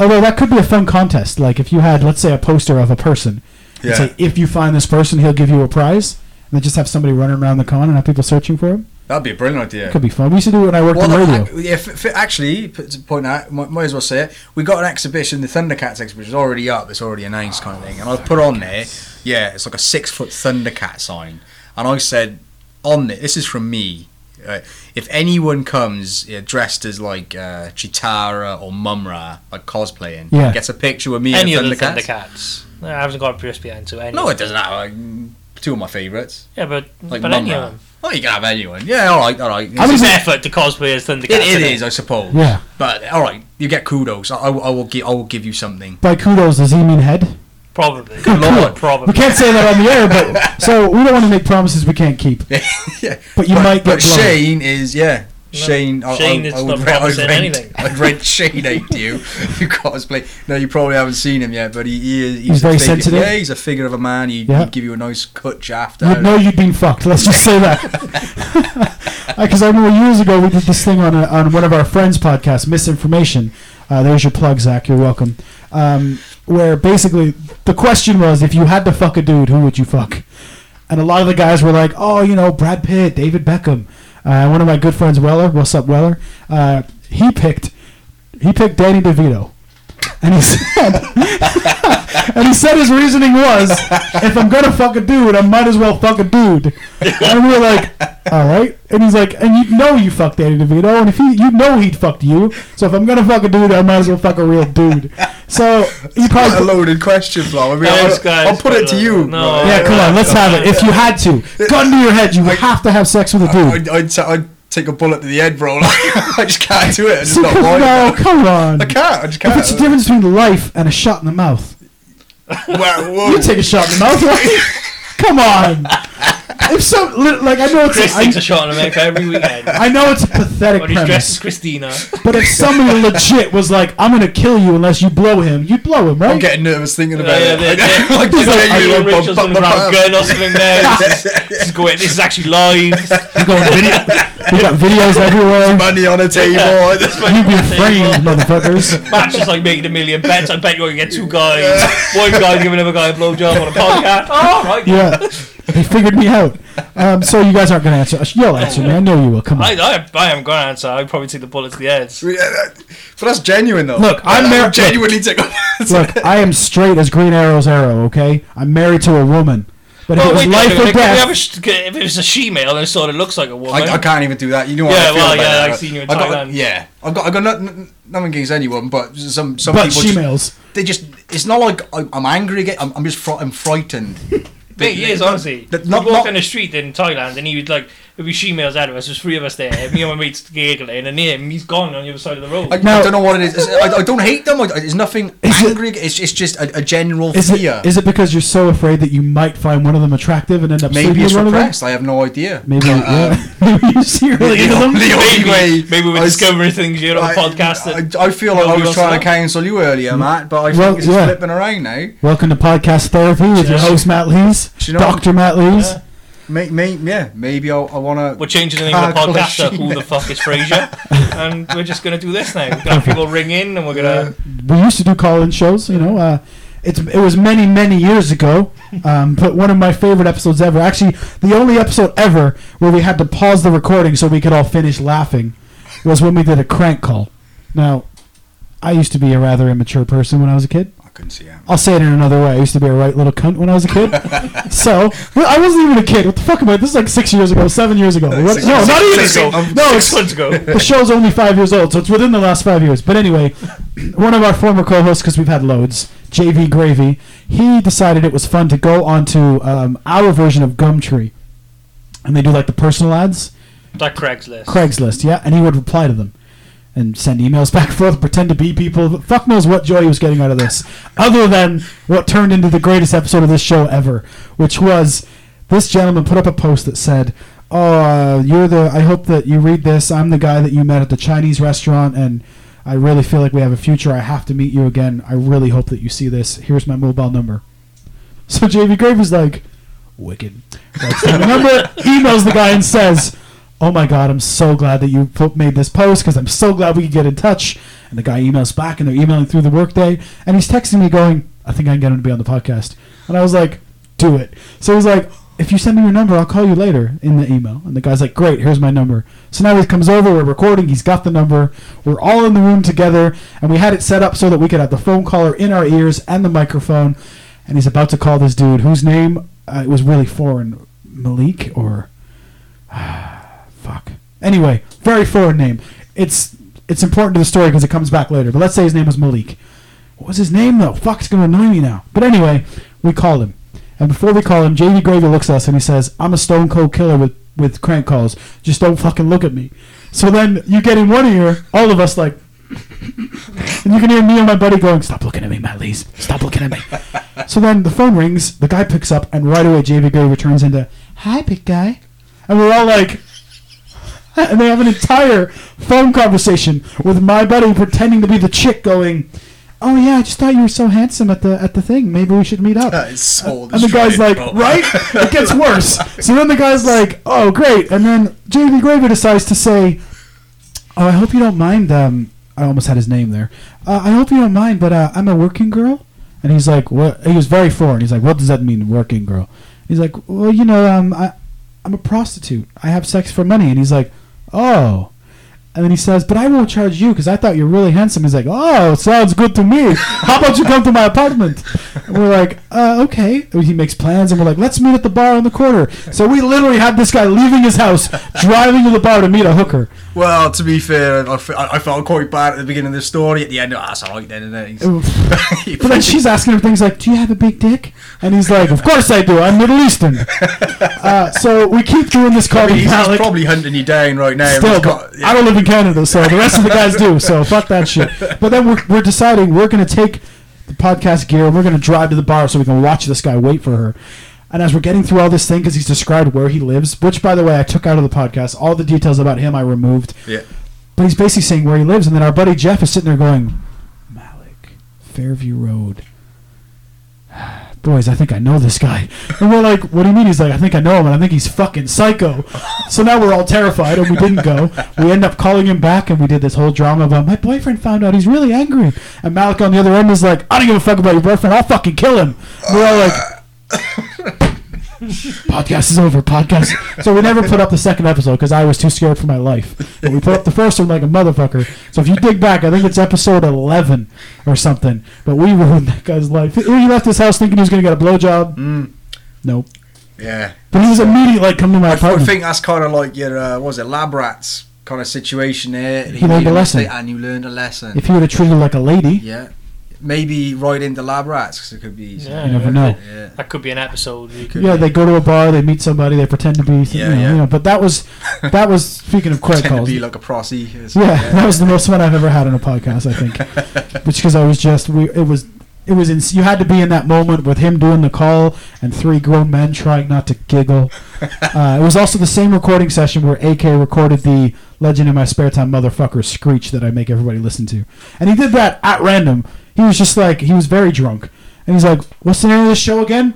Speaker 1: Although Oh, that could be a fun contest. Like if you had, let's say, a poster of a person. Yeah.
Speaker 6: Yeah.
Speaker 1: Say, if you find this person, he'll give you a prize. And then just have somebody running around the con and have people searching for him.
Speaker 6: That'd be a brilliant idea.
Speaker 1: It could be fun. We used to do it when I worked
Speaker 6: Well,
Speaker 1: on
Speaker 6: the-
Speaker 1: radio.
Speaker 6: I- yeah, f- f- actually, p- to point out, might, might as well say it. We got an exhibition, the Thundercats exhibition, is already up. It's already announced, kind of thing. And I put on there, yeah, it's like a six foot Thundercat sign, and I said on it, this is from me. Uh, if anyone comes uh, dressed as like uh, Chitara or Mumra, like cosplaying,
Speaker 1: Yeah.
Speaker 6: gets a picture with me
Speaker 4: any
Speaker 6: and
Speaker 4: of
Speaker 6: a
Speaker 4: the
Speaker 6: Thundercat.
Speaker 4: Thundercats. No, I haven't got a press behind to any.
Speaker 6: No,
Speaker 4: of
Speaker 6: it
Speaker 4: them.
Speaker 6: doesn't matter. Like, two of my favourites,
Speaker 4: Yeah, but
Speaker 6: like
Speaker 4: but any of
Speaker 6: Mumra.
Speaker 4: them.
Speaker 6: Oh, you can have anyone. Yeah, all right, all right.
Speaker 4: It's
Speaker 1: many
Speaker 4: an
Speaker 1: people-
Speaker 4: effort to cosplay as Thundercats.
Speaker 6: It, it
Speaker 4: isn't
Speaker 6: is, I suppose.
Speaker 1: Yeah.
Speaker 6: But all right, you get kudos. I, I, will- I will give. I will give you something.
Speaker 1: By kudos, does he mean head?
Speaker 4: Probably.
Speaker 6: lord.
Speaker 4: Probably.
Speaker 1: We can't say that on the air, but so we don't want to make promises we can't keep.
Speaker 6: yeah.
Speaker 1: But you might get
Speaker 6: But
Speaker 1: blown.
Speaker 6: Shane is yeah. Shane, I,
Speaker 4: Shane
Speaker 6: I,
Speaker 4: is
Speaker 6: I would
Speaker 4: not
Speaker 6: rent, I'd
Speaker 4: promising
Speaker 6: rent,
Speaker 4: anything.
Speaker 6: I'd rent Shane out to you. You cosplay. No, you probably haven't seen him yet, but he, he is. He's, a
Speaker 1: very
Speaker 6: figure-
Speaker 1: sensitive.
Speaker 6: Yeah, he's a figure of a man. He'd,
Speaker 1: Yeah.
Speaker 6: he'd give you a nice cut shaft.
Speaker 1: You'd
Speaker 6: out.
Speaker 1: know you'd been fucked. Let's just say that. Because I remember years ago we did this thing on a, on one of our friends' podcasts, Misinformation. Uh, there's your plug, Zach. You're welcome. Um, where basically the question was, if you had to fuck a dude, who would you fuck? And a lot of the guys were like, oh, you know, Brad Pitt, David Beckham. Uh, one of my good friends, Weller. What's up, Weller? Uh, he picked he picked Danny DeVito. And he said, and he said his reasoning was, if I'm gonna fuck a dude, I might as well fuck a dude. And we were like, all right. And he's like, and you know you fucked Danny DeVito, and if he, you know he'd fucked you, so if I'm gonna fuck a dude, I might as well fuck a real dude. So he
Speaker 6: Quite a
Speaker 1: probably,
Speaker 6: loaded question, Flo. I mean,
Speaker 4: That is-
Speaker 6: I'll,
Speaker 4: that
Speaker 6: I'll
Speaker 4: is
Speaker 6: put it
Speaker 4: quite
Speaker 6: to
Speaker 4: a-
Speaker 6: you.
Speaker 4: uh, no,
Speaker 6: right?
Speaker 1: yeah, come on, let's have it. If you had to, gun to your head, you would have to have sex with a dude.
Speaker 6: I'd, I'd, ta- I'd take a bullet to the head, bro. I just can't do it. I'm just not lying.
Speaker 1: No, come on.
Speaker 6: I can't. I just
Speaker 1: If
Speaker 6: can't.
Speaker 1: it's the difference between life and a shot in the mouth.
Speaker 6: Wow, whoa.
Speaker 1: You take a shot in the mouth, right? Come on. If so, li- like I know it's
Speaker 4: Chris takes a
Speaker 1: I,
Speaker 4: shot in America every weekend.
Speaker 1: I know it's a pathetic
Speaker 4: when he's dressed
Speaker 1: premise,
Speaker 4: as Christina.
Speaker 1: but if somebody legit was like, "I'm gonna kill you unless you blow him," you'd blow him,
Speaker 6: I'm
Speaker 1: right?
Speaker 6: getting nervous thinking about
Speaker 4: Yeah,
Speaker 6: it.
Speaker 4: yeah, yeah.
Speaker 6: like,
Speaker 4: He's like,
Speaker 6: genuinely
Speaker 4: Ian
Speaker 6: bump-
Speaker 4: Richards
Speaker 6: bump
Speaker 4: on the
Speaker 6: the
Speaker 4: ground
Speaker 6: pump.
Speaker 4: gun or something there. This is- this is going- This is actually live.
Speaker 1: You go on video. We got videos everywhere.
Speaker 6: Money on the table.
Speaker 1: You'd be framed, motherfuckers.
Speaker 4: Matt's just like making a million bets. I bet you're going to get two guys. One guy giving another guy a blowjob on a podcast. Oh, right.
Speaker 1: Yeah, they figured me out. Um, so you guys aren't gonna answer. You'll answer me. I know you will. Come
Speaker 4: I,
Speaker 1: on.
Speaker 4: I, I am going to answer. I'd probably take the bullet to the heads.
Speaker 6: Yeah, that- but that's genuine though.
Speaker 1: Look, I'm
Speaker 6: That
Speaker 1: mar-
Speaker 6: would genuinely take.
Speaker 1: Look, I am straight as Green Arrow's arrow. Okay, I'm married to a woman, but if
Speaker 4: Oh,
Speaker 1: it was
Speaker 4: wait,
Speaker 1: life
Speaker 4: no,
Speaker 1: or
Speaker 4: if, we
Speaker 1: death.
Speaker 4: have a sh- if it was a she-male and it sort of looks like a woman.
Speaker 6: I, I can't even do that. You know what?
Speaker 4: Yeah,
Speaker 6: I feel
Speaker 4: well,
Speaker 6: about
Speaker 4: yeah,
Speaker 6: that.
Speaker 4: I've seen you in
Speaker 6: I got-
Speaker 4: Thailand.
Speaker 6: Yeah, I've got. I've got no- no- nothing against anyone, but some some
Speaker 1: But
Speaker 6: people.
Speaker 1: shemales.
Speaker 6: Just, they just. It's not like I'm, I'm angry again. I'm, I'm just. Fr- I'm frightened.
Speaker 4: Mate, he is, honestly.
Speaker 6: That-
Speaker 4: We'd
Speaker 6: not-
Speaker 4: walk
Speaker 6: not-
Speaker 4: down the street in Thailand and he would like, there'd be she-males out of us. There's three of us there. Me and my mates giggling and him, he's gone on the other side of the road.
Speaker 6: I,
Speaker 1: Now-
Speaker 6: I don't know what it is. It's- I, I don't hate them. I, it's nothing angry. ag- it's, it's just a, a general
Speaker 1: Is it,
Speaker 6: fear.
Speaker 1: is it because you're so afraid that you might find one of them attractive and end up
Speaker 6: Maybe
Speaker 1: sleeping
Speaker 6: it's
Speaker 1: with one
Speaker 6: repressed. Uh-uh. I have no idea.
Speaker 1: of them? Maybe, yeah. maybe you seriously
Speaker 6: the
Speaker 1: into them.
Speaker 6: only
Speaker 4: maybe,
Speaker 6: way
Speaker 4: maybe we're
Speaker 6: I s-
Speaker 4: discovering things here on
Speaker 6: I,
Speaker 4: the podcast. That,
Speaker 6: I, I feel like I
Speaker 4: nobody
Speaker 6: was
Speaker 4: else
Speaker 6: trying to
Speaker 4: knows.
Speaker 6: counsel you earlier, Matt, but I think
Speaker 1: Mm. Well,
Speaker 6: it's
Speaker 1: yeah.
Speaker 6: flipping around now.
Speaker 1: Welcome to podcast therapy with your
Speaker 4: Yeah.
Speaker 1: host Matt Lees,
Speaker 6: Do you know-
Speaker 1: Doctor Matt Lees.
Speaker 4: Yeah.
Speaker 6: May, may, yeah, maybe I'll, I want to.
Speaker 4: we're changing the name of the
Speaker 6: Cardinal
Speaker 4: podcast to Who
Speaker 6: Sheen.
Speaker 4: the Fuck is Frasier? and we're just going to do this now. We're going to have people ring in and we're going to.
Speaker 1: We used to do call-in shows. You know, uh, it's it was many many years ago, um, but one of my favorite episodes ever. Actually, the only episode ever where we had to pause the recording so we could all finish laughing. was when we did a crank call. Now, I used to be a rather immature person when I was a kid.
Speaker 6: I couldn't see it.
Speaker 1: I'll say it in another way. I used to be a right little cunt when I was a kid. so well, I wasn't even a kid. What the fuck am I? This is like six years ago, seven years ago. What-
Speaker 6: six-
Speaker 1: no,
Speaker 6: six-
Speaker 1: not even.
Speaker 6: six-
Speaker 4: ago.
Speaker 6: um,
Speaker 1: No,
Speaker 4: Six
Speaker 1: it's,
Speaker 4: months ago.
Speaker 1: the show's only five years old, so it's within the last five years. But anyway, one of our former co-hosts, because we've had loads, JV Gravy, he decided it was fun to go onto um, our version of Gumtree, and they do like the personal ads.
Speaker 4: That Craigslist.
Speaker 1: Craigslist, yeah, and he would reply to them and send emails back and forth, pretend to be people. Fuck knows what joy he was getting out of this, other than what turned into the greatest episode of this show ever, which was this gentleman put up a post that said, "Oh, uh, you're the. I hope that you read this. I'm the guy that you met at the Chinese restaurant, and I really feel like we have a future. I have to meet you again. I really hope that you see this. Here's my mobile number." So JV Grave is like, wicked. Writes down the number, emails the guy and says, "Oh my god, I'm so glad that you po- made this post because I'm so glad we could get in touch." And the guy emails back, and they're emailing through the workday, and he's texting me going, "I think I can get him to be on the podcast." And I was like, "Do it." So he's like. If you send me your number, I'll call you later in the email. And the guy's like, "Great, here's my number." So now he comes over, we're recording. He's got the number. We're all in the room together, and we had it set up so that we could have the phone caller in our ears and the microphone and he's about to call this dude whose name uh, it was really foreign malik or fuck anyway very foreign name it's it's important to the story because it comes back later but let's say his name was malik what was his name though fuck it's going to annoy me now but anyway we call him and before we call him j.d. gravy looks at us and he says i'm a stone cold killer with with crank calls just don't fucking look at me so then you get in one ear all of us like and you can hear me and my buddy going, "Stop looking at me, Matt Lees. Stop looking at me." so then the phone rings. The guy picks up, and right away JV Gray returns into, "Hi, big guy," and we're all like, and they have an entire phone conversation with my buddy pretending to be the chick, going, "Oh yeah, I just thought you were so handsome at the at the thing. Maybe we should meet up."
Speaker 6: That is so
Speaker 1: and the guy's like,
Speaker 6: destroyed, bro.
Speaker 1: "Right." It gets worse. So then the guy's like, "Oh great," and then JV Graver decides to say. Oh, I hope you don't mind. Um, I almost had his name there. Uh, I hope you don't mind, but uh, I'm a working girl. And he's like, what? He was very foreign. He's like, what does that mean, working girl? He's like, well, you know, um, I, I'm a prostitute. I have sex for money. And he's like, oh. And then he says, but I won't charge you because I thought you're really handsome. He's like, oh, sounds good to me. How about you come to my apartment? And we're like, uh, okay. And he makes plans, and we're like, let's meet at the bar on the corner. So we literally had this guy leaving his house, driving to the bar to meet a hooker.
Speaker 6: Well, to be fair, I, f- I felt quite bad at the beginning of the story. At the end, oh, that's all right then, isn't it?
Speaker 1: But then she's asking him things like, "Do you have a big dick?" And he's like, "Of course I do. I'm Middle Eastern." uh, so we keep doing this call.
Speaker 6: I mean,
Speaker 1: to
Speaker 6: he's, he's
Speaker 1: Malik.
Speaker 6: probably hunting you down right now.
Speaker 1: Still,
Speaker 6: He's
Speaker 1: but
Speaker 6: got- yeah.
Speaker 1: I don't live in Canada, so the rest of the guys do. So fuck that shit. But then we're, we're deciding we're going to take the podcast gear and we're going to drive to the bar so we can watch this guy wait for her. And as we're getting through all this thing, because he's described where he lives, which by the way I took out of the podcast, all the details about him I removed.
Speaker 6: Yeah.
Speaker 1: But he's basically saying where he lives, and then our buddy Jeff is sitting there going, Malik, Fairview Road. Boys, I think I know this guy. And we're like, what do you mean? He's like, I think I know him, and I think he's fucking psycho. So now we're all terrified, and we didn't go. We end up calling him back, and we did this whole drama about my boyfriend found out he's really angry. And Malik on the other end is like, I don't give a fuck about your boyfriend. I'll fucking kill him. We're all like, podcast is over. Podcast. So we never put up the second episode because I was too scared for my life. But we put up the first one like a motherfucker. So if you dig back, I think it's episode eleven or something. But we ruined that guy's life. He left his house thinking he was gonna get a blowjob.
Speaker 6: Mm.
Speaker 1: Nope.
Speaker 6: Yeah.
Speaker 1: But he was immediately like, "Come to my
Speaker 6: I
Speaker 1: apartment."
Speaker 6: think that's kind of like your, uh, what was it, lab rats kind of situation there. He,
Speaker 1: learned
Speaker 6: made
Speaker 1: a
Speaker 6: mistake
Speaker 1: lesson.
Speaker 6: And you learned a lesson.
Speaker 1: if he would have treated her like a lady,
Speaker 6: yeah. Maybe right into lab rats, 'cause it could be.
Speaker 4: Yeah.
Speaker 1: you never know.
Speaker 6: Yeah.
Speaker 4: That could be an episode. You could
Speaker 1: Yeah, they go to a bar, they meet somebody, they pretend to be.
Speaker 6: Yeah,
Speaker 1: you know,
Speaker 6: yeah.
Speaker 1: you know, but that was that was speaking of credit
Speaker 6: Tend to
Speaker 1: calls.
Speaker 6: be like a prosy.
Speaker 1: Yeah, that was the most fun I've ever had on a podcast. I think, which because I was just we it was it was ins- you had to be in that moment with him doing the call and three grown men trying not to giggle. Uh, it was also the same recording session where AK recorded the "Legend in My Spare Time" motherfucker screech that I make everybody listen to, and he did that at random. He was just like he was very drunk, and he's like, "What's the name of this show again?"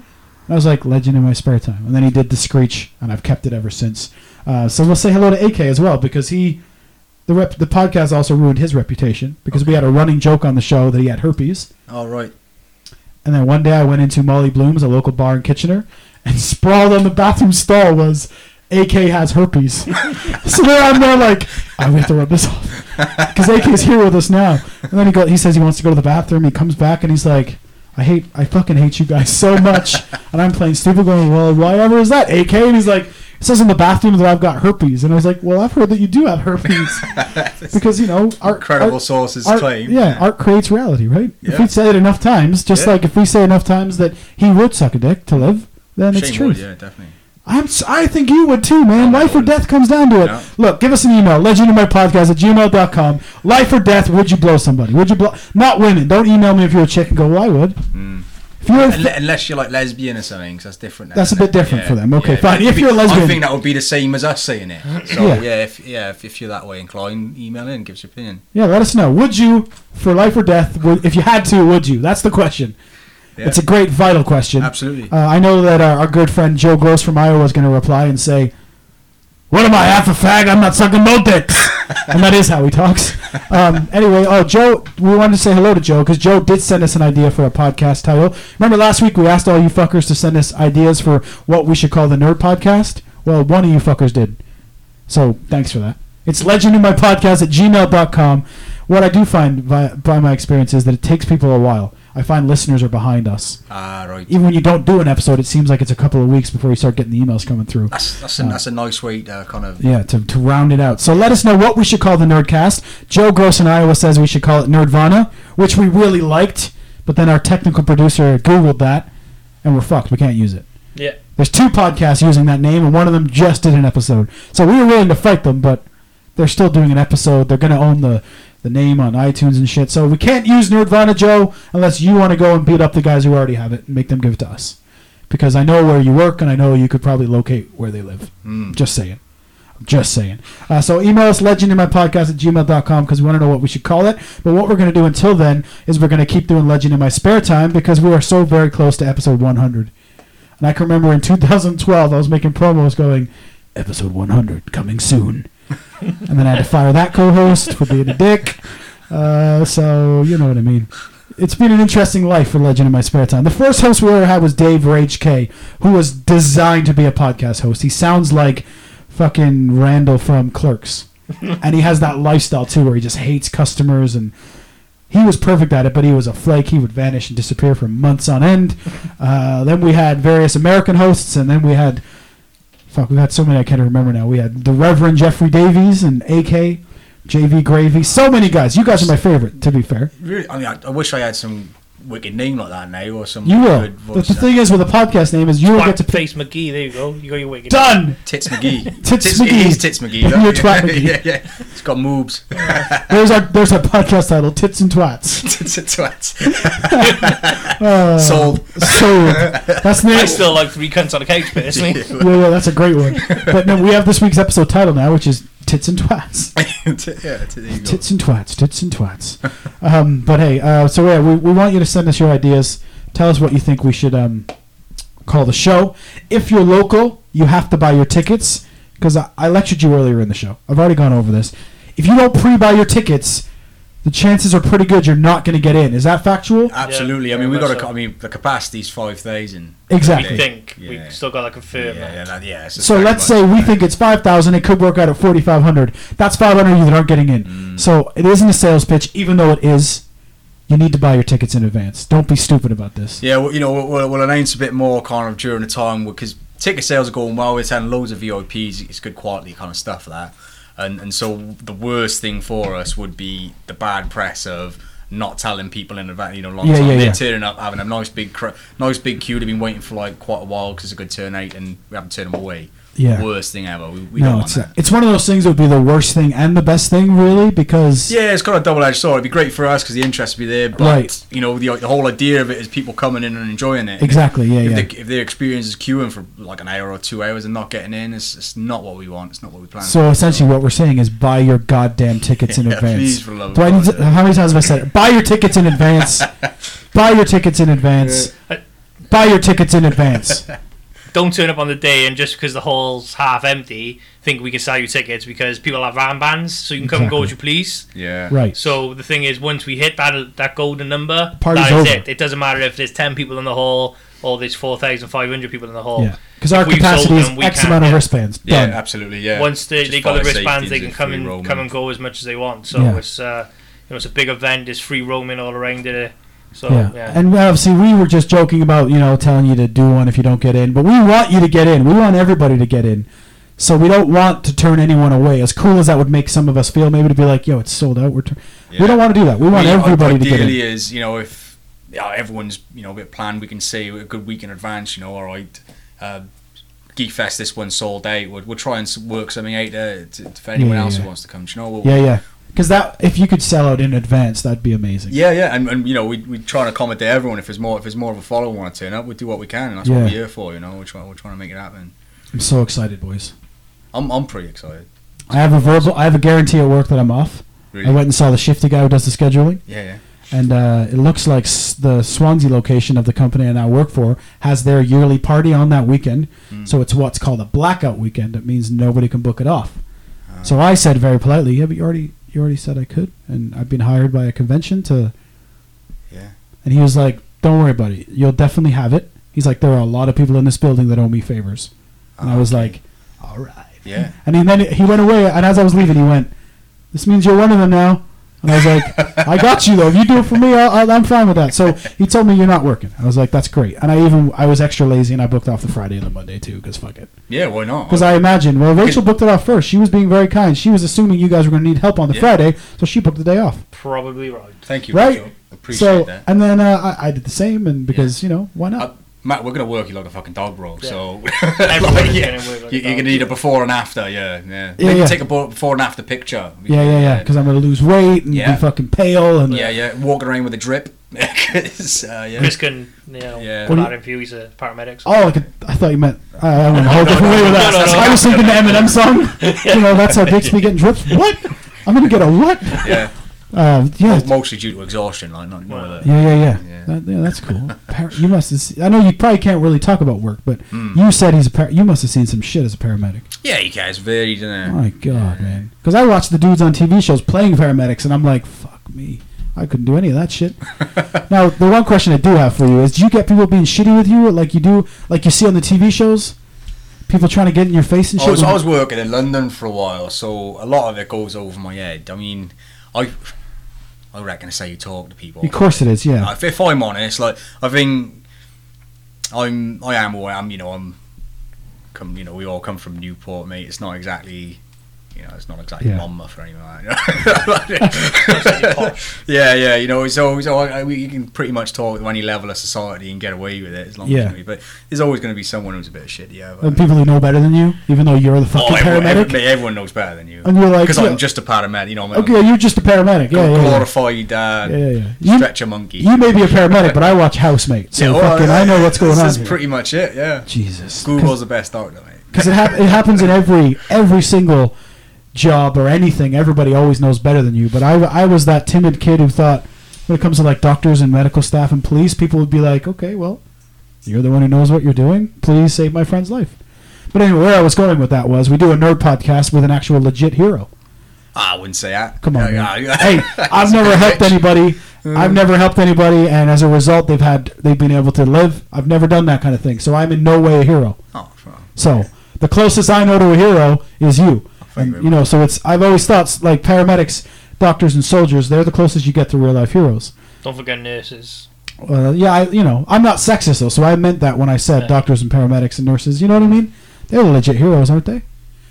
Speaker 1: I was like, legend in my spare time. And then he did the screech, and I've kept it ever since. Uh, so we'll say hello to AK as well because he, the rep, the podcast also ruined his reputation because we had a running joke on the show that he had herpes.
Speaker 6: All right.
Speaker 1: And then one day I went into Molly Bloom's, a local bar in Kitchener, and sprawled on the bathroom stall was AK has herpes. so then I'm there like, I have to rub this off because AK's here with us now. And then he go, he says he wants to go to the bathroom. He comes back and he's like, I hate, I fucking hate you guys so much. and I'm playing stupid, going, well, why ever is that AK? And he's like. It says in the bathroom that I've got herpes, and I was like, "Well, I've heard that you do have herpes, because you know, art,
Speaker 6: Incredible
Speaker 1: art-
Speaker 6: sources
Speaker 1: art-
Speaker 6: claim.
Speaker 1: Yeah, art creates reality, right? If we
Speaker 6: Yeah.
Speaker 1: say it enough times, just
Speaker 6: Yeah.
Speaker 1: like if we say enough times that he would suck a dick to live, then it's
Speaker 6: Shane
Speaker 1: true.
Speaker 6: Wood, yeah, definitely.
Speaker 1: I'm, s- I think you would too, man. Life or death comes down to it.
Speaker 6: Yeah.
Speaker 1: Look, give us an email, legendamypodcast at gmail.com. Life or death, would you blow somebody? Would you blow? Not women. Don't email me if you're a chick and go, well, I would.
Speaker 6: Mm.
Speaker 1: If you're a,
Speaker 6: Unle- Unless you're like lesbian or something, 'cause that's different. then,
Speaker 1: That's a
Speaker 6: isn't
Speaker 1: bit
Speaker 6: it?
Speaker 1: different
Speaker 6: Yeah,
Speaker 1: for them. Okay,
Speaker 6: yeah.
Speaker 1: fine. If you're a lesbian-
Speaker 6: I think that would be the same as us saying it. So
Speaker 1: Yeah.
Speaker 6: yeah, if, yeah, if, if you're that way inclined, email in, give us your opinion.
Speaker 1: yeah, let us know. Would you, for life or death, would, if you had to, would you? That's the question.
Speaker 6: Yeah.
Speaker 1: It's a great, vital question.
Speaker 6: Absolutely.
Speaker 1: Uh, I know that our, our good friend Joe Gross from Iowa is going to reply and say, "What am I, half a fag? I'm not sucking no dicks." and that is how he talks. Um, anyway, oh Joe, we wanted to say hello to Joe because Joe did send us an idea for a podcast title. Remember last week we asked all you fuckers to send us ideas for what we should call the Nerd Podcast. Well, one of you fuckers did. So thanks for that. It's legend in my podcast at gmail.com. What I do find by, by my experience is that it takes people a while. I find listeners are behind us.
Speaker 6: ah, right.
Speaker 1: Even when you don't do an episode, it seems like it's a couple of weeks before you start getting the emails coming through.
Speaker 6: That's that's a, that's a nice way to kind of
Speaker 1: Uh. Yeah, to, to round it out. So let us know what we should call the Nerdcast. Joe Gross in Iowa says we should call it Nerdvana, which we really liked, but then our technical producer Googled that, and we're fucked. We can't use it.
Speaker 4: Yeah.
Speaker 1: There's two podcasts using that name, and one of them just did an episode. So we were willing to fight them, but they're still doing an episode. They're going to own the, the name on iTunes and shit. So we can't use Nerdvana Joe unless you want to go and beat up the guys who already have it and make them give it to us. Because I know where you work, and I know you could probably locate where they live. Just saying. Just saying. Uh, so email us legendinmypodcast at gmail.com because we want to know what we should call it. But what we're going to do until then is we're going to keep doing Legend in My Spare Time because we are so very close to episode 100. And I can remember in 2012, I was making promos going, episode 100 coming soon. and then I had to fire that co host for being a dick. Uh, so, you know what I mean. It's been an interesting life for Legend in my spare time. The first host we ever had was Dave Rage K, who was designed to be a podcast host. He sounds like fucking Randall from Clerks. and he has that lifestyle too where he just hates customers and he was perfect at it, but he was a flake. He would vanish and disappear for months on end. Uh, then we had various American hosts, and then we had fuck, we had so many I can't remember now. We had the Reverend Jeffrey Davies and AK, JV Gravy, so many guys. You guys are my favorite, to be fair.
Speaker 6: really. I mean, I, I wish I had some wicked name like that now or some
Speaker 1: You will.
Speaker 6: good
Speaker 1: The,
Speaker 6: voice.
Speaker 1: the thing is with a podcast name is you will
Speaker 4: Twat
Speaker 1: get to pick.
Speaker 4: face McGee. There you go. You got your wig.
Speaker 1: Done.
Speaker 6: Tits McGee.
Speaker 1: Tits
Speaker 6: it
Speaker 1: McGee.
Speaker 6: is Tits McGee.
Speaker 1: You're
Speaker 6: though.
Speaker 1: twat McGee.
Speaker 6: yeah, yeah. It's got moves.
Speaker 1: There's our there's our podcast title, tits and twats.
Speaker 6: Tits and twats.
Speaker 1: Oh.
Speaker 6: Sold.
Speaker 1: So that's the
Speaker 4: I
Speaker 1: name.
Speaker 4: still like three cunts on a couch personally.
Speaker 1: Yeah, yeah, that's a great one. But no, we have this week's episode title now, which is tits and twats.
Speaker 6: T- yeah, t- there you go.
Speaker 1: Tits and twats, tits and twats. um, but hey, uh, so yeah, we, we want you to send us your ideas. Tell us what you think we should um, call the show. If you're local, you have to buy your tickets because I, I lectured you earlier in the show. I've already gone over this. If you don't pre-buy your tickets, the chances are pretty good you're not going to get in. Is that factual?
Speaker 6: Absolutely.
Speaker 4: Yeah,
Speaker 6: I mean, we
Speaker 4: very
Speaker 6: got.
Speaker 4: much
Speaker 6: to
Speaker 4: so.
Speaker 6: I mean, the capacity's five thousand.
Speaker 4: We
Speaker 1: Exactly.
Speaker 4: think
Speaker 6: Yeah.
Speaker 4: we still got to confirm
Speaker 6: Yeah, yeah,
Speaker 4: that.
Speaker 6: that- yeah. it's a
Speaker 1: So
Speaker 6: very
Speaker 1: let's uh,
Speaker 6: much-
Speaker 1: say we think it's five thousand. It could work out at forty five hundred. That's five hundred you that aren't getting in.
Speaker 6: Mm.
Speaker 1: So it isn't a sales pitch, even though it is. You need to buy your tickets in advance. Don't be stupid about this.
Speaker 6: Yeah, well, you know, we'll, we'll announce a bit more kind of during the time because ticket sales are going well. We're selling loads of VIPs. It's good quality kind of stuff that, and and so the worst thing for us would be the bad press of not telling people in advance. You know, long
Speaker 1: Yeah,
Speaker 6: time
Speaker 1: yeah,
Speaker 6: they're
Speaker 1: yeah.
Speaker 6: turning up, having a nice big, cr- nice big queue. They've been waiting for like quite a while because it's a good turnout, and we haven't turned them away.
Speaker 1: Yeah.
Speaker 6: worst thing ever. We, we don't
Speaker 1: No,
Speaker 6: want
Speaker 1: it's
Speaker 6: that.
Speaker 1: it's one of those things that would be the worst thing and the best thing, really, because
Speaker 6: Yeah, it's kind of a double-edged sword. It'd be great for us because the interest would be there, but
Speaker 1: Right.
Speaker 6: you know, the, the whole idea of it is people coming in and enjoying it.
Speaker 1: Exactly, yeah,
Speaker 6: if
Speaker 1: yeah.
Speaker 6: They, if their experience is queuing for like an hour or two hours and not getting in, it's, it's not what we want. It's not what we plan.
Speaker 1: So essentially, what we're saying is buy your goddamn tickets in
Speaker 6: Yeah,
Speaker 1: advance.
Speaker 6: please, for the love of
Speaker 1: Do I need
Speaker 6: God,
Speaker 1: to-
Speaker 6: yeah.
Speaker 1: how many times have I said it? Buy your tickets in advance. buy your tickets in advance. Buy your tickets in advance.
Speaker 4: Don't turn up on the day and just because the hall's half empty, think we can sell you tickets because people have armbands, so you can come and go as you please.
Speaker 6: yeah,
Speaker 1: right.
Speaker 4: So the thing is, once we hit that that golden number,
Speaker 1: Party's
Speaker 4: that is
Speaker 1: over.
Speaker 4: it. It doesn't matter if there's ten people in the hall or there's four thousand five hundred people in the hall.
Speaker 1: Yeah. because our
Speaker 4: if we've
Speaker 1: capacity
Speaker 4: sold
Speaker 1: is
Speaker 4: them, we
Speaker 1: X
Speaker 4: can't,
Speaker 1: amount of
Speaker 4: yeah.
Speaker 1: wristbands.
Speaker 7: Yeah,
Speaker 1: Done.
Speaker 7: absolutely. Yeah.
Speaker 4: Once they,
Speaker 7: Just
Speaker 4: they got
Speaker 7: fire
Speaker 4: the wristbands,
Speaker 7: safeties
Speaker 4: they can
Speaker 7: and
Speaker 4: come
Speaker 7: free
Speaker 4: and
Speaker 7: roaming.
Speaker 4: come and go as much as they want. So
Speaker 1: Yeah.
Speaker 4: it's uh, you know, it's a big event. There's free roaming all around it. So
Speaker 1: yeah.
Speaker 4: yeah,
Speaker 1: and obviously we were just joking about you know telling you to do one if you don't get in, but we want you to get in. We want everybody to get in, so we don't want to turn anyone away. As cool as that would make some of us feel, maybe to be like, "Yo, it's sold out." We're tur-. we
Speaker 7: Yeah.
Speaker 1: don't want to do that. We want
Speaker 6: We-
Speaker 1: everybody to get in.
Speaker 6: ideally is you know if yeah, everyone's you know a bit planned, we can say a good week in advance. You know, all right, uh, Geek Fest this one's sold out. We'll, we'll try and s- work something out uh, to, to- for anyone
Speaker 1: Yeah,
Speaker 6: else
Speaker 1: yeah.
Speaker 6: who wants to come. Do you know? We'll,
Speaker 1: Yeah, yeah. Because that if you could sell out in advance, that'd be amazing.
Speaker 6: yeah, yeah, and, and you know we we try and accommodate everyone. If there's more, if there's more of a follower want to turn up, we do what we can, and that's
Speaker 1: Yeah.
Speaker 6: what we're here for. You know, we're trying, we're trying to make it happen.
Speaker 1: I'm so excited, boys.
Speaker 6: I'm, I'm pretty excited.
Speaker 1: I have a verbal. I have a guarantee at work that I'm off. I
Speaker 6: Really?
Speaker 1: went and saw the shifty guy who does the scheduling,
Speaker 6: Yeah, yeah.
Speaker 1: and uh, it looks like s- the Swansea location of the company I now work for has their yearly party on that weekend. So it's what's called a blackout weekend. It means nobody can book it off. So I said very politely, "Yeah, but you already you already said I could, and I've been hired by a convention to."
Speaker 6: Yeah.
Speaker 1: And he was like, "Don't worry about it. You'll definitely have it." He's like, "There are a lot of people in this building that owe me favors," and I was like, Ah, "All right."
Speaker 6: Yeah.
Speaker 1: And he, then he went away, and as I was leaving, he went, "This means you're one of them now." And I was like, "I got you though. If you do it for me, I'll, I'll, I'm fine with that." So he told me you're not working. I was like, "That's great." And I even I was extra lazy, and I booked off the Friday and the Monday too, because fuck it.
Speaker 6: Yeah, why not?
Speaker 1: Because I imagine well, Rachel booked it off first. She was being very kind. She was assuming you guys were going to need help on the
Speaker 6: Yeah.
Speaker 1: Friday, so she booked the day off.
Speaker 4: probably right.
Speaker 6: Thank you,
Speaker 1: Right.
Speaker 6: Rachel. Appreciate
Speaker 1: so
Speaker 6: that.
Speaker 1: and then uh, I, I did the same, and because you know why not?
Speaker 6: Uh, Matt, we're gonna work you like a fucking dog, bro. So
Speaker 4: Everybody's
Speaker 6: yeah.
Speaker 4: gonna work like
Speaker 6: you,
Speaker 4: a
Speaker 6: you're gonna
Speaker 4: dog.
Speaker 6: need a before and after. Yeah, yeah.
Speaker 1: Yeah,
Speaker 6: Maybe
Speaker 1: yeah.
Speaker 6: take a bo- before and after picture.
Speaker 1: yeah, yeah, yeah. Because I'm going to lose weight and
Speaker 6: Yeah.
Speaker 1: be fucking pale and
Speaker 6: yeah, yeah. Walking around with a drip. 'Cause, uh, yeah.
Speaker 4: Chris can you know
Speaker 6: Yeah.
Speaker 4: put that in for you. He's a paramedic.
Speaker 1: Oh, I, could, I thought you meant. I, I went a whole different way with that. I was thinking the Eminem song. you know, that's how dicks be getting drips. What? I'm gonna get a what?
Speaker 6: yeah.
Speaker 1: Uh, yeah,
Speaker 6: Mostly due to exhaustion, like not. not
Speaker 1: yeah, yeah, yeah. That- yeah, that's cool. Par- you must. Have se- I know you probably can't really talk about work, but you said he's a. Par- you must have seen some shit as a paramedic.
Speaker 6: yeah, you guys varied, didn't
Speaker 1: My God, man. Because I watch the dudes on TV shows playing paramedics, and I'm like, fuck me. I couldn't do any of that shit. now, the one question I do have for you is do you get people being shitty with you like you do, like you see on the TV shows? People trying to get in your face and shit?
Speaker 6: I was,
Speaker 1: when-
Speaker 6: I was working in London for a while, so a lot of it goes over my head. I mean, I, I reckon I say you talk to people.
Speaker 1: Of course it is, yeah.
Speaker 6: If, if I'm honest, like I think I'm, I am where I am. You know, I'm come. You know, we all come from Newport, mate. It's not exactly, you know, it's not exactly
Speaker 1: Yeah.
Speaker 6: Monmouth or anything like that. yeah, yeah. You know, so so I, I, we, you can pretty much talk to any level of society and get away with it as long
Speaker 1: Yeah.
Speaker 6: as you. But there's always going to be someone who's a bit shitty. Yeah, but-
Speaker 1: And people who know better than you, even though you're the
Speaker 6: Oh,
Speaker 1: fucking
Speaker 6: everyone,
Speaker 1: paramedic.
Speaker 6: every- everyone knows better than you.
Speaker 1: And you're like,
Speaker 6: because
Speaker 1: yeah.
Speaker 6: I'm just uh, a paramedic. You know, I'm a
Speaker 1: okay, you're just a paramedic. Yeah, yeah, yeah.
Speaker 6: glorified uh,
Speaker 1: Yeah, yeah, yeah. You-
Speaker 6: stretcher monkey.
Speaker 1: You may be a paramedic, but I watch Housemate, so
Speaker 6: well,
Speaker 1: fucking I know what's going
Speaker 6: this
Speaker 1: on.
Speaker 6: is
Speaker 1: here.
Speaker 6: pretty much it. Yeah,
Speaker 1: Jesus.
Speaker 6: Google's the best doctor, mate.
Speaker 1: because it, hap- it happens in every every single job or anything. Everybody always knows better than you. But I, I was that timid kid who thought when it comes to like doctors and medical staff and police, people would be like, okay, well, you're the one who knows what you're doing. Please save my friend's life. But anyway, where I was going with that was we do a nerd podcast with an actual legit hero.
Speaker 6: Ah, I wouldn't say that.
Speaker 1: Come on,
Speaker 6: Yeah,
Speaker 1: man.
Speaker 6: yeah.
Speaker 1: hey, I've
Speaker 6: That's
Speaker 1: never
Speaker 6: pretty
Speaker 1: helped
Speaker 6: rich.
Speaker 1: anybody.
Speaker 6: Mm-hmm.
Speaker 1: I've never helped anybody, and as a result, they've had they've been able to live. I've never done that kind of thing, so I'm in no way a hero.
Speaker 6: Oh, well,
Speaker 1: So the closest I know to a hero is you.
Speaker 6: thank you
Speaker 1: And,
Speaker 6: very
Speaker 1: you know, so it's I've always thought like paramedics, doctors, and soldiers—they're the closest you get to real life heroes.
Speaker 4: Don't forget nurses.
Speaker 1: Uh, yeah, I, you know, I'm not sexist though, so I meant that when I said
Speaker 4: Yeah.
Speaker 1: doctors and paramedics and nurses. You know what I mean? They're legit heroes, aren't they?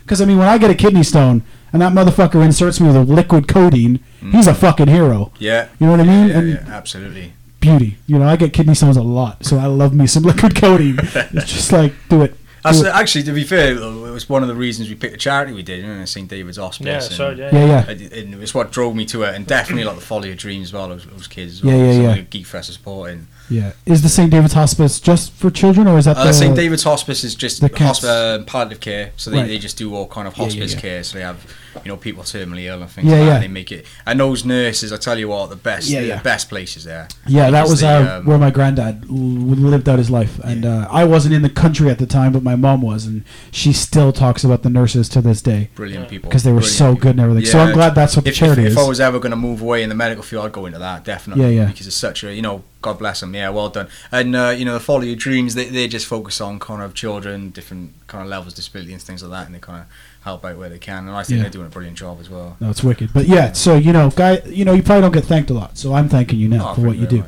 Speaker 1: Because I mean, when I get a kidney stone and that motherfucker inserts me with a liquid codeine, he's a fucking hero.
Speaker 6: Yeah.
Speaker 1: You know what I mean?
Speaker 6: Mm. Yeah,
Speaker 1: and
Speaker 6: yeah, absolutely.
Speaker 1: beauty. You know, I get kidney stones a lot, so I love me some liquid codeine. it's just like do it. do
Speaker 6: That's,
Speaker 1: it.
Speaker 6: actually, to be fair, though, it was one of the reasons we picked the charity we did, you know, St. David's Hospice.
Speaker 4: Yeah,
Speaker 6: and,
Speaker 4: so yeah.
Speaker 1: yeah, yeah.
Speaker 6: I did- and it's what drove me to it, and definitely like the folly of dreams as well. Those, those kids, as
Speaker 1: Yeah,
Speaker 6: well,
Speaker 1: yeah,
Speaker 6: some
Speaker 1: yeah.
Speaker 6: of the Geek Fest supporting.
Speaker 1: Yeah. Is the St. David's Hospice just for children, or is that
Speaker 6: Uh,
Speaker 1: the
Speaker 6: St David's Hospice is just
Speaker 1: the
Speaker 6: hosp-
Speaker 1: cats.
Speaker 6: uh, palliative care, so they,
Speaker 1: Right.
Speaker 6: they just do all kind of
Speaker 1: Yeah, yeah,
Speaker 6: hospice
Speaker 1: yeah.
Speaker 6: care. So they have you know people terminally ill and things
Speaker 1: Yeah,
Speaker 6: like that.
Speaker 1: yeah.
Speaker 6: And they make it, and those nurses, I tell you what, the best,
Speaker 1: Yeah,
Speaker 6: the
Speaker 1: yeah.
Speaker 6: best places there.
Speaker 1: Yeah, that
Speaker 6: Because
Speaker 1: was
Speaker 6: they,
Speaker 1: uh,
Speaker 6: um,
Speaker 1: where my granddad l- lived out his life, and uh, I wasn't in the country at the time, but my mom was, and she still talks about the nurses to this day.
Speaker 6: brilliant people
Speaker 1: 'Cause they were
Speaker 6: brilliant
Speaker 1: so
Speaker 6: people.
Speaker 1: good and everything. So I'm glad that's what the
Speaker 6: if,
Speaker 1: charity
Speaker 6: if,
Speaker 1: is.
Speaker 6: If I was ever going to move away in the medical field, I'd go into that definitely.
Speaker 1: Yeah, yeah.
Speaker 6: Because it's such a you know God bless them. Yeah, well done. And uh, you know, the follow your dreams. They, they just focus on kind of children, different kind of levels of disability and things like that, and they kind of help out where they can. And I think
Speaker 1: Yeah.
Speaker 6: they're doing a brilliant job as well.
Speaker 1: No, it's wicked. But yeah, so you know, guy, you know, you probably don't get thanked a lot. So I'm thanking you now
Speaker 6: Oh,
Speaker 1: for what
Speaker 6: thank
Speaker 1: you
Speaker 6: very
Speaker 1: do.
Speaker 6: much.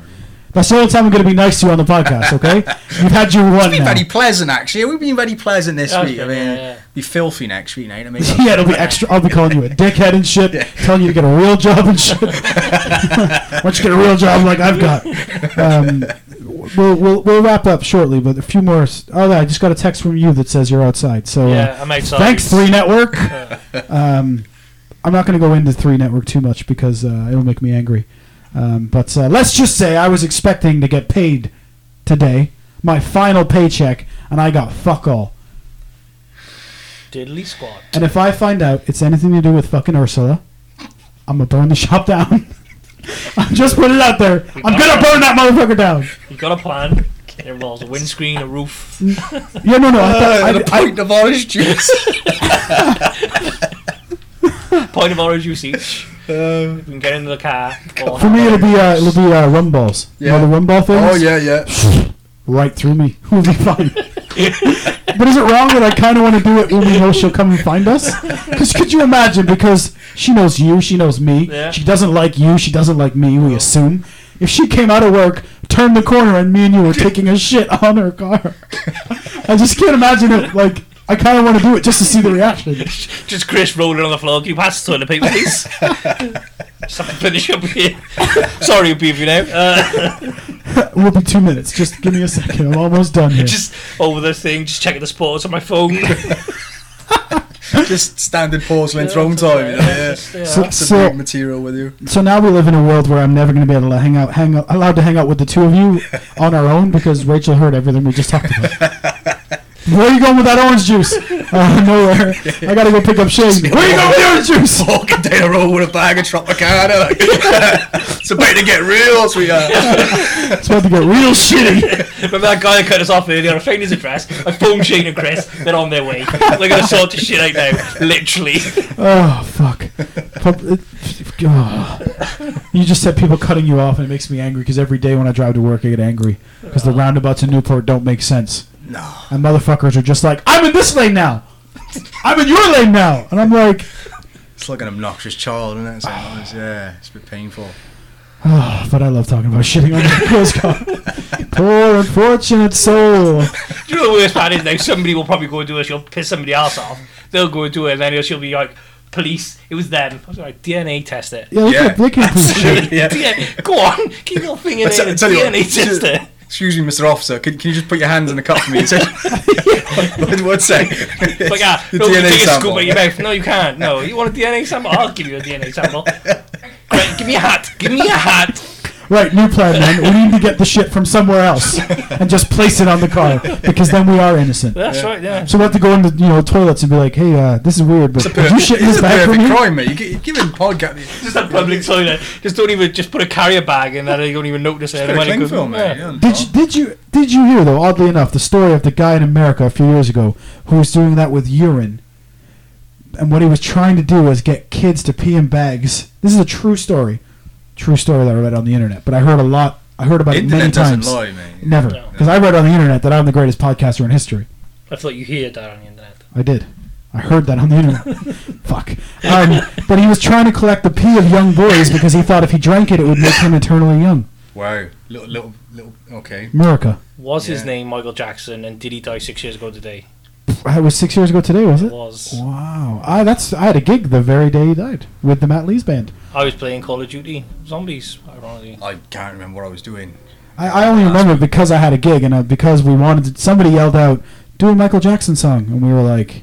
Speaker 1: That's the only time I'm going to be nice to you on the podcast. Okay, you've had your one
Speaker 6: It's been
Speaker 1: now.
Speaker 6: very pleasant, actually. We've been very pleasant this
Speaker 4: That's
Speaker 6: week. I
Speaker 4: good,
Speaker 6: mean,
Speaker 4: yeah, yeah.
Speaker 6: be filthy next week, mate. I mean,
Speaker 1: yeah, it'll be extra. I'll be calling you a dickhead and shit, telling you to get a real job and shit. Once you get a real job like I've got, um, we'll, we'll we'll wrap up shortly. But a few more. s- Oh, no, I just got a text from you that says you're outside. So
Speaker 4: Yeah,
Speaker 1: uh,
Speaker 4: I'm outside.
Speaker 1: Thanks, Three Network. um, I'm not going to go into Three Network too much because uh, it'll make me angry. Um, but uh, let's just say I was expecting to get paid today, my final paycheck, and I got fuck all.
Speaker 4: Diddly squad.
Speaker 1: And if I find out it's anything to do with fucking Ursula, I'm gonna burn the shop down. I'm just putting it out there. I'm gonna burn that motherfucker down.
Speaker 4: You got a plan. It involves a windscreen, a roof.
Speaker 1: Yeah, no, no. I
Speaker 6: Uh,
Speaker 1: thought,
Speaker 6: the
Speaker 1: I, I,
Speaker 6: point of orange juice.
Speaker 4: Point of orange juice each.
Speaker 6: Uh.
Speaker 4: we can get into the car. Or
Speaker 1: for me, it'll be uh, it'll be uh, rum balls. You
Speaker 6: Yeah.
Speaker 1: know the rum ball things.
Speaker 6: oh yeah, yeah.
Speaker 1: Right through me. We'll be fine. but is it wrong that I kind of want to do it when we know she'll come and find us? Because could you imagine? Because she knows you, she knows me.
Speaker 4: Yeah.
Speaker 1: She doesn't like you, she doesn't like me. We assume. If she came out of work, turned the corner, and me and you were taking a shit on her car, I just can't imagine it. Like I kind of want to do it just to see the reaction.
Speaker 4: Just Chris rolling on the floor. Can you pass the toilet paper, please? Just have to finish up here. Sorry, you'll be if you know. Uh,
Speaker 1: It will be two minutes. Just give me a second. I'm almost done here.
Speaker 4: just over the thing, just checking the sports on my phone.
Speaker 6: Just standard porcelain throne time. You know, yeah.
Speaker 1: So-
Speaker 6: Some
Speaker 1: so-
Speaker 6: big material with you.
Speaker 1: so now we live in a world where I'm never going to be able to hang out, hang out, allowed to hang out with the two of you on our own because Rachel heard everything we just talked about. Where are you going with that orange juice? Uh, nowhere. I gotta go pick up Shane. Where are you going with the orange juice?
Speaker 6: Four container roll with a bag of Tropicana. it's about to get real, sweetheart.
Speaker 1: It's about to get real shitty.
Speaker 4: Remember that guy that cut us off earlier? I found his address. I phoned Shane and Chris. They're on their way. They're going to sort this shit out now. Literally.
Speaker 1: Oh fuck! Pub- it- oh. You just said people cutting you off, and it makes me angry because every day when I drive to work, I get angry because the roundabouts in Newport don't make sense.
Speaker 6: No.
Speaker 1: and motherfuckers are just like, "I'm in this lane now. I'm in your lane now," and I'm like,
Speaker 6: It's like an obnoxious child, isn't it? Sometimes, yeah, it's a bit painful.
Speaker 1: oh, "But I love talking about shitting on the girl's car. Poor unfortunate soul."
Speaker 4: Do you know the worst part is now? Somebody will probably go and do it. She'll piss somebody else off. They'll go and do it, and then she'll be like, "Police, it was them." I was like, "DNA test it."
Speaker 1: Yeah, they
Speaker 6: Yeah.
Speaker 1: can they can prove shit.
Speaker 6: Yeah.
Speaker 4: DNA, go on, keep your finger
Speaker 6: That's-
Speaker 4: in
Speaker 6: I
Speaker 4: it.
Speaker 6: tell you what,
Speaker 4: DNA test it.
Speaker 6: Excuse me, Mr. Officer. Can, can you just put your hands in the cup for me? What's that?
Speaker 4: Like, ah,
Speaker 6: The
Speaker 4: no, you
Speaker 6: DNA
Speaker 4: take a
Speaker 6: sample.
Speaker 4: scoop out your mouth. No, you can't. No, you want a DNA sample? I'll give you a DNA sample. Great, give me a hat. Give me a hat.
Speaker 1: Right, new plan, man. We need to get the shit from somewhere else and just place it on the car because then we are innocent.
Speaker 4: That's right. Yeah.
Speaker 1: So we have to go into you know toilets and be like, "Hey, uh, this is weird, but did you shit in this
Speaker 6: It's a
Speaker 1: bag for
Speaker 6: perfect
Speaker 1: me?"
Speaker 6: crime, mate. You gi- You're giving podcast
Speaker 4: Just a public toilet. Just don't even. Just put a carrier bag in there. You don't even notice it.
Speaker 6: a
Speaker 4: When it
Speaker 6: cling
Speaker 4: goes-
Speaker 6: film,
Speaker 4: yeah.
Speaker 6: mate. Yeah.
Speaker 1: Did you, did you did you hear though? Oddly enough, the story of the guy in America a few years ago who was doing that with urine, and what he was trying to do was get kids to pee in bags. This is a true story, true story that I read on the internet. But I heard a lot. I heard about
Speaker 6: The
Speaker 1: it many
Speaker 6: internet doesn't
Speaker 1: times.
Speaker 6: lie, mate.
Speaker 1: Never,
Speaker 4: No.
Speaker 1: because I read on the internet that I'm the greatest podcaster in history.
Speaker 4: I thought you hear that on the internet.
Speaker 1: I did. I heard that on the internet. Fuck. Um, but he was trying to collect the pee of young boys because he thought if he drank it, it would make him eternally young.
Speaker 6: Wow. Little, little, little. Okay.
Speaker 1: America.
Speaker 4: Was his
Speaker 6: Yeah.
Speaker 4: name Michael Jackson? And did he die six years ago today?
Speaker 1: It was six years ago today, was it?
Speaker 4: Was
Speaker 1: Wow, I that's I had a gig the very day he died with the Matt Lees band.
Speaker 4: I was playing Call of Duty Zombies, ironically.
Speaker 6: I can't remember what I was doing.
Speaker 1: I, I only
Speaker 4: Ah.
Speaker 1: remember because I had a gig and uh, because we wanted to, somebody yelled out, "Do a Michael Jackson song," and we were like,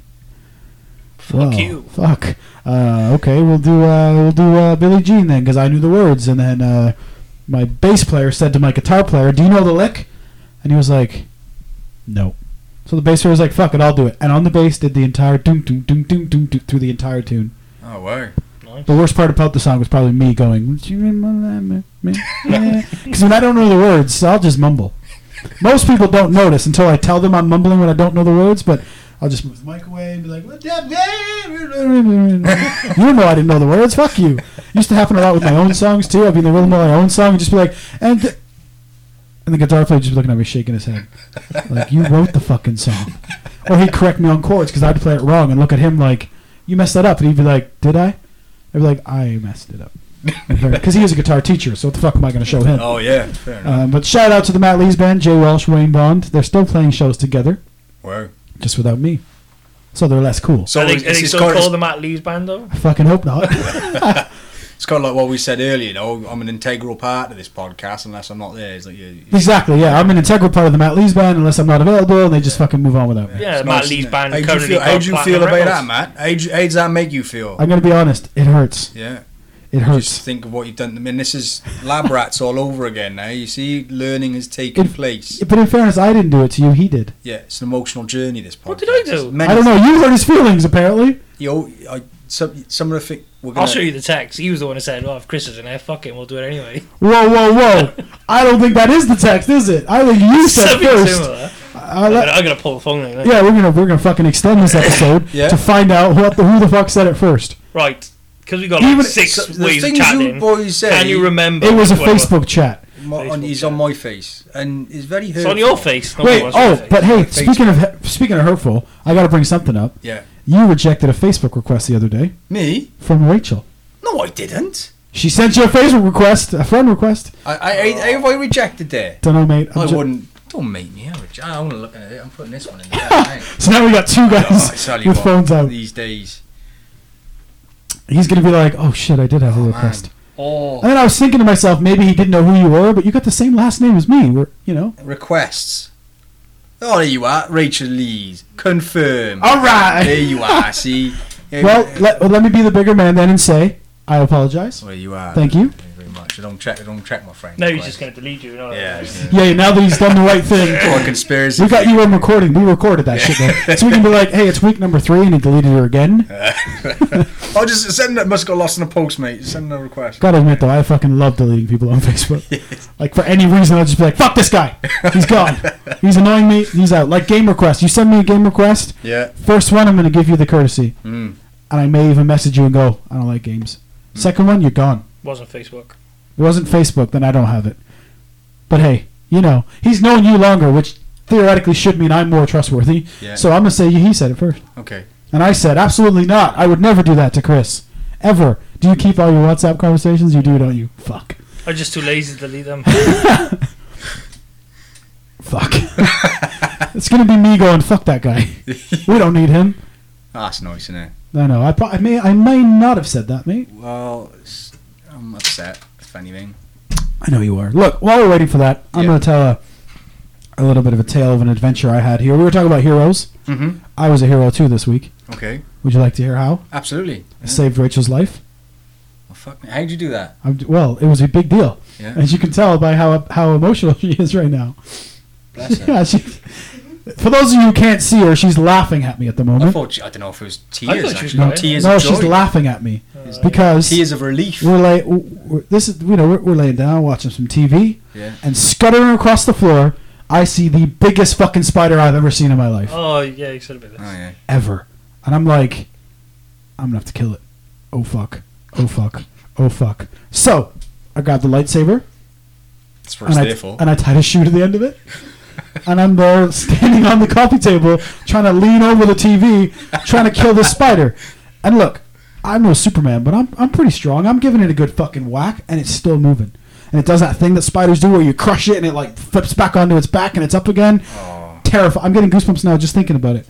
Speaker 4: Fuck
Speaker 1: "Well,
Speaker 4: you.
Speaker 1: fuck." Uh, okay, we'll do uh, we'll do uh, Billie Jean then because I knew the words, and then uh, my bass player said to my guitar player, "Do you know the lick?" And he was like, "No." So the bass player was like, "Fuck it, I'll do it," and on the bass did the entire doom doom doom doom doom doom through the entire tune.
Speaker 6: Oh wow.
Speaker 1: The worst part about the song was probably me going, because when I don't know the words, so I'll just mumble. Most people don't notice until I tell them I'm mumbling when I don't know the words, but I'll just move the mic away and be like, "What up, man?" you know I didn't know the words. Fuck you. Used to happen a lot with my own songs too. I'd be in the rhythm of my own song and just be like, and And the guitar player just looking at me, shaking his head, like you wrote the fucking song, or he'd correct me on chords because I'd play it wrong and look at him like you messed that up, and he'd be like, "Did I?" I'd be like, "I messed it up," because he is a guitar teacher. So what the fuck am I going to show him?
Speaker 6: Oh yeah, fair enough.
Speaker 1: Uh, but shout out to the Matt Lees band, Jay Welsh, Wayne Bond. They're still playing shows together,
Speaker 6: Wow.
Speaker 1: just without me. So they're less cool.
Speaker 6: So
Speaker 4: I think,
Speaker 6: it's,
Speaker 4: I think
Speaker 6: it's,
Speaker 4: so
Speaker 6: got,
Speaker 4: call
Speaker 6: it's,
Speaker 4: them at Lee's band though.
Speaker 1: I fucking hope not.
Speaker 6: it's kind of like what we said earlier. You know, I'm an integral part of this podcast. Unless I'm not there, it's like you, you-
Speaker 1: exactly, yeah. I'm an integral part of the Matt Lees band unless I'm not available, and they just fucking move on without me.
Speaker 4: Yeah,
Speaker 6: it's
Speaker 4: Matt
Speaker 6: nice,
Speaker 4: Lee's
Speaker 6: isn't it?
Speaker 4: band
Speaker 6: How do you
Speaker 4: currently
Speaker 6: feel,
Speaker 4: got
Speaker 6: how do you
Speaker 4: platinum
Speaker 6: feel about
Speaker 4: records.
Speaker 6: that, Matt? How do you- how does that make you feel?
Speaker 1: I'm going to be honest. It hurts.
Speaker 6: yeah.
Speaker 1: It
Speaker 6: Just
Speaker 1: hurts.
Speaker 6: think of what you've done. I mean, this is lab rats all over again now. You see, learning has taken
Speaker 1: It-
Speaker 6: place.
Speaker 1: But in fairness, I didn't do it to you. He did.
Speaker 6: yeah, it's an emotional journey. This podcast.
Speaker 4: What did I do?
Speaker 6: It's many-
Speaker 1: I don't know. You hurt his feelings, apparently.
Speaker 6: You know, I, some, some of the things we're gonna.
Speaker 4: I'll show you the text. He was the one who said, "Well, if Chris is in there, fuck it, we'll do it anyway."
Speaker 1: Whoa, whoa, whoa. I don't think that is the text, is it? I think you said
Speaker 4: Something
Speaker 1: first.
Speaker 4: similar.
Speaker 1: I-
Speaker 4: I'm
Speaker 1: I-
Speaker 4: gonna, I'm gonna pull the phone thing.
Speaker 1: yeah, we're gonna we're gonna fucking extend this episode
Speaker 6: Yeah.
Speaker 1: to find out what the, who the fuck said it first.
Speaker 4: Right, because we got like
Speaker 1: Even-
Speaker 4: six
Speaker 6: So the
Speaker 4: ways of
Speaker 6: things
Speaker 4: chatting.
Speaker 6: you boys say.
Speaker 4: Can you remember?
Speaker 1: It was a
Speaker 4: which one
Speaker 1: Facebook chat.
Speaker 6: my, on, he's on my face, and it's very hurtful.
Speaker 4: It's on your face. not
Speaker 1: Wait,
Speaker 4: on my
Speaker 1: oh,
Speaker 4: face.
Speaker 1: but hey,
Speaker 6: Facebook.
Speaker 1: speaking of speaking of hurtful, I gotta bring something up.
Speaker 6: Yeah,
Speaker 1: You rejected a Facebook request the other day
Speaker 6: me?
Speaker 1: from Rachel.
Speaker 6: No, I didn't.
Speaker 1: She sent you a Facebook request, a friend request.
Speaker 6: I, I, I, have I rejected there.
Speaker 1: Don't know, mate. I'm
Speaker 6: I
Speaker 1: ju-
Speaker 6: wouldn't. Don't make me. I reje- I'm not looking at it. I'm putting this one in. There, right?
Speaker 1: So now we got two
Speaker 6: oh, I
Speaker 1: guys
Speaker 6: tell you
Speaker 1: with
Speaker 6: what,
Speaker 1: phones out.
Speaker 6: these days.
Speaker 1: He's gonna be like, "Oh shit, I did have a request."
Speaker 6: Man. Oh,
Speaker 1: And then I was thinking to myself, maybe he didn't know who you were, but you got the same last name as me. We're, you know.
Speaker 6: requests. Oh, there you are, Rachel Lees. Confirm.
Speaker 1: All right.
Speaker 6: There you are. See. Yeah,
Speaker 1: Well,
Speaker 6: yeah.
Speaker 1: let, well, let me be the bigger man then and say, I apologize.
Speaker 6: Well, you are.
Speaker 1: Thank you.
Speaker 6: Thank you very much. I don't check. I don't check my friend.
Speaker 4: No, he's
Speaker 6: requests.
Speaker 4: just gonna delete you. No,
Speaker 6: Yeah.
Speaker 1: Yeah, now that he's done the right thing,
Speaker 6: Or conspiracy.
Speaker 1: we got you on recording. We recorded that shit, man. so we can be like, hey, it's week number three, and he deleted her again.
Speaker 6: Oh, just send that. Must got lost in a post, mate. Send a request.
Speaker 1: Gotta admit though, I fucking love deleting people on Facebook. Like for any reason, I'll just be like, fuck this guy. He's gone. he's annoying me. He's out. Like game request. You send me a game request.
Speaker 6: Yeah.
Speaker 1: First one, I'm gonna give you the courtesy,
Speaker 6: Mm.
Speaker 1: and I may even message you and go, I don't like games.
Speaker 6: Hmm.
Speaker 1: Second one, you're gone.
Speaker 4: wasn't Facebook.
Speaker 1: It wasn't Facebook, then I don't have it. But hey, you know, he's known you longer, which theoretically should mean I'm more trustworthy.
Speaker 6: Yeah.
Speaker 1: So I'm going to say he said it first.
Speaker 6: Okay.
Speaker 1: And I said, absolutely not. I would never do that to Chris. Ever. Do you keep all your WhatsApp conversations? You do, don't you? Fuck.
Speaker 4: I'm just too lazy to delete them.
Speaker 1: Fuck. it's going to be me going, fuck that guy. we don't need him.
Speaker 6: Ah, That's nice, isn't it?
Speaker 1: No, no. I, pro- I, may, I may not have said that, mate.
Speaker 6: Well, it's, I'm upset. If anything.
Speaker 1: I know you are. Look, while we're waiting for that, I'm
Speaker 6: Yeah.
Speaker 1: going to tell a, a little bit of a tale of an adventure I had here. We were talking about heroes.
Speaker 6: Mm-hmm.
Speaker 1: I was a hero too this week.
Speaker 6: Okay.
Speaker 1: Would you like to hear how?
Speaker 6: Absolutely.
Speaker 1: I saved Rachel's life.
Speaker 6: Well, fuck me. How'd you do that?
Speaker 1: I'm, well, it was a big deal,
Speaker 6: Yeah.
Speaker 1: as you can tell by how how emotional she is right now.
Speaker 6: Bless her.
Speaker 1: yeah, she, for those of you who can't see her, she's laughing at me at the
Speaker 6: I
Speaker 1: moment.
Speaker 6: thought. She, I don't know if it was tears.
Speaker 4: I thought she was
Speaker 6: actually.
Speaker 4: crying.
Speaker 6: tears
Speaker 1: Hmm? no,
Speaker 6: of joy.
Speaker 1: she's laughing at me because
Speaker 6: tears of relief.
Speaker 1: we're like we're, this is you know we're, we're laying down watching some TV
Speaker 6: Yeah.
Speaker 1: and scuttering across the floor. I see the biggest fucking spider I've ever seen in my life,
Speaker 4: oh yeah, you said about this.
Speaker 6: Oh yeah.
Speaker 1: ever, and I'm like, I'm gonna have to kill it. Oh fuck! Oh fuck! Oh fuck! So I grabbed the lightsaber.
Speaker 6: That's what
Speaker 1: and
Speaker 6: it's
Speaker 1: I,
Speaker 6: there for.
Speaker 1: and I tied a shoe to the end of it. and I'm there standing on the coffee table trying to lean over the TV, trying to kill this spider. And look, I'm no Superman, but I'm, I'm pretty strong. I'm giving it a good fucking whack, and it's still moving. And it does that thing that spiders do where you crush it and it like flips back onto its back and it's up again. Terrifying. I'm getting goosebumps now just thinking about it.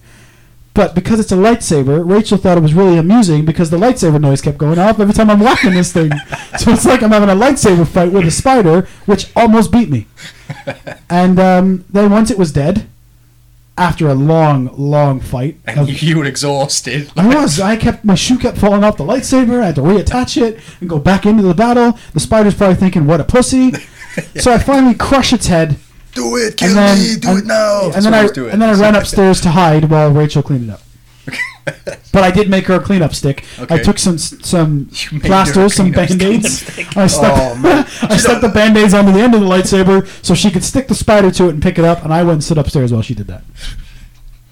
Speaker 1: But because it's a lightsaber, Rachel thought it was really amusing because the lightsaber noise kept going off every time I'm whacking this thing. So it's like I'm having a lightsaber fight with a spider, which almost beat me. And um, then once it was dead, after a long, long fight,
Speaker 6: And
Speaker 1: of-
Speaker 6: you, you were exhausted.
Speaker 1: I was. I kept my shoe kept falling off the lightsaber. I had to reattach it and go back into the battle. The spider's probably thinking, "What a pussy!" So I finally crush its head
Speaker 6: Do it.
Speaker 1: and
Speaker 6: Kill
Speaker 1: then
Speaker 6: me. Do
Speaker 1: and,
Speaker 6: it now.
Speaker 1: And then I, and then I ran upstairs to hide while Rachel cleaned it up. but I did make her a cleanup stick. I
Speaker 6: Okay.
Speaker 1: took some some
Speaker 6: You made her a
Speaker 1: plasters, some
Speaker 6: cleanup
Speaker 1: band
Speaker 6: stick.
Speaker 1: aids. I stuck
Speaker 6: Oh, man.
Speaker 1: I stuck the band aids onto the end of the lightsaber so she could stick the spider to it and pick it up. And I went and sit upstairs while she did that.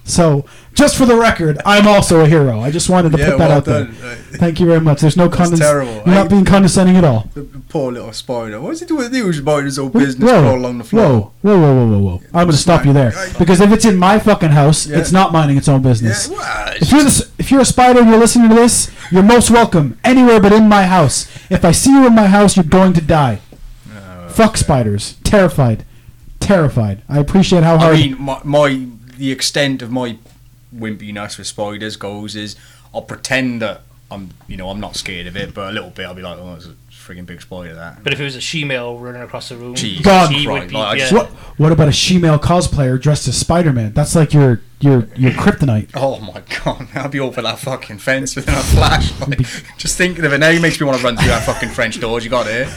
Speaker 1: So, just for the record, I'm also a hero. I just wanted to
Speaker 6: Yeah,
Speaker 1: put that
Speaker 6: well
Speaker 1: out
Speaker 6: done.
Speaker 1: there. Thank you very much. There's no condescending.
Speaker 6: terrible.
Speaker 1: You're
Speaker 6: I-
Speaker 1: not being condescending at all.
Speaker 6: The poor little spider. What does he do with you? He's about his own
Speaker 1: Wait,
Speaker 6: business
Speaker 1: whoa,
Speaker 6: crawl along the floor.
Speaker 1: Whoa, whoa, whoa, whoa, whoa, whoa. I'm going to stop you there.
Speaker 6: I-
Speaker 1: Because if it's in my fucking house,
Speaker 6: Yeah.
Speaker 1: it's not minding its own
Speaker 6: Yeah,
Speaker 1: business.
Speaker 6: well,
Speaker 1: If you're, the, s- if you're a spider and you're listening to this, you're most welcome anywhere but in my house. If I see you in my house, you're going to die.
Speaker 6: Oh,
Speaker 1: Fuck spiders. Terrified. Terrified. I appreciate how
Speaker 6: I
Speaker 1: hard.
Speaker 6: mean, my, my the extent of my wimpiness with spiders goes is I'll pretend that I'm, you know, I'm not scared of it, but a little bit I'll be like, oh, it's a frigging big spider that.
Speaker 4: But if it was a she-male running across the room,
Speaker 6: Jesus
Speaker 1: God
Speaker 4: she
Speaker 6: Christ,
Speaker 4: would be.
Speaker 6: like, I
Speaker 4: yeah.
Speaker 6: just-
Speaker 1: what, what about a she-male cosplayer dressed as Spider-Man? That's like your your your kryptonite.
Speaker 6: Oh my god, I'll be over that fucking fence within a flash. Like, just thinking of it now makes me want to run through that fucking French doors you got here.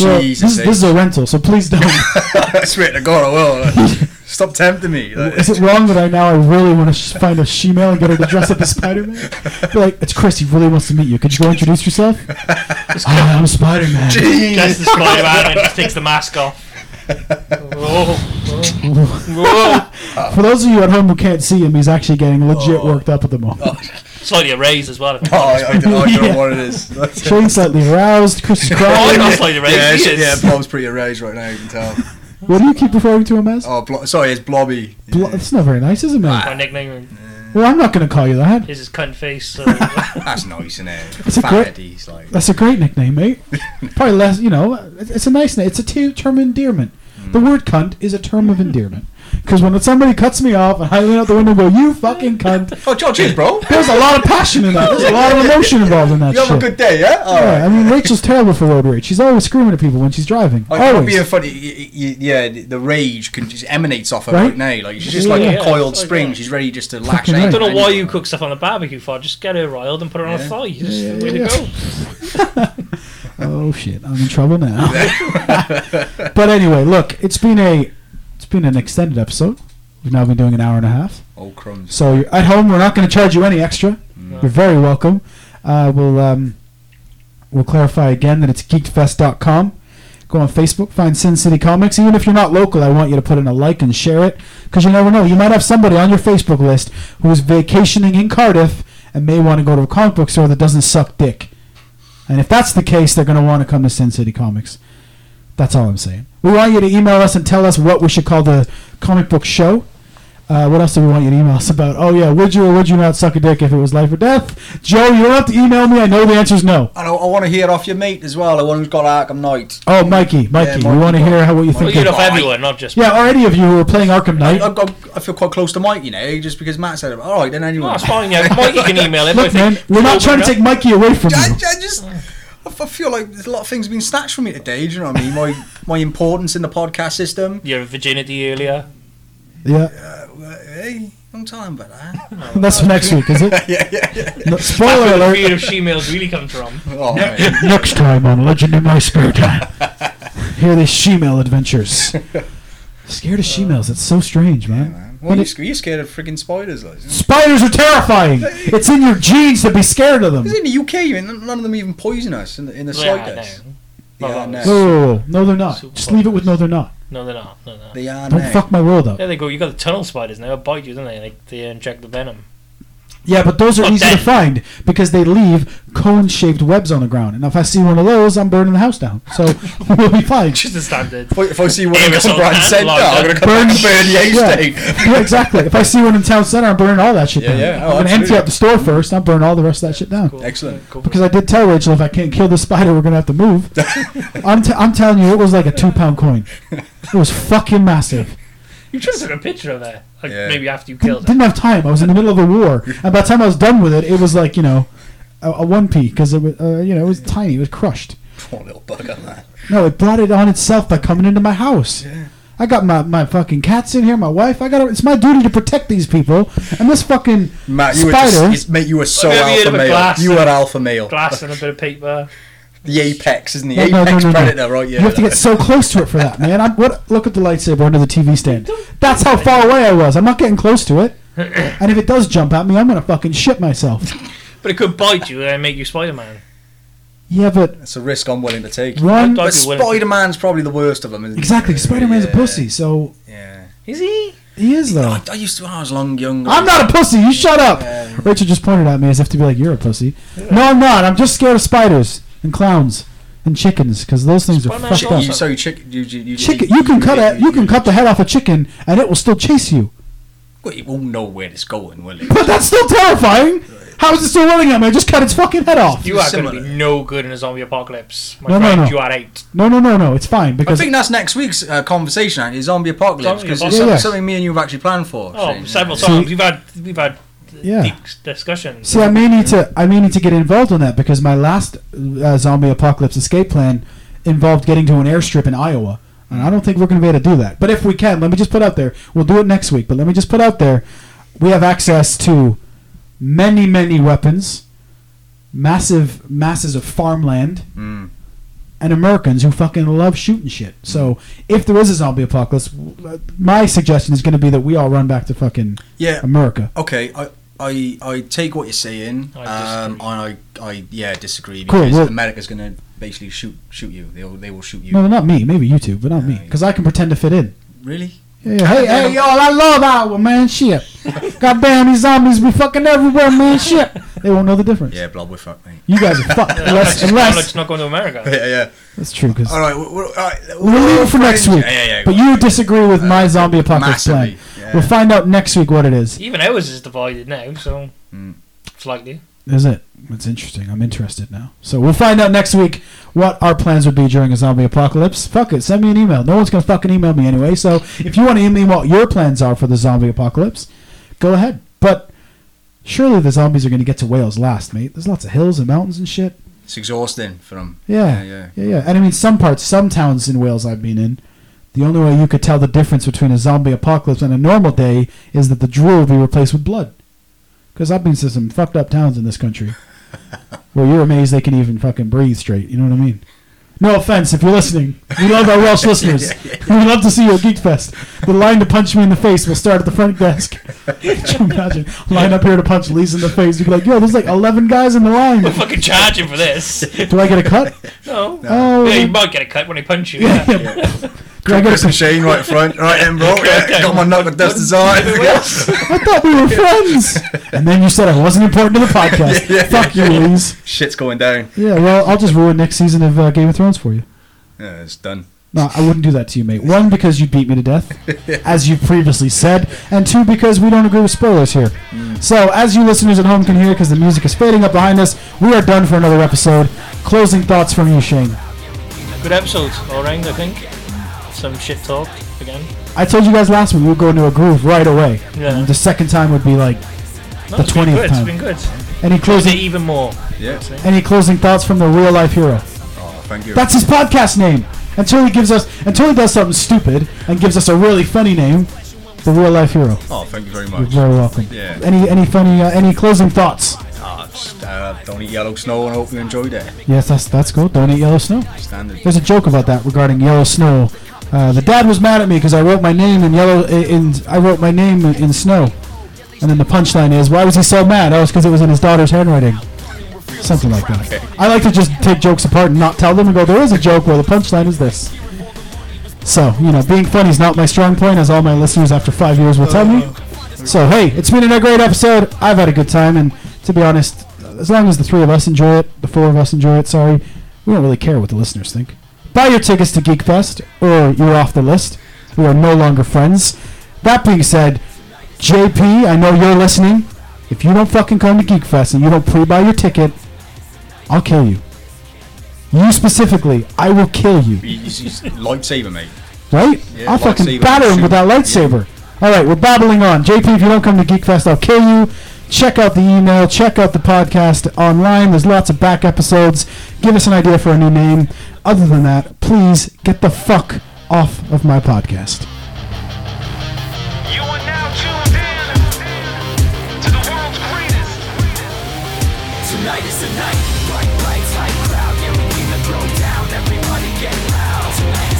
Speaker 1: Well,
Speaker 6: Jesus,
Speaker 1: this, this is a rental, so please don't.
Speaker 6: I swear to God, I will. Like, stop tempting me. Like,
Speaker 1: is it wrong that I now I really want to sh- find a she-male and get her to dress up as Spider-Man? Be like, it's Chris. He really wants to meet you. Could you go introduce yourself? Hi, I'm Spider-Man.
Speaker 4: Just
Speaker 6: Jesus.
Speaker 4: the Spider-Man and just takes the mask off. Oh,
Speaker 1: For those of you at home who can't see him, he's actually getting legit worked up at the moment.
Speaker 4: slightly erased as well.
Speaker 6: Oh, I, I don't know, I don't know
Speaker 1: Yeah.
Speaker 6: what it is. That's it.
Speaker 1: Shane's slightly aroused. Chris is
Speaker 4: Oh,
Speaker 1: crying.
Speaker 4: not slightly erased.
Speaker 6: Yeah,
Speaker 4: he
Speaker 6: shit,
Speaker 4: is.
Speaker 6: yeah, Blob's pretty enraged right now, you can tell.
Speaker 1: What do you keep referring to him as?
Speaker 6: Oh, Ah. Blo- sorry, it's Blobby.
Speaker 1: Blo- That's not very nice, is it, man?
Speaker 4: My nickname
Speaker 1: Well, I'm not going to call you that.
Speaker 4: is his cunt face. So
Speaker 6: That's nice, isn't it?
Speaker 1: It's a
Speaker 6: Fat
Speaker 1: great-
Speaker 6: Eddie's like.
Speaker 1: That's a great nickname, mate. Probably less, you know. It's it's a nice name. It's a t- term of endearment. The
Speaker 6: Mm.
Speaker 1: word "cunt" is a term of endearment because when somebody cuts me off and I lean out the window and go, "You fucking cunt,"
Speaker 6: Oh, George, cheers, bro.
Speaker 1: there's a lot of passion in that. There's a lot of emotion involved in that
Speaker 6: You have
Speaker 1: shit.
Speaker 6: a good day, yeah? All
Speaker 1: yeah, I
Speaker 6: right.
Speaker 1: mean, Rachel's terrible for road rage. She's always screaming at people when she's driving.
Speaker 6: Like,
Speaker 1: always.
Speaker 6: not being funny, y- y- yeah, the the rage can just emanates off her right,
Speaker 1: Right?
Speaker 6: now. Like she's just like
Speaker 4: Yeah.
Speaker 6: a coiled
Speaker 4: It's like,
Speaker 6: spring.
Speaker 4: yeah.
Speaker 6: She's ready just to lash
Speaker 1: Fucking
Speaker 6: out.
Speaker 1: right.
Speaker 4: I don't know
Speaker 6: at
Speaker 4: why
Speaker 6: anyone.
Speaker 4: you cook stuff on the barbecue for. Just get her riled and put her on a thigh. Just
Speaker 1: Yeah,
Speaker 4: way
Speaker 1: yeah,
Speaker 4: to go.
Speaker 1: Oh shit, I'm in trouble now. but anyway, look, it's been a it's been an extended episode. We've now been doing an hour and a half.
Speaker 6: Oh crumbs!
Speaker 1: So you're at home, we're not going to charge you any extra. You're very welcome. Uh, we'll um, we'll clarify again that it's geekfest.com. Go on Facebook, find Sin City Comics. Even if you're not local, I want you to put in a like and share it because you never know. You might have somebody on your Facebook list who is vacationing in Cardiff and may want to go to a comic book store that doesn't suck dick. And if that's the case, they're going to want to come to Sin City Comics. That's all I'm saying. We want you to email us and tell us what we should call the comic book show. Uh, what else do we want you to email us about? Oh yeah, would you or would you not suck a dick if it was life or death? Joe, you don't have to email me. I know the answer's no.
Speaker 6: And I, I want to hear off your mate as well. The one who's got Arkham Knight.
Speaker 1: Oh, Mikey, Mikey, we
Speaker 6: Mikey,
Speaker 1: want to
Speaker 6: go.
Speaker 1: hear how what you
Speaker 4: Well,
Speaker 1: think.
Speaker 4: you
Speaker 1: Of,
Speaker 4: know, for everyone, not just.
Speaker 1: yeah, or any of you who are playing Arkham
Speaker 6: I,
Speaker 1: Knight.
Speaker 6: I, got, I feel quite close to Mike, you know, just because Matt said it. All right, then anyone.
Speaker 4: Oh, it's fine. Yeah, Mike, you can email him. I
Speaker 1: Look,
Speaker 4: think-
Speaker 1: man, we're not
Speaker 4: Open
Speaker 1: trying to
Speaker 4: up.
Speaker 1: take Mikey away from
Speaker 6: I,
Speaker 1: you.
Speaker 6: I just I f- I feel like there's a lot of things being snatched from me today. Do you know what I mean? My my importance in the podcast system.
Speaker 4: your virginity earlier.
Speaker 1: Yeah,
Speaker 6: Well, Hey, don't tell him about that.
Speaker 1: that's for next week, is it?
Speaker 6: yeah, yeah, yeah.
Speaker 1: No,
Speaker 4: Where
Speaker 1: spoiler
Speaker 4: the
Speaker 1: alert.
Speaker 4: fear of females really come from.
Speaker 6: Oh, man.
Speaker 1: Next time on Legend in My Spare Time. Hear these shemale adventures. Scared of shemales. It's so strange, man.
Speaker 6: Well, you, sc- you scared of freaking spiders, like. Is
Speaker 1: Spiders are terrifying. It's in your genes to be scared of them.
Speaker 6: it in the UK? you mean, None of them even poison us in the, in the
Speaker 4: Yeah,
Speaker 6: slightest.
Speaker 4: no.
Speaker 6: Yeah,
Speaker 4: Well,
Speaker 1: No,
Speaker 6: no.
Speaker 1: whoa, whoa, whoa. no, they're not.
Speaker 4: Super
Speaker 1: Just leave it with no, they're not.
Speaker 4: No, they're not. No, they're not.
Speaker 6: They are
Speaker 1: Don't
Speaker 6: now.
Speaker 1: fuck my world up.
Speaker 4: There they go. You got the tunnel spiders now. They bite you, don't they? Like they inject the venom.
Speaker 1: Yeah, but those are
Speaker 4: Fuck
Speaker 1: easy to
Speaker 4: that.
Speaker 1: find because they leave cone-shaped webs on the ground. And if I see one of those, I'm burning the house down. So we'll be fine.
Speaker 4: Just the standard.
Speaker 6: If I- If I see one in
Speaker 4: Aerosol
Speaker 6: Brand
Speaker 4: can,
Speaker 6: Centre,
Speaker 4: like
Speaker 6: I'm
Speaker 4: that.
Speaker 6: going to come back and burn the
Speaker 1: Yeah.
Speaker 6: estate.
Speaker 1: yeah, exactly. If I see one in town center, I'm burning all that shit
Speaker 6: Yeah,
Speaker 1: down.
Speaker 6: yeah. Oh,
Speaker 1: I'm gonna empty
Speaker 6: absolutely.
Speaker 1: out the store first. I'm burning all the rest of that shit down.
Speaker 6: Excellent.
Speaker 1: Because I did tell Rachel if I can't kill the spider, we're gonna have to move. I'm, t- I'm telling you, it was like a two-pound coin. It was fucking massive.
Speaker 4: You just took a picture of that. Like
Speaker 6: Yeah.
Speaker 4: maybe after you killed it.
Speaker 1: Didn't have time. I was in the middle of a war, and by the time I was done with it, it was like you know, a, a one p because it was uh, you know it was tiny. It was crushed.
Speaker 6: Poor little bugger, man.
Speaker 1: No, it brought it on itself by coming into my house. I got my, my fucking cats in here, my wife. I got it's my duty to protect these people, and this fucking
Speaker 6: Matt, you were,
Speaker 1: spider.
Speaker 6: just, mate, you were so
Speaker 4: Maybe you'd
Speaker 6: alpha
Speaker 4: have a
Speaker 6: male.
Speaker 4: glass
Speaker 6: You were
Speaker 4: and-
Speaker 6: alpha male.
Speaker 4: Glass and a bit of paper.
Speaker 6: The apex, isn't the
Speaker 1: No, no, no,
Speaker 6: apex
Speaker 1: no, no.
Speaker 6: predator, right? Yeah.
Speaker 1: you have to get so close to it for that, man. I'm, what? Look at the lightsaber under the TV stand. That's how far away I was. I'm not getting close to it. And if it does jump at me, I'm gonna fucking shit myself.
Speaker 4: But it could bite you and make you Spider Man.
Speaker 1: Yeah, but
Speaker 6: It's a risk I'm willing to take.
Speaker 1: one
Speaker 4: I'd
Speaker 6: But
Speaker 4: be willing to-
Speaker 6: Spider Man's probably the worst of them, isn't he?
Speaker 1: exactly. Spider-Man's a
Speaker 6: Yeah,
Speaker 1: pussy, so
Speaker 6: Yeah.
Speaker 4: Is he?
Speaker 1: he He is though.
Speaker 6: I, I used to when I was long, young.
Speaker 1: I'm not a pussy. You shut up.
Speaker 6: Yeah.
Speaker 1: Rachel just pointed at me as if to be like, "You're a pussy." No, I'm not. I'm just scared of spiders and clowns and chickens because those things are
Speaker 4: Spider-Man
Speaker 1: fucked
Speaker 4: shot
Speaker 1: up.
Speaker 6: Chick, you, so you chick, you, you, you,
Speaker 1: Chicken. You can cut a, You can cut the head off a chicken and it will still chase you.
Speaker 6: Well, it won't know where it's going, will it?
Speaker 1: But that's still terrifying. How is it still running at me? I just cut its fucking head off.
Speaker 4: You are going to
Speaker 6: Similar.
Speaker 4: be no good in a zombie apocalypse. My
Speaker 1: No, no,
Speaker 4: friend,
Speaker 1: no.
Speaker 4: you are eight.
Speaker 1: No, no, no, no. It's fine
Speaker 6: I
Speaker 1: because
Speaker 6: think that's next week's uh, conversation, actually, zombie apocalypse,
Speaker 4: Zombie
Speaker 6: because
Speaker 4: apocalypse.
Speaker 6: it's some-
Speaker 1: Yeah, yeah.
Speaker 6: something me and you have actually planned for.
Speaker 4: Oh,
Speaker 6: Shane,
Speaker 4: several
Speaker 6: yeah.
Speaker 4: times. We've had, we've had
Speaker 1: Yeah.
Speaker 4: deep discussions.
Speaker 1: See, I may need to. I may need to get involved on that because my last uh, zombie apocalypse escape plan involved getting to an airstrip in Iowa, and I don't think we're going to be able to do that. But if we can, let me just put out there. We'll do it next week. But let me just put out there, we have access to many, many weapons, massive masses of farmland,
Speaker 6: Mm.
Speaker 1: and Americans who fucking love shooting shit. So if there is a zombie apocalypse, w- uh, my suggestion is going to be that we all run back to fucking
Speaker 6: Yeah.
Speaker 1: America.
Speaker 6: Okay. I, I, I take what you're saying.
Speaker 4: I
Speaker 6: um, and I, I yeah disagree
Speaker 1: Cool,
Speaker 6: because
Speaker 1: well-
Speaker 6: America's going to basically shoot shoot you. They will, they will shoot you.
Speaker 1: No, not me. Maybe you two, but not me,
Speaker 6: Yeah,
Speaker 1: because I can pretend to fit in.
Speaker 6: Really?
Speaker 1: Yeah, hey, hey, y'all, I love Iowa, man. Shit. Goddamn, these zombies be fucking everywhere, man. Shit. They won't know the difference.
Speaker 6: Yeah, blob, we're fucked, mate.
Speaker 1: You guys are fucked. unless,
Speaker 4: Just-
Speaker 1: unless.
Speaker 4: Let's not go to America.
Speaker 6: Yeah, yeah.
Speaker 1: That's true, because.
Speaker 6: All right, we're, we're, all right,
Speaker 1: We'll leave it for next week.
Speaker 6: Yeah, yeah, yeah.
Speaker 1: but you disagree with my zombie apocalypse plan.
Speaker 6: massively, yeah.
Speaker 1: We'll find out next week what it is.
Speaker 4: Even ours is divided now, so slightly.
Speaker 1: Is it? It's interesting. I'm interested now. So we'll find out next week what our plans would be during a zombie apocalypse. Fuck it. Send me an email. No one's going to fucking email me anyway. So if you want to email me what your plans are for the zombie apocalypse, go ahead. But surely the zombies are going to get to Wales last, mate. There's lots of hills and mountains and shit.
Speaker 6: It's exhausting for them.
Speaker 1: Yeah.
Speaker 6: Yeah,
Speaker 1: Yeah, yeah. And I mean, some parts, some towns in Wales I've been in, the only way you could tell the difference between a zombie apocalypse and a normal day is that the drool will be replaced with blood. Because I've been to some fucked up towns in this country where you're amazed they can even fucking breathe straight. You know what I mean? No offense if you're listening. We love our Welsh listeners. We would love to see you at Geek Fest. The line to punch me in the face will start at the front desk. Could you imagine? Line up here to punch Lisa in the face. You'd be like, yo, there's like 11 guys in the line.
Speaker 4: We're fucking charging for this.
Speaker 1: Do I get a cut?
Speaker 4: No.
Speaker 1: Oh,
Speaker 4: Yeah, you might get a cut when they punch you. Yeah.
Speaker 1: yeah. Do I get a
Speaker 6: Chris and Shane right front. All right, then, bro. Yeah, Got my knuckle dusters on.
Speaker 1: I thought we were friends. And then you said I wasn't important to the podcast.
Speaker 6: Yeah, yeah,
Speaker 1: Fuck you, Louise.
Speaker 6: Shit's going down.
Speaker 1: Yeah, well, I'll just ruin next season of uh, Game of Thrones for you.
Speaker 6: Yeah, it's done.
Speaker 1: No, I wouldn't do that to you, mate. One, because you beat me to death, as you previously said, and two, because we don't agree with spoilers here.
Speaker 6: Mm.
Speaker 1: So, as you listeners at home can hear, because the music is fading up behind us, we are done for another episode. Closing thoughts from you, Shane.
Speaker 4: Good episode, all right, I think. Some shit talk again.
Speaker 1: I told you guys last week we would go into a groove right away.
Speaker 4: Yeah.
Speaker 1: And the second time would be like
Speaker 4: No,
Speaker 1: The
Speaker 4: it's been
Speaker 1: 20th
Speaker 4: good,
Speaker 1: time.
Speaker 4: It's been good.
Speaker 1: any
Speaker 4: Close it
Speaker 1: closing
Speaker 4: even more.
Speaker 6: Yeah.
Speaker 1: any closing thoughts from the real life hero.
Speaker 6: Oh, thank you.
Speaker 1: That's his podcast name. Until he gives us, until he does something stupid and gives us a really funny name, the real life hero.
Speaker 6: oh, thank you very
Speaker 1: You're
Speaker 6: much.
Speaker 1: very welcome.
Speaker 6: Yeah.
Speaker 1: Any any funny uh, any closing thoughts?
Speaker 6: Ah, just, uh, don't eat yellow snow and hope you enjoyed it.
Speaker 1: Yes, that's that's cool. Don't eat yellow snow.
Speaker 6: Standard.
Speaker 1: There's a joke about that regarding yellow snow. Uh, the dad was mad at me because I wrote my name in yellow i- in I wrote my name in, in snow, and then the punchline is why was he so mad? Oh, it's because it was in his daughter's handwriting. Something like that. I like to just take jokes apart and not tell them and go, there is a joke where the punchline is this. So, you know, being funny is not my strong point, as all my listeners after five years will tell me. So, hey, it's been a great episode. I've had a good time, and to be honest, as long as the three of us enjoy it, the four of us enjoy it, sorry, we don't really care what the listeners think. Buy your tickets to Geek Fest, or you're off the list. We are no longer friends. That being said, JP, I know you're listening. If you don't fucking come to Geek Fest and you don't pre buy your ticket, I'll kill you. You specifically, I will kill you.
Speaker 6: He- He's, he's lightsaber, mate.
Speaker 1: Right?
Speaker 6: Yeah,
Speaker 1: I'll fucking
Speaker 6: lightsaber,
Speaker 1: batter him
Speaker 6: shoot.
Speaker 1: with that lightsaber. All right, we're babbling on. JP, if you don't come to GeekFest, I'll kill you. Check out the email. Check out the podcast online. There's lots of back episodes. Give us an idea for a new name. Other than that, please get the fuck off of my podcast.
Speaker 7: You are now tuned in to the world's greatest.
Speaker 8: Tonight is the night, bright lights, high crowd, yeah we need to throw down, everybody get loud. Tonight